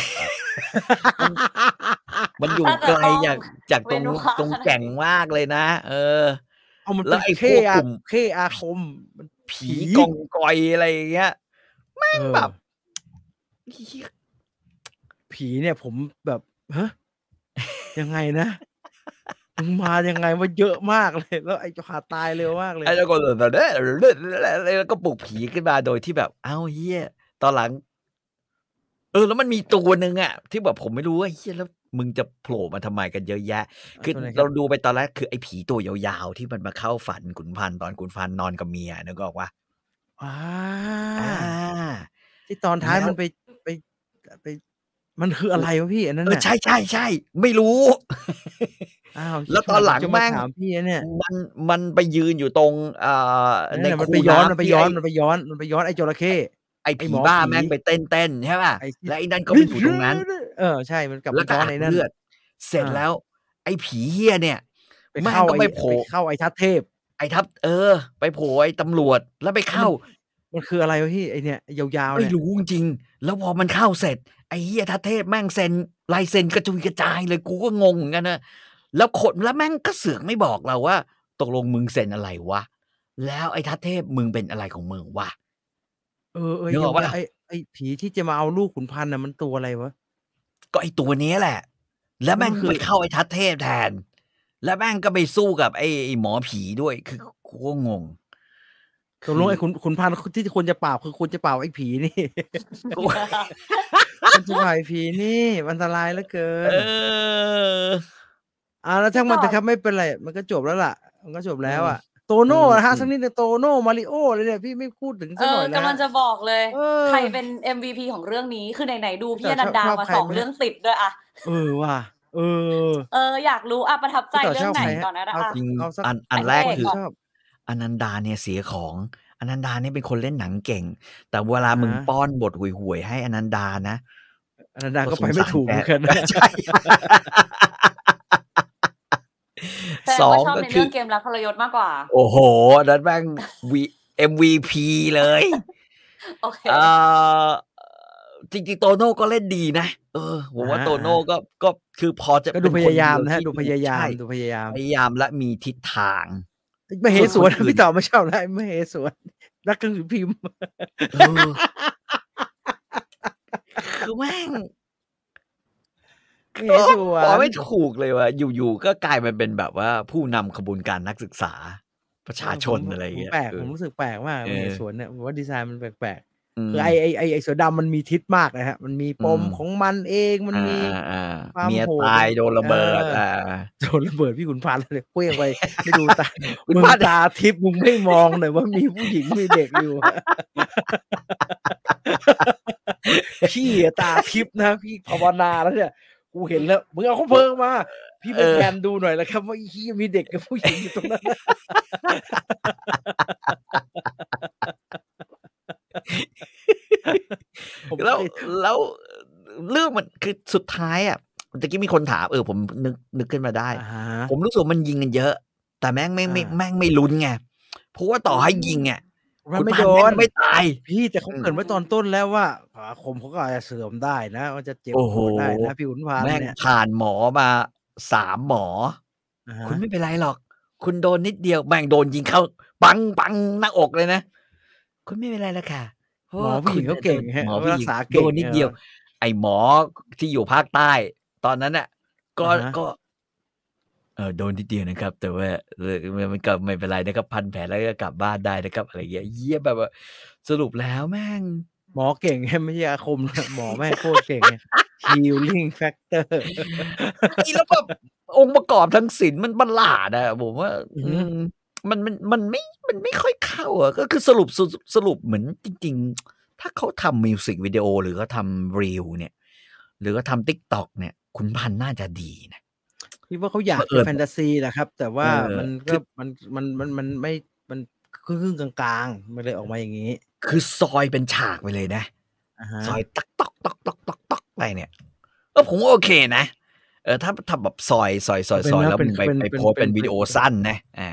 มันอยู่ไกลจากจากตรง
เว้นว่าง
ตรงแก่งมากเลยนะ เออ
เอามัน
แล้
เป็น
วไอ้พวก
เข้อาก
ลุ่
เข้อาค
ม
มมัน
ผีกองกอยอะไรอย่างเงี้ย
เออ
แบบ เหี้ย
ผีเนี่ยผมแบบฮะ ยังไงนะมึงมายังไงว่าเยอะมากเลย แล้วไอ้เจะขาตายเร็วมากเลย
ไอ้แล้วก็แล้วก็ปลุกผีขึ้นมาโดยที่แบบ เอ้าเฮียตอนหลัง เออ แล้วมันมีตัวหนึ่งอะที่แบบผมไม่รู้ว่าเฮียแล้วมึงจะโผล่มาทำไมกันเยอะแยะ คือ
ตัวไหน
เราดูไปตอนแรกคือไอ้ผีตัวยาวๆ ที่มันมาเข้าฝันขุนพันธุ์ตอนขุนพันธุ์นอนกับเมียนึกออกปะ
อ่า
อ่า
ที่ตอนท้าย
แล้ว
มันไปไปไป มันคืออะไรวะพี่อันนั้น
เออ
น่ะ
ใช่ใช่ใช่ไม่รู้
อ้าว
แล้วตอนหลัง
จะมา
แม่ง
ถามพี่นะเนี่ย
มันมันไปยืนอยู่ตรงเอ่อใน
นั่นน่ะมัน
คู
ไปย้อนมัน
ำ
ไป
ที่
ย้อน
ไ
มันไปย้อนมันไปย้อนไอ้จระเข้
ไอ้
ไอ้
ผี
หมอ
บ้า
ผี
แม่งไปเต้นเต้นๆใช่ป่ะ
ไอ้ที่
และไอ้นั่นก็ไปอยู่ตรงนั้น
เออใช่มันกลับ
แล้
ไป
วก็
ย้อน
อาบ
ไอ้นั่น
เลือด เสร็จ
อ่า
แล้ว ไอ้ผีเฮียเนี่ย
ไปเข้า
แม่งก็
ไอ้
ไป
ไป
โผล่
เข้าไอ้ทัดเทพ
ไอ้ทับ เออ ไปโผล่ไอ้ตำรวจแล้วไปเข้า
มันคืออะไรวะพี่ไอ้เนี่ยยาวๆ
ไม่
เนี่ย
รู้จริงๆแล้วพอมันเข้าเสร็จ ไอ้เฮียทัเทพแม่งเซ็นลายเซ็นกระจุยกระจายเลยกูก็งงเหมือนกันนะแล้วขนแล้วแม่งก็เสือกไม่บอกเราว่า ตกลงมึงเซ็นอะไรวะ แล้วไอ้ทัเทพมึงเป็นอะไรของมึงวะ
เออเออ
นึกออกปะล่ะ
ไอ้ไอ้ผีที่จะมาเอาลูกขุนพันธ์น่ะมันตัวอะไรวะ
ก็ไอ้ตัวเนี้ยแหละ แล้วแม่ง
มันคือ
ไปเข้าไอ้ทัดเทพแทน แล้วแม่งก็ไปสู้กับไอ้ไอ้หมอผีด้วย คือกูก็งง
ตกลงไอ้ขุนขุนพันธุ์ที่ควรจะปราบคือควรจะปราบไอ้ผีนี่
กู
ควรจะปราบไอ้ผีนี่อันตรายเหลือเกิน
เออ
อ่าแล้วช่างมัน
ต่อ
นะครับไม่เป็นไรมันก็จบแล้วล่ะ มันก็จบแล้วอ่ะ โตโน่นะฮะ
อืม
สักนิดหนึ่งโตโน่มาริโอเลยเนี่ยพี่ไม่พูดถึง
เอ
สักห
อ
น่อยนะ
กำลังจะบอกเลย
เออ
ใครเป็น MVP ของเรื่องนี้คือไหนๆดูพี่
แต่
อนันดา
ชอบ
มา
ใคร
สอง
ไหม
เรื่องติดด้วยอะ
เออว่ะเออ
เอออยากรู้อะประทับใจ
แต่
เรื่องไหน
ชอบใครฮะ
ก่อนนะ
เอา
อะ
สิ
จริง
เอาสัก
อันอัน
อัน
แรก
แรก
คือ
ก่
ชอบ
อนันดาเนี่ยเสียของอนันดาเนี่ยเป็นคนเล่นหนังเก่ง แต่เวลา
อ่ามึ
มึงป้อนบทห่วยๆให้อนันดานะ
อนันดาก็
ส
ไป
งสาร
ไม่ถูก
แก
เหมือนกันนะ
ใช่
แสด
ส
ง
อ
ว่าง ชอบ
ก็
ใน
คื
เรื่
อ
องเกมรักทรยศมากกว่า
โอ้โหนั้นแม่ง V- MVP เลย
โอเค
เอ่อจริงๆโตโน่ก็เล่นดีนะ เออผมว่า
อ่า
โตโน่ก็ก็คือพอจะ
ก็ดูพ
เป็นคน
ยายามนะฮะ
เวที่
ดูพยายาม
ใช่
ดูพยายาม
พยายามและมีทิศทาง
ไม่เหส
ส่
ว
วน นคนอื่น
พี่ต่อไม่ชอบแล้วไม่เหสวนรักกังสือพิมพ์
เออ คือแม่ง
เอ๊ะสวน
บอกไม่ถูกเลยว่าอยู่ๆก็กลายมาเป็นแบบว่าผู้นำขบวนการนักศึกษา ประชาชน
ผม
อะไรอย่างเงี้ย
ผมแปลก
เออ
ผมรู้สึกแปลกมาก
เออ
ไม่เหสวนเนี่ยผมว่าดีไซน์มันแปลกๆ
ม
คือไอไอไอไอเสือดำมันมีทิศมากนะฮะมันมีปม
อืม
ของมันเองมันมี
อ่าอ่า
ควา
อ่าม เมีย
โหด
ตายโดนระเบิด
เอออ่
อ่า
โดนระเบิด พี่ขุนพันธ์เลยเคว้งไปไม่ดูตา
ขุน
มึง
พันธุ์
ตาทิพย์มึงไม่มองหน่อยว่ามีผู้หญิงมีเด็กอยู่ พี่อะตาทิพย์นะพี่ภาวนาแล้วเนี่ยกูเห็นแล้วมึงเอาเขาเพิ่มมา พี่ไปแกนดูหน่อยแล้วครับว่าไอ้เหียมีเด็กกับผู้หญิงอยู่ตรงนั้น ผม
แล้ว
เคย
แล้วเรื่องมันคือสุดท้ายอ่ะตะกี้มีคนถามเออผมนึกนึกขึ้นมาได้
อ่า
ผมรู้สึกว่ามันยิงกันเยอะ แต่แม่งไม่ไม่
อ่า
แม่งไม่ลุ้นไงเพราะว่าต่อให้ยิงอ่ะ
มัน
คุณ
ไม่
พั
โด
ธุ์แม่
น
งไม่ตาย
พี่แต่เขาเกรินไว้ตอนต้นแล้วว่าขาคมเขาก็อาจจะเสื่อมได้นะว่าจะเจ็บ
โอ้
ป
โห
วดได้นะพี่ขุนพันธ์
แม่ง
เนี่ย
ผ่านหมอมาสามหมอ
อ่าฮะ
คุณไม่เป็นไรหรอก คุณโดนนิดเดียวแม่งโดนยิงเข้า ปังปังหน้าอกเลยนะ คุณไม่เป็นไรแล้วค่ะเพราะ
หมอ
ว่า
ผู้หญิง
คุณ
เขาเก่งฮะ
หมอผู้หญิ
รั
ง
กษาเก่ง
โดนนิดเดียว ไอ้หมอที่อยู่ภาคใต้ ตอนนั้นน่ะ ก็
อ่าฮะ
ก็ เออโดนนิดเดียวนะครับ แต่ว่าเออมันก็ไม่เป็นไรนะครับพันแผลแล้วก็กลับบ้านได้นะครับ อะไรเงี้ยเยี่ยแบบว่าสรุปแล้วแม่ง
หมอเก่ง ไงไม่ใช่อาคมนะหมอแม่งโคตรเก่งไง healing factor
อีแล้วแบบองค์ประกอบทั้งศิลป์มันประหลาดอะผมว่า
อือฮึ
อืมมันมันมันไม่มันไม่ค่อยเข้าอะก็คือสรุปสรุปสรุปเหมือนจริง ๆ ถ้าเขาทำมิวสิกวิดีโอหรือเขาทำรีวเนี่ย หรือเขาทำทิกตอกเนี่ย คุณพันธุ์น่าจะดีนะ
พี่ว่าเขาอยาก
เผอิ
เป็น
ญ
แฟนตาซีแหละครับ แต่ว่า
เออ
มัน
คื
ก็
อ
มันมันมันมันไม่มันครึ่งๆกลางๆมันเลยออกมาอย่างนี้
คือซอยเป็นฉากไปเลยนะ
อ่าฮะ
ซอยตักตอกตอกตอกตอกตอกไปเนี่ยก็ผมว่าโอเคนะ เออถ้าทำแบบซอยซอยซอยซอยแล้วมึงไปไปโพสต์เป็นวิดีโอสั้นนะอ่า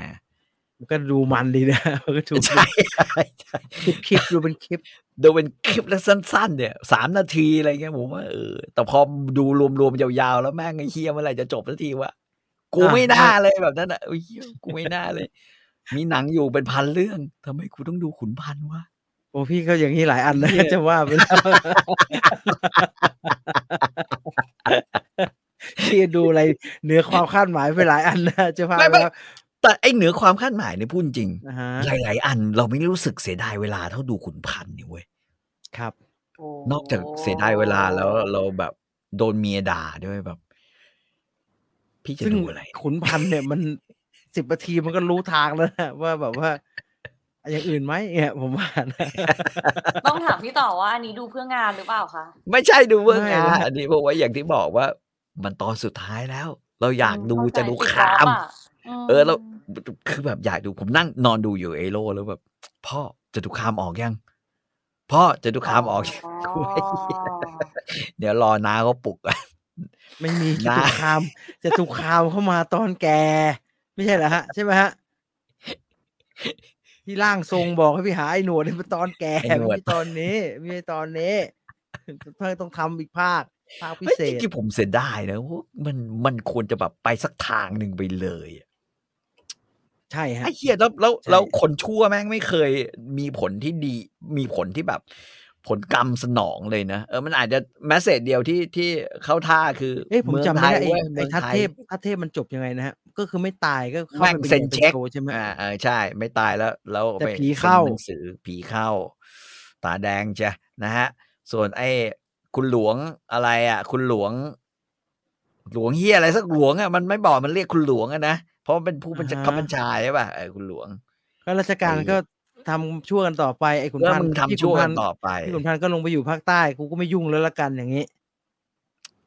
มันก็ดูมันดีนะ มันก็ดู
ใช่ใช่
คลิปคลิปดูเป็นคลิป
ดูเป็นคลิปแล้วสั้นๆ เนี่ยสามนาทีอะไรเงี้ยผมว่าเออแต่พอดูรวมๆยาวๆ แล้วแม่งไอ้เฮียเมื่อไหร่จะจบสักทีวะกู
อ่ะ
ไม่น่าเลยแบบนั้นอ่ะเอ้ยเหี้ยกูไม่น่าเลย มีหนังอยู่เป็นพันเรื่องทำไมกูต้องดูขุนพันวะ
โอ้พี่เขาอย่างนี้หลายอันนะ
เหี้ย
จะว่าไปแล้ว พี่ดูอะไรเหนือความคาดหมายไปหลายอันนะจะว่าไปแล้ว
แต่ไอ้เหนือความคาดหมายเนี่ยพูดจริง
นะฮะ
หลายๆ อันเราไม่รู้สึกเสียดายเวลาเท่าดูขุนพันนี่เว้ย
ครับ
นอกจากเสียดายเวลาแล้วเราแบบโดนเมียด่าด้วยแบบ พี่จะ
ซึ่ง
ดูอะไร
ขุนพันธุ์เนี่ย มัน สิบนาทีมันก็รู้ทางแล้วนะว่าแบบว่าอย่างอื่นไหมเนี่ยผมว่านะ
ต้องถามพี่ต่อว่าอันนี้ดูเพื่องานหรือเปล่าคะ
ไม่ใช่ดูเบื้อง
ไม่
หน้า
นะ
อันนี้เพราะว่าอย่างที่บอกว่า มันตอนสุดท้ายแล้ว เราอยากดู
เข้ใจ
จะดู
พี่
ข้า
ก๊อ
ม
ฟอะม
เออแล้ว คือแบบอยากดูผมนั่งนอนดูอยู่เอโร่แล้วแบบ พ่อจะดูข้ามออกยัง พ่อจะดูข้ามออกยังกูไอ้เหี้ยเดี๋ยวรอน้าเขาปลุกอะ
ไม่ มีจ
นะ
ตุคามจตุคามเข้ามาตอนแก ไม่ใช่เหรอฮะ ใช่ไหมฮะ ที่ร่างทรงบอกให้ไปหาไอ้หนวดเนี่ยมันตอนแก
ไอ้หน
ไม่
วด
ใช่ตอนนี้ไม่ใช่ตอนนี้เพิ่งต้องทำอีกภาคภาคพิ
เฮ้ย
เศ
จ
ษ
ริงๆผมเสียดายนะว่ามันมันควรจะแบบไปสักทางหนึ่งไปเลยอะ
ใช่ฮะ
ไอ้เหี้ยแล้วแล้ว
ใช่
แล้วคนชั่วแม่งไม่เคยมีผลที่ดี มีผลที่แบบ ผลกรรมสนองเลยนะเออมันอาจจะแมสเซจเดียวที่ที่เข้าท่าคือ
เอ้ยผม
ง
จำไม่ได้
ทย
ไอ้
ว้ย
ไอ้
มืง
ทัด
ย
เทพทัดเทพมันจบยังไงนะฮะ ก็คือไม่ตายก็เข้า
แม่ง
ไปป็
เซ็น
ตัว
เช็ค
ใช่ไหม
อ่าอ่าใช่ ไม่ตายแล้ว แล้ว
แต่
ไป
ผี
ซ็น
เข้า
หนังสือผีเข้า ตาแดงจ้ะนะฮะ ส่วนไอ้คุณหลวงอะไรอ่ะ คุณหลวง หลวงเฮียอะไรสักหลวงอ่ะมันไม่บอกมันเรียกคุณหลวงอ่ะนะ เพราะมันเป็นผู้บัญชา
อ่าฮะ
เขาบัญชาใช่ป่ะเออคุณหลวง
ก็ราชการ
เออ
ก็ทำชั่วกันต่อไปไอ้ขุน
แล้ว
พัน
มึง
ธ์พี่ขุ
ทำชั่วน
พั
กัน
ธ์
ต่อไป
พี่ขุนพันธ์ก็ลงไปอยู่ภาคใต้กูก็ไม่ยุ่งแล้วละกันอย่างนี้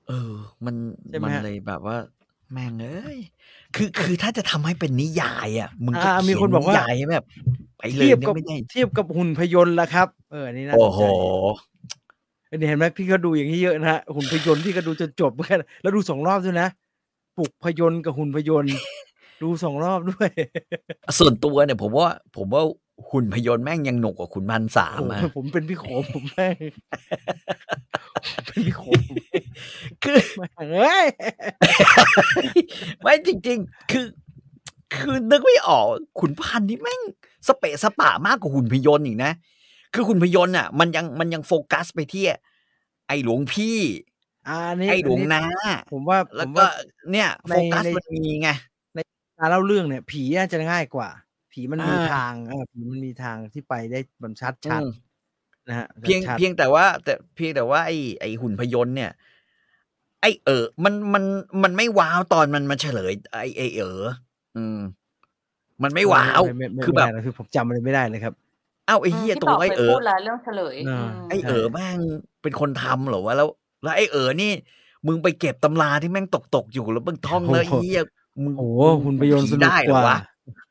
เออ มัน
ใช่ไหม
มัน
ฮะ
เลยแบบว่า แม่งเอ้ยคือคือถ้าจะทำให้เป็นนิยายอ่ะมึงก็
อ่ามี
เขีย
คนบอกว่า
ยายให้แบบ ไปเลย
เทียบ
เนี่
กั
ย
บ
ไม่ได้
เทียบกับหุ่นพยนต์ละครับ เออนี่น่าสนใจ
โอ้โห
เออนี่เห็นไหมพี่ก็ดูอย่างนี้เยอะนะฮะหุ่นพยนต์พี่ก็ดูจนจบเหมือนกันแล้วดูสองรอบด้วยนะปลุกพยนต์กับหุ่นพยนต์ ดูสองรอบด้วย
ส่วนตัวเนี่ย ผมว่า ผมว่าหุ่นพยนต์แม่งยังหนุกกว่าขุนพันสาม
โอ้
อ่ะ
โหผมเป็นพี่โขมผมแม่งผมเป็นพี่โขม
คือ
ผมแม่งเอ้ย
ไม่จริง ๆ คือ คือนึกไม่ออกขุนพันธุ์นี่แม่งสเปะสปะมากกว่าหุ่นพยนต์อีกนะ คือหุ่นพยนต์อ่ะ มันยังมันยังโฟกัสไปที่ไอ้หลวงพี่
อ่านี่
ไอ้หลวงน้า
ผมว่าผ
แล้ว
ม
ก็
ว่า
เนี่ย
ใน
โฟกัส
ใน
มันมีไง
การเล่าเรื่องเนี่ย ผีน่าจะง่ายกว่า ผีมันมี
อ่า
ทางเออผีมันมีทางที่ไปได้มันชัด
อื
ชัด
ม
นะฮะ
เพียง
ชัด
เพียงแต่ว่า แต่เพียงแต่ว่าไอ้ไอ้หุ่นพยนต์เนี่ย ไอ้เออมันมันมันไม่ว้าวตอนมันมาเฉลย ไอ้ไอ้เอออืม มันไม่ว้าว
ไม่ไม่
คือแบบ
ไม่ได้นะคือผมจำอะไรไม่ได้เลยครับ
อ้าวไอ้เหี้ย
พี่
ตัว
ต่อ
ไอ้
เคย
เออ
พูดแล้วเรื่องเฉลย
อ่า
ม
ไอ้เอ๋อแม่งเป็นคนทำเหรอวะแล้ว แล้วไอ้เอ๋อนี่ มึงไปเก็บตำราที่แม่งตกตกๆอยู่แล้วมึงท่องแล้ว
โอ้
ไอ้
โห
เหี้ยมึง
โอ้โหหุ่นพยนต์สนุก
ได้เห
ก
รอ
ว่า
วะ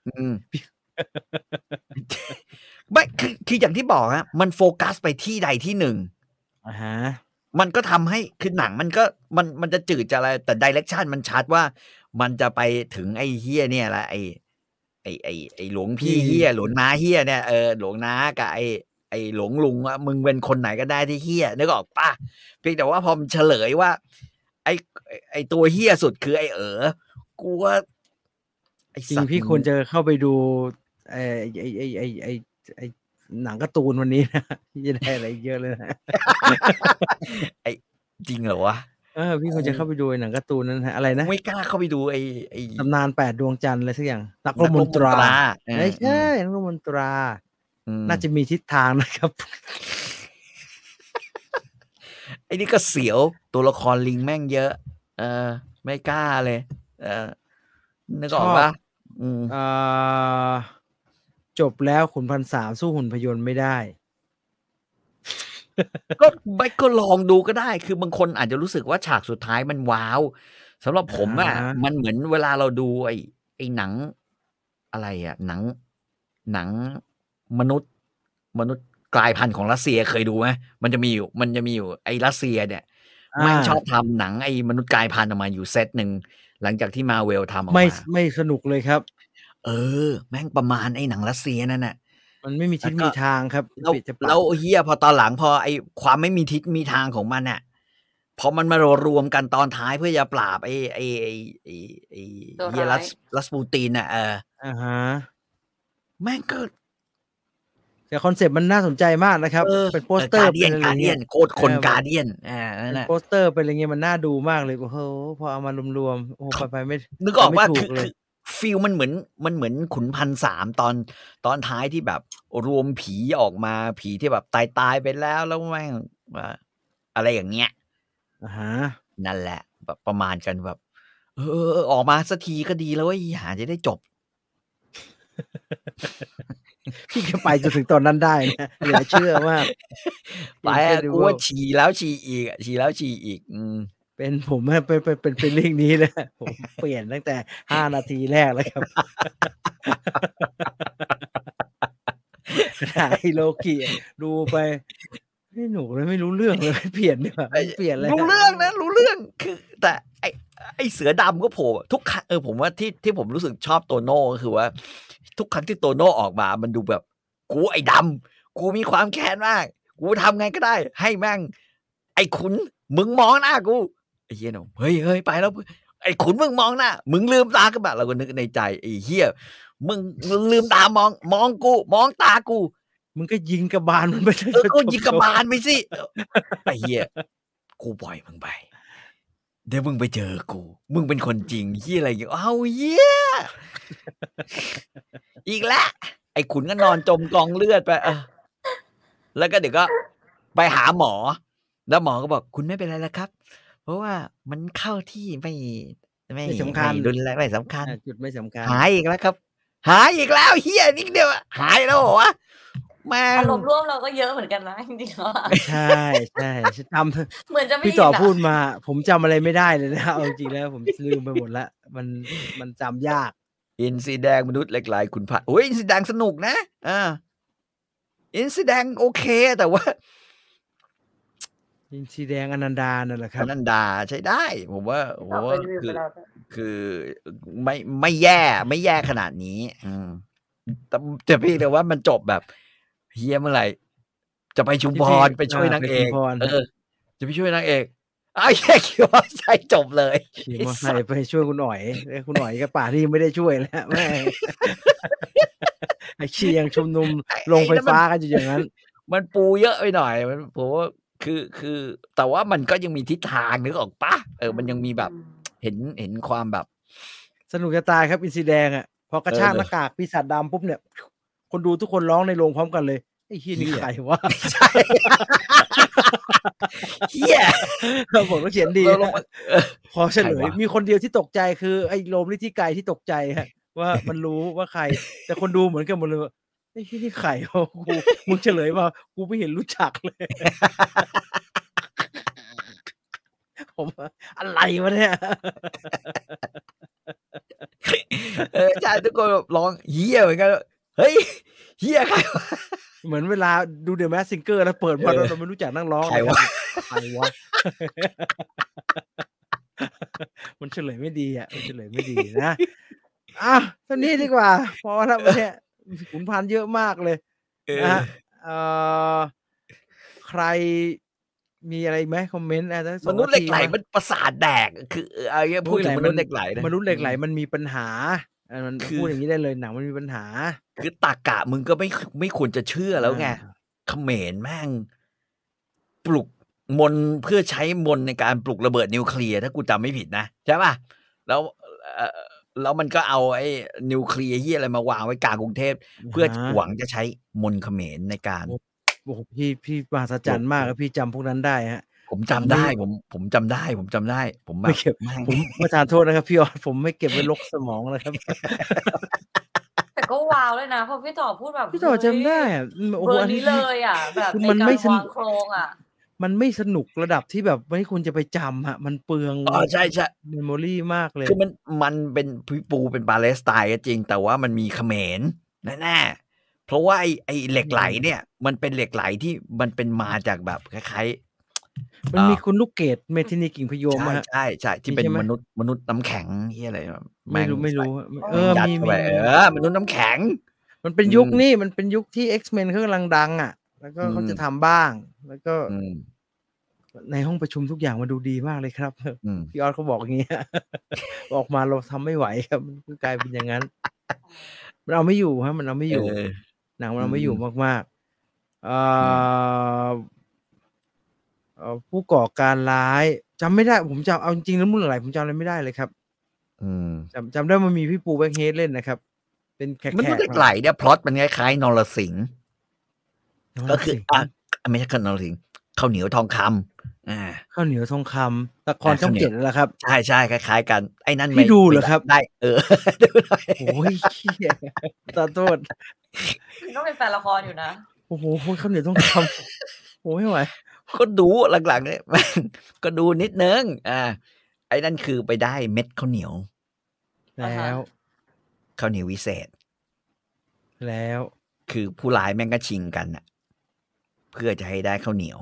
อื มไม่คือคืออย่างที่บอกฮะมันโฟกัสไปที่ใดที่หนึ่ง
อ่าฮะ
มันก็ทำให้คือหนังมันก็มันมันจะจืดจะอะไร แต่ดิเรกชันมันชัดว่า มันจะไปถึงไอ้เฮียเนี่ยแหละไอ้ไอ้ไอ้ไอ้หลวงพี่
อืม
เฮียหลวงน้าเฮียเนี่ยเออหลวงน้ากับไอ้ไอ้หลวงลุงว่ามึงเป็นคนไหนก็ได้ที่เฮียนึกออกปะเพียงแต่ว่าพอมันเฉลยว่า ไอ้ไอ้ไอ้ตัวเฮียสุดคือไอ้เออกูว่าไอ้
จริ
สั
ง
ตว์
พี่ควรจะเข้าไปดูเอ่อไอ้ไอ้ไอ้ไอ้ไอ้หนังการ์ตูนวันนี้นะ พี่จะได้อะไรเยอะเลยนะ
จริงเหรอวะ
เออพี่ควรจะเข้าไปดูไอ้หนังการ์ตูนนั้นนะอะไรนะ
ไม่กล้าเข้าไปดูไอ้ไอ้
ตำนานแปดดวงจันทร์อะไรสักอย่างนักร
นั
บ
ก
ม
ร
นตรา
เออ
ไม่ใช่นักรบมนตรา
อืม
น่าจะมีทิศทางนะครับ
ไอ้นี่ก็เสียวตัวละครลิงแม่งเยอะ เออ ไม่กล้าเลย เออนึกออก
ชอ
ปะ
บ
อืม
เอ่อจบแล้วขุนพันสามสู้หุ่นพยนต์ไม่ได้
ก็ไม่ก็ลองดูก็ได้ คือบางคนอาจจะรู้สึกว่าฉากสุดท้ายมันว้าวสำหรับผมอะ
อ่าฮะ
มันเหมือนเวลาเราดูไอ้ไอ้หนัง อะไรอะหนัง หนังมนุษย์ มนุษย์กลายพันธุ์ของรัสเซียเคยดูไหมมันจะมีอยู่ มันจะมีอยู่ไอ้รัสเซียเนี่ยแม่งชอบทำหนังไอ้มนุษย์กลายพันธุ์ออกมาอยู่เซตหนึ่งหลังจากที่มาเวลทำออกมา
ไม่ไม่สนุกเลยครับ
เออ แม่งประมาณไอ้หนังรัสเซียนั่นน่ะ
มันไม่มีทิศ
แล้วก็
มีทางครับ
แล้ว
ปิดจะปัด
แล้วเฮียพอตอนหลังพอไอ้ความไม่มีทิศมีทางของมันน่ะพอมันมารวมกันตอนท้ายเพื่อจะปราบไอ้ไอ้ไอ้ไอ้ไอ้
ตัวร้าย
เฮียรัสรัสปูตินน่ะเออ
อ่าฮะ
แม่งก็
แต่คอนเซปต์มันน่าสนใจมากนะครับ เป็นโปสเตอร์
กาเดียน
เป็นอะไร
กาเดีย
เงี้
น
ย
โคตรคน
เออ
กาเดียนอ่านั่
เป็
น
น
น่ะ
โปสเตอร์เป็นอะไรเงี้ยมันน่าดูมากเลยโอ้โหพอเอามารวมๆโอ้โหไปไปไม่
นึกออกว่า
ไม่ถู
คือก
เลย
คือฟิลมันเหมือนมันเหมือนขุนพันสามตอนตอนท้ายที่แบบรวมผีออกมาผีที่แบบตายตายๆไปแล้วแล้วแม่งว่าอะไรอย่างเงี้ย
อ่าฮะ
นั่นแหละแบบประมาณกันแบบ เออเออเออออกมาสักทีก็ดีแล้วไอ้หาจะได้จบ
พี่ก็ไปจนถึงตอนนั้นได้นะเหลือเชื่อมาก
ไปอะกูว่า
Incredible
ฉี่แล้วฉี่อีกอะฉี่แล้วฉี่อีก อืม
เป็นผมอะเป็นเป็นเป็นเป็นเรื่องนี้เลยผมเปลี่ยนตั้งแต่ห้านาทีแรกแล้วครับ หายโลกิดูไปไม่หนูเลยไม่รู้เรื่องเลยเปลี่ยนดีกว่าเปลี่ยนเลย
รู้เรื่องนะรู้เรื่องคือ แต่ไอไอเสือดำก็โผล่ทุกครั้งเออผมว่าที่ที่ผมรู้สึกชอบโตโน่ก็คือว่า ทุกครั้งที่โตโน่ออกมา มันดูแบบ กูไอ้ดำกูมีความแค้นมาก กูทำไงก็ได้ ให้แม่ง ไอ้ขุนมึงมองหน้ากูไอ้เหี้ยหนูเฮ้ยเฮ้ยไปแล้ว ไอ้ขุนมึงมองหน้ามึงลืมตาขึ้นมาเราก็นึกในใจไอ้เหี้ยมึงมึงลืมตามอง มองกู มองตากู
มึงก็ยิงกระบาลมันไป
เออก็ยิงกระบาลไปสิเออ ไอ้เหี้ยกูปล่อยมึงไป เดี๋ยวมึงไปเจอกู มึงเป็นคนจริงที่อะไรอย่างเงี้ยเอาเหี้ย อีกแล้วไอ้ขุนก็นอนจมกองเลือดไปเออแล้วก็เดี๋ยวก็ไปหาหมอ แล้วหมอก็บอก คุณไม่เป็นไรแล้วครับ เพราะว่ามันเข้าที่ไม่ ไม่
ไม่สำคัญ
ไม่รุนแรงไม่สำคัญ
อ่าจุดไม่สำคัญ
หายอีกแล้วครับ หายอีกแล้วเฮียนิดเดียวอะหายแล้วเหรอวะแม่ง
อารมณ์ร่วมเราก็เยอะเหมือนกันนะจ ริงๆแล้วอะ
ใช่ใช่ฉันจ
เหมือนจะ
ำ
ไม่
พี่ต่อ
ยินอะ
พูดมา ผมจำอะไรไม่ได้เลยนะเอาจริงๆแล้วผมลืมไปหมดละมันมันจำยาก
อินซีแดงมนุษย์เหล็กไหลขุนพันโอ้ยอินซีแดงสนุกนะอ่าอินซีแดงโอเค แต่ว่า
อินซีแดงอนันดานั่นแหละค
อ
รับ
นันดาใช้ได้ผมว่าผม
ต่อไป
ว่า
รีวิว
คือ
ไปแล้ว
คือไม่ไม่แย่ไม่แย่ขนาดนี้ อืมแต่แต่พี่แต่ว่ามันจบแบบเฮียเมื่อไหร่ จะไปชุมพร
พี่
ไปช่ว
อ่าน
ยาง
ไป
เอ
ชุม
ก
พร
เออ จะไปช่วยนางเอกไอ้แค่คิดว่าใช่จบเลย
ขี่
ไอ้
มอ
สั
ไซ
ตว์
ค์ไปช่วยคุณหน่อยเอ้ยคุณหน่อยก็ป่าที่ไม่ได้ช่วยแล้ว แม่งไอ้เชียงชุมนุม
อ้
ลงไฟ
อ้นั่นมัน
ฟ้ากันอยู่อย่างนั้น
มันปูเยอะไปหน่อย มันผมว่าคือคือ แต่ว่ามันก็ยังมีทิศทางนึกออกปะเออ มันยังมีแบบเห็นเห็นความ แบบ
สนุกจะตายครับอินซีแดงอ่ะพอกระชาก
เออ
หน้ากากปีศาจดำปุ๊บเนี่ย คนดูทุกคนร้องในโรงพร้อมกันเลยไอ้เฮียนี่ใครวะ
เฮีย
ผมก็เขียนดี
เราลง
นะ
มาเออ
พอเฉล
ใคร
ยว
ะ
มีคนเดียวที่ตกใจคือไอ้โรมลิที่ไกลที่ตกใจฮะ ว่ามันรู้ว่าใคร แต่คนดูเหมือนกันหมดเลยว่าไอ้เฮียนี่ใครวะกูมึงเฉลยมากูไม่เห็นรู้จักเลย ผมว่าอะไรวะเนี่ย
เออใช่ทุกคนแบบร้องเฮียเหมือนกันเฮ้ย เฮียใครวะ
เหมือนเวลาดูเดอะแมสซิงเกอร์แล้วเปิดมา
เออ
เราไม่รู้จักนักร้อง
ใครวะ
ใครวะ มันเฉลยไม่ดีอ่ะ มันเฉลยไม่ดีนะ อ่ะเท่านี้ดีกว่า พอแล้ววันเนี้ยขุนพันธุ์เยอะมากเลย
เอ
นะ
อ
ฮะ เอ่อ ใครมีอะไรอีกไหมคอมเมนต์นะสัส
ม
อง
นุษย์เหล็กไหล
นาที
มันประสาทแดก คือเออเอาอย่างเงี้ยพูดถึงมนุษย์เหล็กไหลนะ
มนุษย์เหล็กไหลมันมีปัญหาเออมัน
คือ
พูดอย่างนี้ได้เลยหนังมันมีปัญหา
คือตากะมึงก็ไม่ไม่ควรจะเชื่อแล้วไง
อ่า
เขมรแม่ง ปลุกมนต์เพื่อใช้มนต์ในการปลุกระเบิดนิวเคลียร์ถ้ากูจำไม่ผิดนะ ใช่ป่ะ แล้วเอ่อแล้วมันก็เอาไอ้นิวเคลียร์ที่อะไรมาวางไว้กลางกรุงเทพ เพื่อหวังจะใช้มนต์เขมรในการ
โอ้โหพี่พี่มหัศจรรย์มากครับพี่จำพวกนั้นได้ฮะ
ผมจำได้ ผมผมจำได้ ผมจำได้ ผมแบ
ไม่
บ
เก็บ
แม่ง
ผมประทานโทษนะครับพี่ออดผมไม่เก็บไว้ลกสมองนะครับ
แต่ก็ว้าวเลยนะเพราะพี่ต่อพูดแบบ
พี่ต่อ
เฮ้ย
จำได้อะมโอ้
เบ
โห
อ
อั
ร์นี้เลยอ่ะ แบบ
คือ
ใน
มัน
การ
ไม่ส
วา
นุก
งโครงอ่ะ
มันไม่สนุกระดับที่แบบไม่คุณจะไปจำอะมันเปลือง
อ๋อใช่ใช่
เมมโมรี่มากเลย
คือมันมันเป็นพิปูเป็นปาเลสไตน์ก็จริง แต่ว่ามันมีเขมรแน่ๆเพราะว่าไอ้ไอ้เหล็กไหลเนี่ย มันเป็นเหล็กไหลที่มันเป็นมาจากแบบคล้ายๆ
มันมี
เอ่อ
คุณลูกเกดเมทินีกิ่งพยม
ใช่
อะฮะ
ใช่ใช่ที่เป็น
ใช่ไหม
มนุษย์มนุษย์น้ำแข็งที่อะไรแบบ
ไม่
แง
รู้ไม่รู้อะเออ
ใส่ยัด
มี
เข้า
มี
ไปเออมนุษย์น้ำแข็ง
มันเป็นยุค
อืม
นี้มันเป็นยุคที่ X-Men เขากำลังดังอ่ะ แล้วก็เขา
อืม
จะทำบ้าง แล้วก็
อืม
ในห้องประชุมทุกอย่างมันดูดีมากเลยครับ
อืม
พี่ออดเขาบอกอย่างเงี้ ย ออกมาเราทำไม่ไหวครับ มันก็กลายเป็นอย่างนั้น มันเอาไม่อยู่ฮะมันเอาไม่อยู่
เออ
หนังมันเอาไม่อยู่มากๆเอ่อเอ่อผู้ก่อการร้ายจำไม่ได้ ผมจำเอาจริงๆแล้วมุ่นอะไรผมจำอะไรไม่ได้เลยครับ
อืม
จำจำได้มันมีพี่ปูแบงค์เฮดเล่นนะครับ เป็นแขก
มนุษย์เหล็กไหลเนี่ยพล็อตมันคล้ายๆนรสิงห์ ก็คืออ่ะไม่ใช่ขนมสิงข้าวเหนียวทองคำอ่า
ข้าวเหนียวทองคำละครช่อง
อ่ะข้าวเหนียว
เจ็ดนั่นแหละครับ
ใช่ใช่คล้าย ๆ กัน ไอ้นั่น
พี่
ไม่
ดูเหรอ
ไม่
ครับ
ได้ เอ อ ดูหน่อย
โอ้ยเหี้ยตาโทษ
ต้องเป็นแฟนละครอยู่นะ
โอ้โหข้าวเหนียวทองคำโอ้ยไม่ไหว
ก็ดูหลังๆเนี่ยแม่ งก็ดูนิดนึงอ่า ไอ้นั่นคือไปได้เม็ดข้าวเหนียว
แล้ว
ข้าวเหนียววิเศษ
แล้ว
คือผู้ร้ายแม่งก็ชิงกันอะเพื่อจะให้ได้ข้าวเหนียว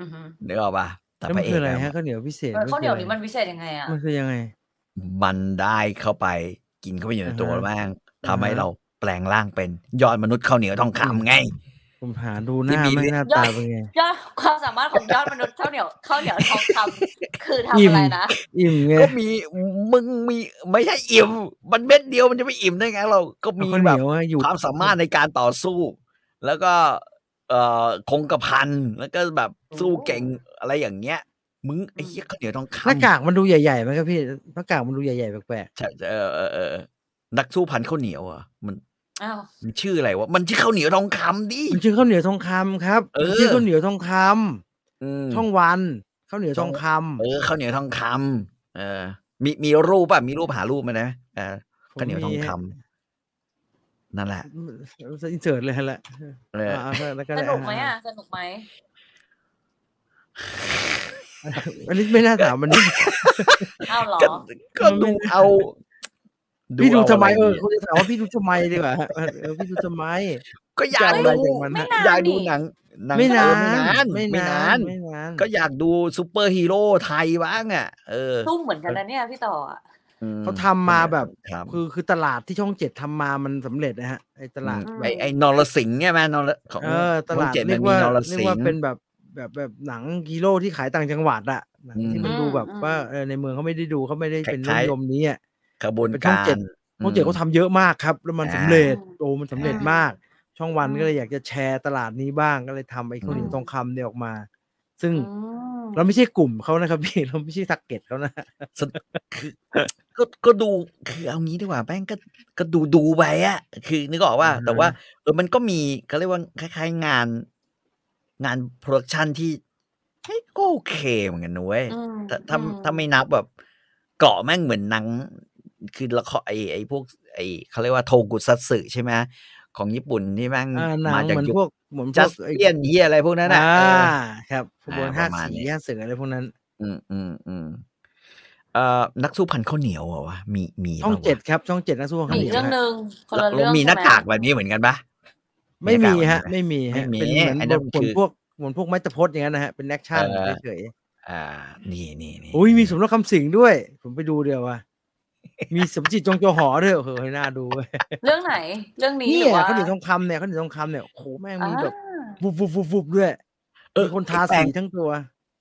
อือหือ
นึกออกปะแต่
แล้ว
พ
มั
ระ
น
เอก
คืออะไร
อะ
ฮะข้าวเหนียวพิเศษ
เออข้าวเหนียวนี้
มั
มัน นวิเศษยังไงอ่ะ
คืออะไรมันคือยังไง
มันได้เข้าไป กินเข้าไปอยู่ในตัว
อ่าฮะ
แม่งทำให้
อ่าฮะ
เราแปลงร่างเป็นยอดมนุษย์ข้าวเหนียวทองคำไง
ผมหาดูห
ที่
น้า
มี
ไม่งหน้าตาเป็นไง
ยอดความสามารถของยอดมนุษย์ข้าวเหนียวข้าวเหนียวทองคำคือทำ
อิ่ม
อะไรนะ
อิ่มไง
ก็มีมึงมีไม่ใช่อิ่ม มันเม็ดเดียวมันจะไม่อิ่มได้ไงเราก็มี
ข้าวเห
แบบ
นียวอะอยู่
ความสามารถในการต่อสู้ แล้วก็เอ่อคงกระพันแล้วก็แบบสู้เก่งอะไรอย่างเงี้ย มึงไอ้เหี้ยข้าวเหนียวต้อง
หน้า
คำ
กากมันดูใหญ่ๆไหมครับพี่หน้ากากมันดูใหญ่ๆแปลก
ใช่เออเออเออนักสู้พันข้าวเหนียวอ่ะมัน
อ้าว
มันชื่ออะไรวะมันชื่อข้าวเหนียวทองคำดิ
ๆมันชื่อข้าวเหนียวทองคำครับ
เออ
มันชื่อข้าวเหนียวทองคำ
อืม
ช่องวันข้าวเหนียว
ช่
ท
อ
อง งคำ
เออข้าวเหนียวทองคำเออ มีมีรูปป่ะมีรูปหารูปมานะเออ
ผม
ข้าวเหนียวทอง
มี
คำนั่นแหละ
อินเสิร์ตเลยฮะแหละ
เออ
อ่าแล้วก็
ส
ด้
นุกไหมอ่ะ สนุกไหม
อันนี้ไม่น่าถามมันนี่
อ้าวเหรอ
ก็ก็ดูเอา
พี่ดู
เา
ทำไม
อะร
เออเขาจะถามว่าพี่ดูทำไมดีกว่าฮะเออพี่ดูทำไม
ก็อยาก
จะ
ดู
เอาอะไรจากมันฮะ
อยากดูหนังหนัง
ไม่นาน
ไม่นานไม่นาน
ไม่นาน
ก็อยากดูซูเปอร์ฮีโร่ไทยบ้างอ่ะ เออ
ตุ้มเหมือนกันนะเนี่ยพี่ต่ออ่ะ
อืม
เขาทำมาแบบ
ครับ
คือคือตลาดที่ช่องเจ็ดทำมามันสำเร็จนะฮะไอ้ตลาด
อืม
แบ
ไอ้
บ
ไอ้นรสิงห์ใช่ไหมนรของ
เออต
ช่
ลา
อง
ด
เจ็ด
เรี
มั
ย
น
ก
มี
ว่าน
ร
เรีย
สิ
ก
ง
ว่า
ห์
เป็นแบบแบบแบบหนังฮีโร่ที่ขายต่างจังหวัดอะหนังที่มันดูแบบ
อืม
ว่าเออในเมืองเขาไม่ได้ดูเขาไม่ได้เป็นนิ
คล้ายๆ
ยมนี้อะ
ขบวน
เป็นช่อง
การ
เจ็ด ช่องเจ็ดเขาทำเยอะมากครับ แล้วมัน
อ่า
สำเร็จโอ้มันสำเร็จ
อ่าม
มาก ช่องวันก็เลยอยากจะแชร์ตลาดนี้บ้างก็เลยทำไอ้ข้าวเหนียวทองคำเนี่ยออกมา ซึ่ง
อืม
เราไม่ใช่กลุ่มเขานะครับพี่ เราไม่ใช่ทักเก็ตเขานะ
สนคือก็ก็ดูคือเอางี้ดีกว่าแม่งก็ก็ดูดูไปอะคือนึกออกว่า แต่ว่า เออมันก็มีเขาเรียกว่าคล้ายๆงาน งานโปรดักชันที่เฮ้ยก็โอเคเหมือนกันนุ้ย
อืม
ถ้าถ้า
อืม
ถ้าไม่นับแบบ เกาะแม่งเหมือนหนัง คือละครไอไอพวก ไอเขาเรียกว่าโทกุซัตสึใช่ไหมของญี่ปุ่นที่แม่ง
อ่าหนั
มางจาก
เหมือน
ยุ
พว
ค
กเหมือนพ
จั
ว
ส
กไอ้
เปียนเฮียอะไรพวกนั้นอะ
อ่า
เออ
ครับขบวน
อ่า
ห้า
ประมาณ
สี
นี้
ห้าเสืออะไรพวกนั้น
อืมอืมอืมเอ่อนักสู้พันข้าวเหนียวเหรอวะมีมี
ช่อง
ปะวะ
เจ็ดครับช่องเจ็ดนะสู้ข้าวเห
มีอี
นียว
กเรื่องห
ฮะ
นึ่งคน
แล้ว
ละเรื่อง
มีหน้า
ใช่ไห
กากแบบนี้เหมือนกันปะ
ไม่มีฮะ
หน้ากาก
ไม่มีฮะ
ไม่มี
เป็นเหมือน
ไอ้นั่น
แบบ
คือ
พวกเหมือนพวกไม้ตะพดอย่างนั้นนะฮะเป็นแอคชั่น
เออ
เฉย
อ่า นี่นี่นี่
ๆอุ้ยมีสมรักคำสิงห์ด้วย ผมไปดูเดียวว่ะมีสมจิตจงโจหอด้วยโอ้โหน่าดูเว้ย
เรื่องไหนเรื่องนี้
เนี่
หรือ
อะ
ว่า
ข้าวเหนียวทองคำเนี่ยข้าวเหนียวทองคำเนี่ยโอ้โหแม่งมีแบบ
อ่า
วุบวุบวุบวุบด้วย
เออ
มีคนทา
แปล
สี
ง
ทั้งตัว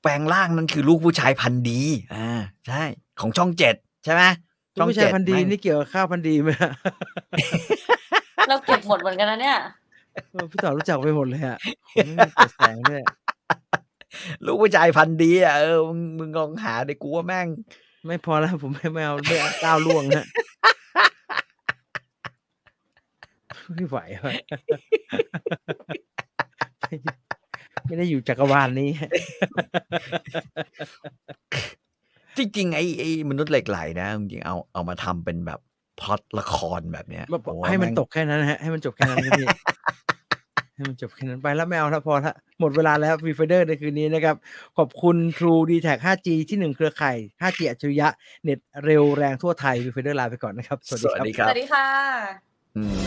แปลงร่างนั้นคือลูกผู้ชายพันธุ์ดี อ่า ใช่ ของช่องเจ็ดใช่ไหม
ลูก
ช่อง
ผู้ชา
เจ็
ยพันธุ์ดี
แม่ง
นี่เกี่ยวกับข้าวพันธุ์ดีไหมฮะ
เราเก็บหมดเหมือนกันนะเนี่ย
เออพี่ต่อรู้จักไปหมดเลยฮะผมไม่มีเปิดแสงด้วย
ลูกผู้ชายพันธุ์ดีอ่ะเออมึงมึงลองหาดิกูว่าแม่ง
ไม่พอแล้ว ผมไม่ไม่เอาเรื่องก้าวล่วงฮะไม่ไหวว่ะไม่ได้อยู่จักรวาลนี้ฮะ
จริงๆไอ้ไอ้มนุษย์เหล็กไหลนะจริงๆเอาเอามาทำเป็นแบบพล็อตละครแบบเนี้ย
แบบ
โอ้
ให้มัน
แง
ตกแค่นั้นฮะให้มันจบแค่นั้นครับ พี่ให้มันจบแค่นั้นไปแล้วไม่เอาแล้วพอละหมดเวลาแล้วฟีเฟเดอร์ในคืนนี้นะครับ ขอบคุณ True d t a c 5G ที่หนึ่งเครือข่าย 5G อัจฉริยะเน็ตเร็วแรงทั่วไทยฟีเฟเดอร์ลาไปก่อนนะครับ ส
ส
วัสดี
วัส
ครับ
ดีครับ
สวัสดีค่ะ
อืม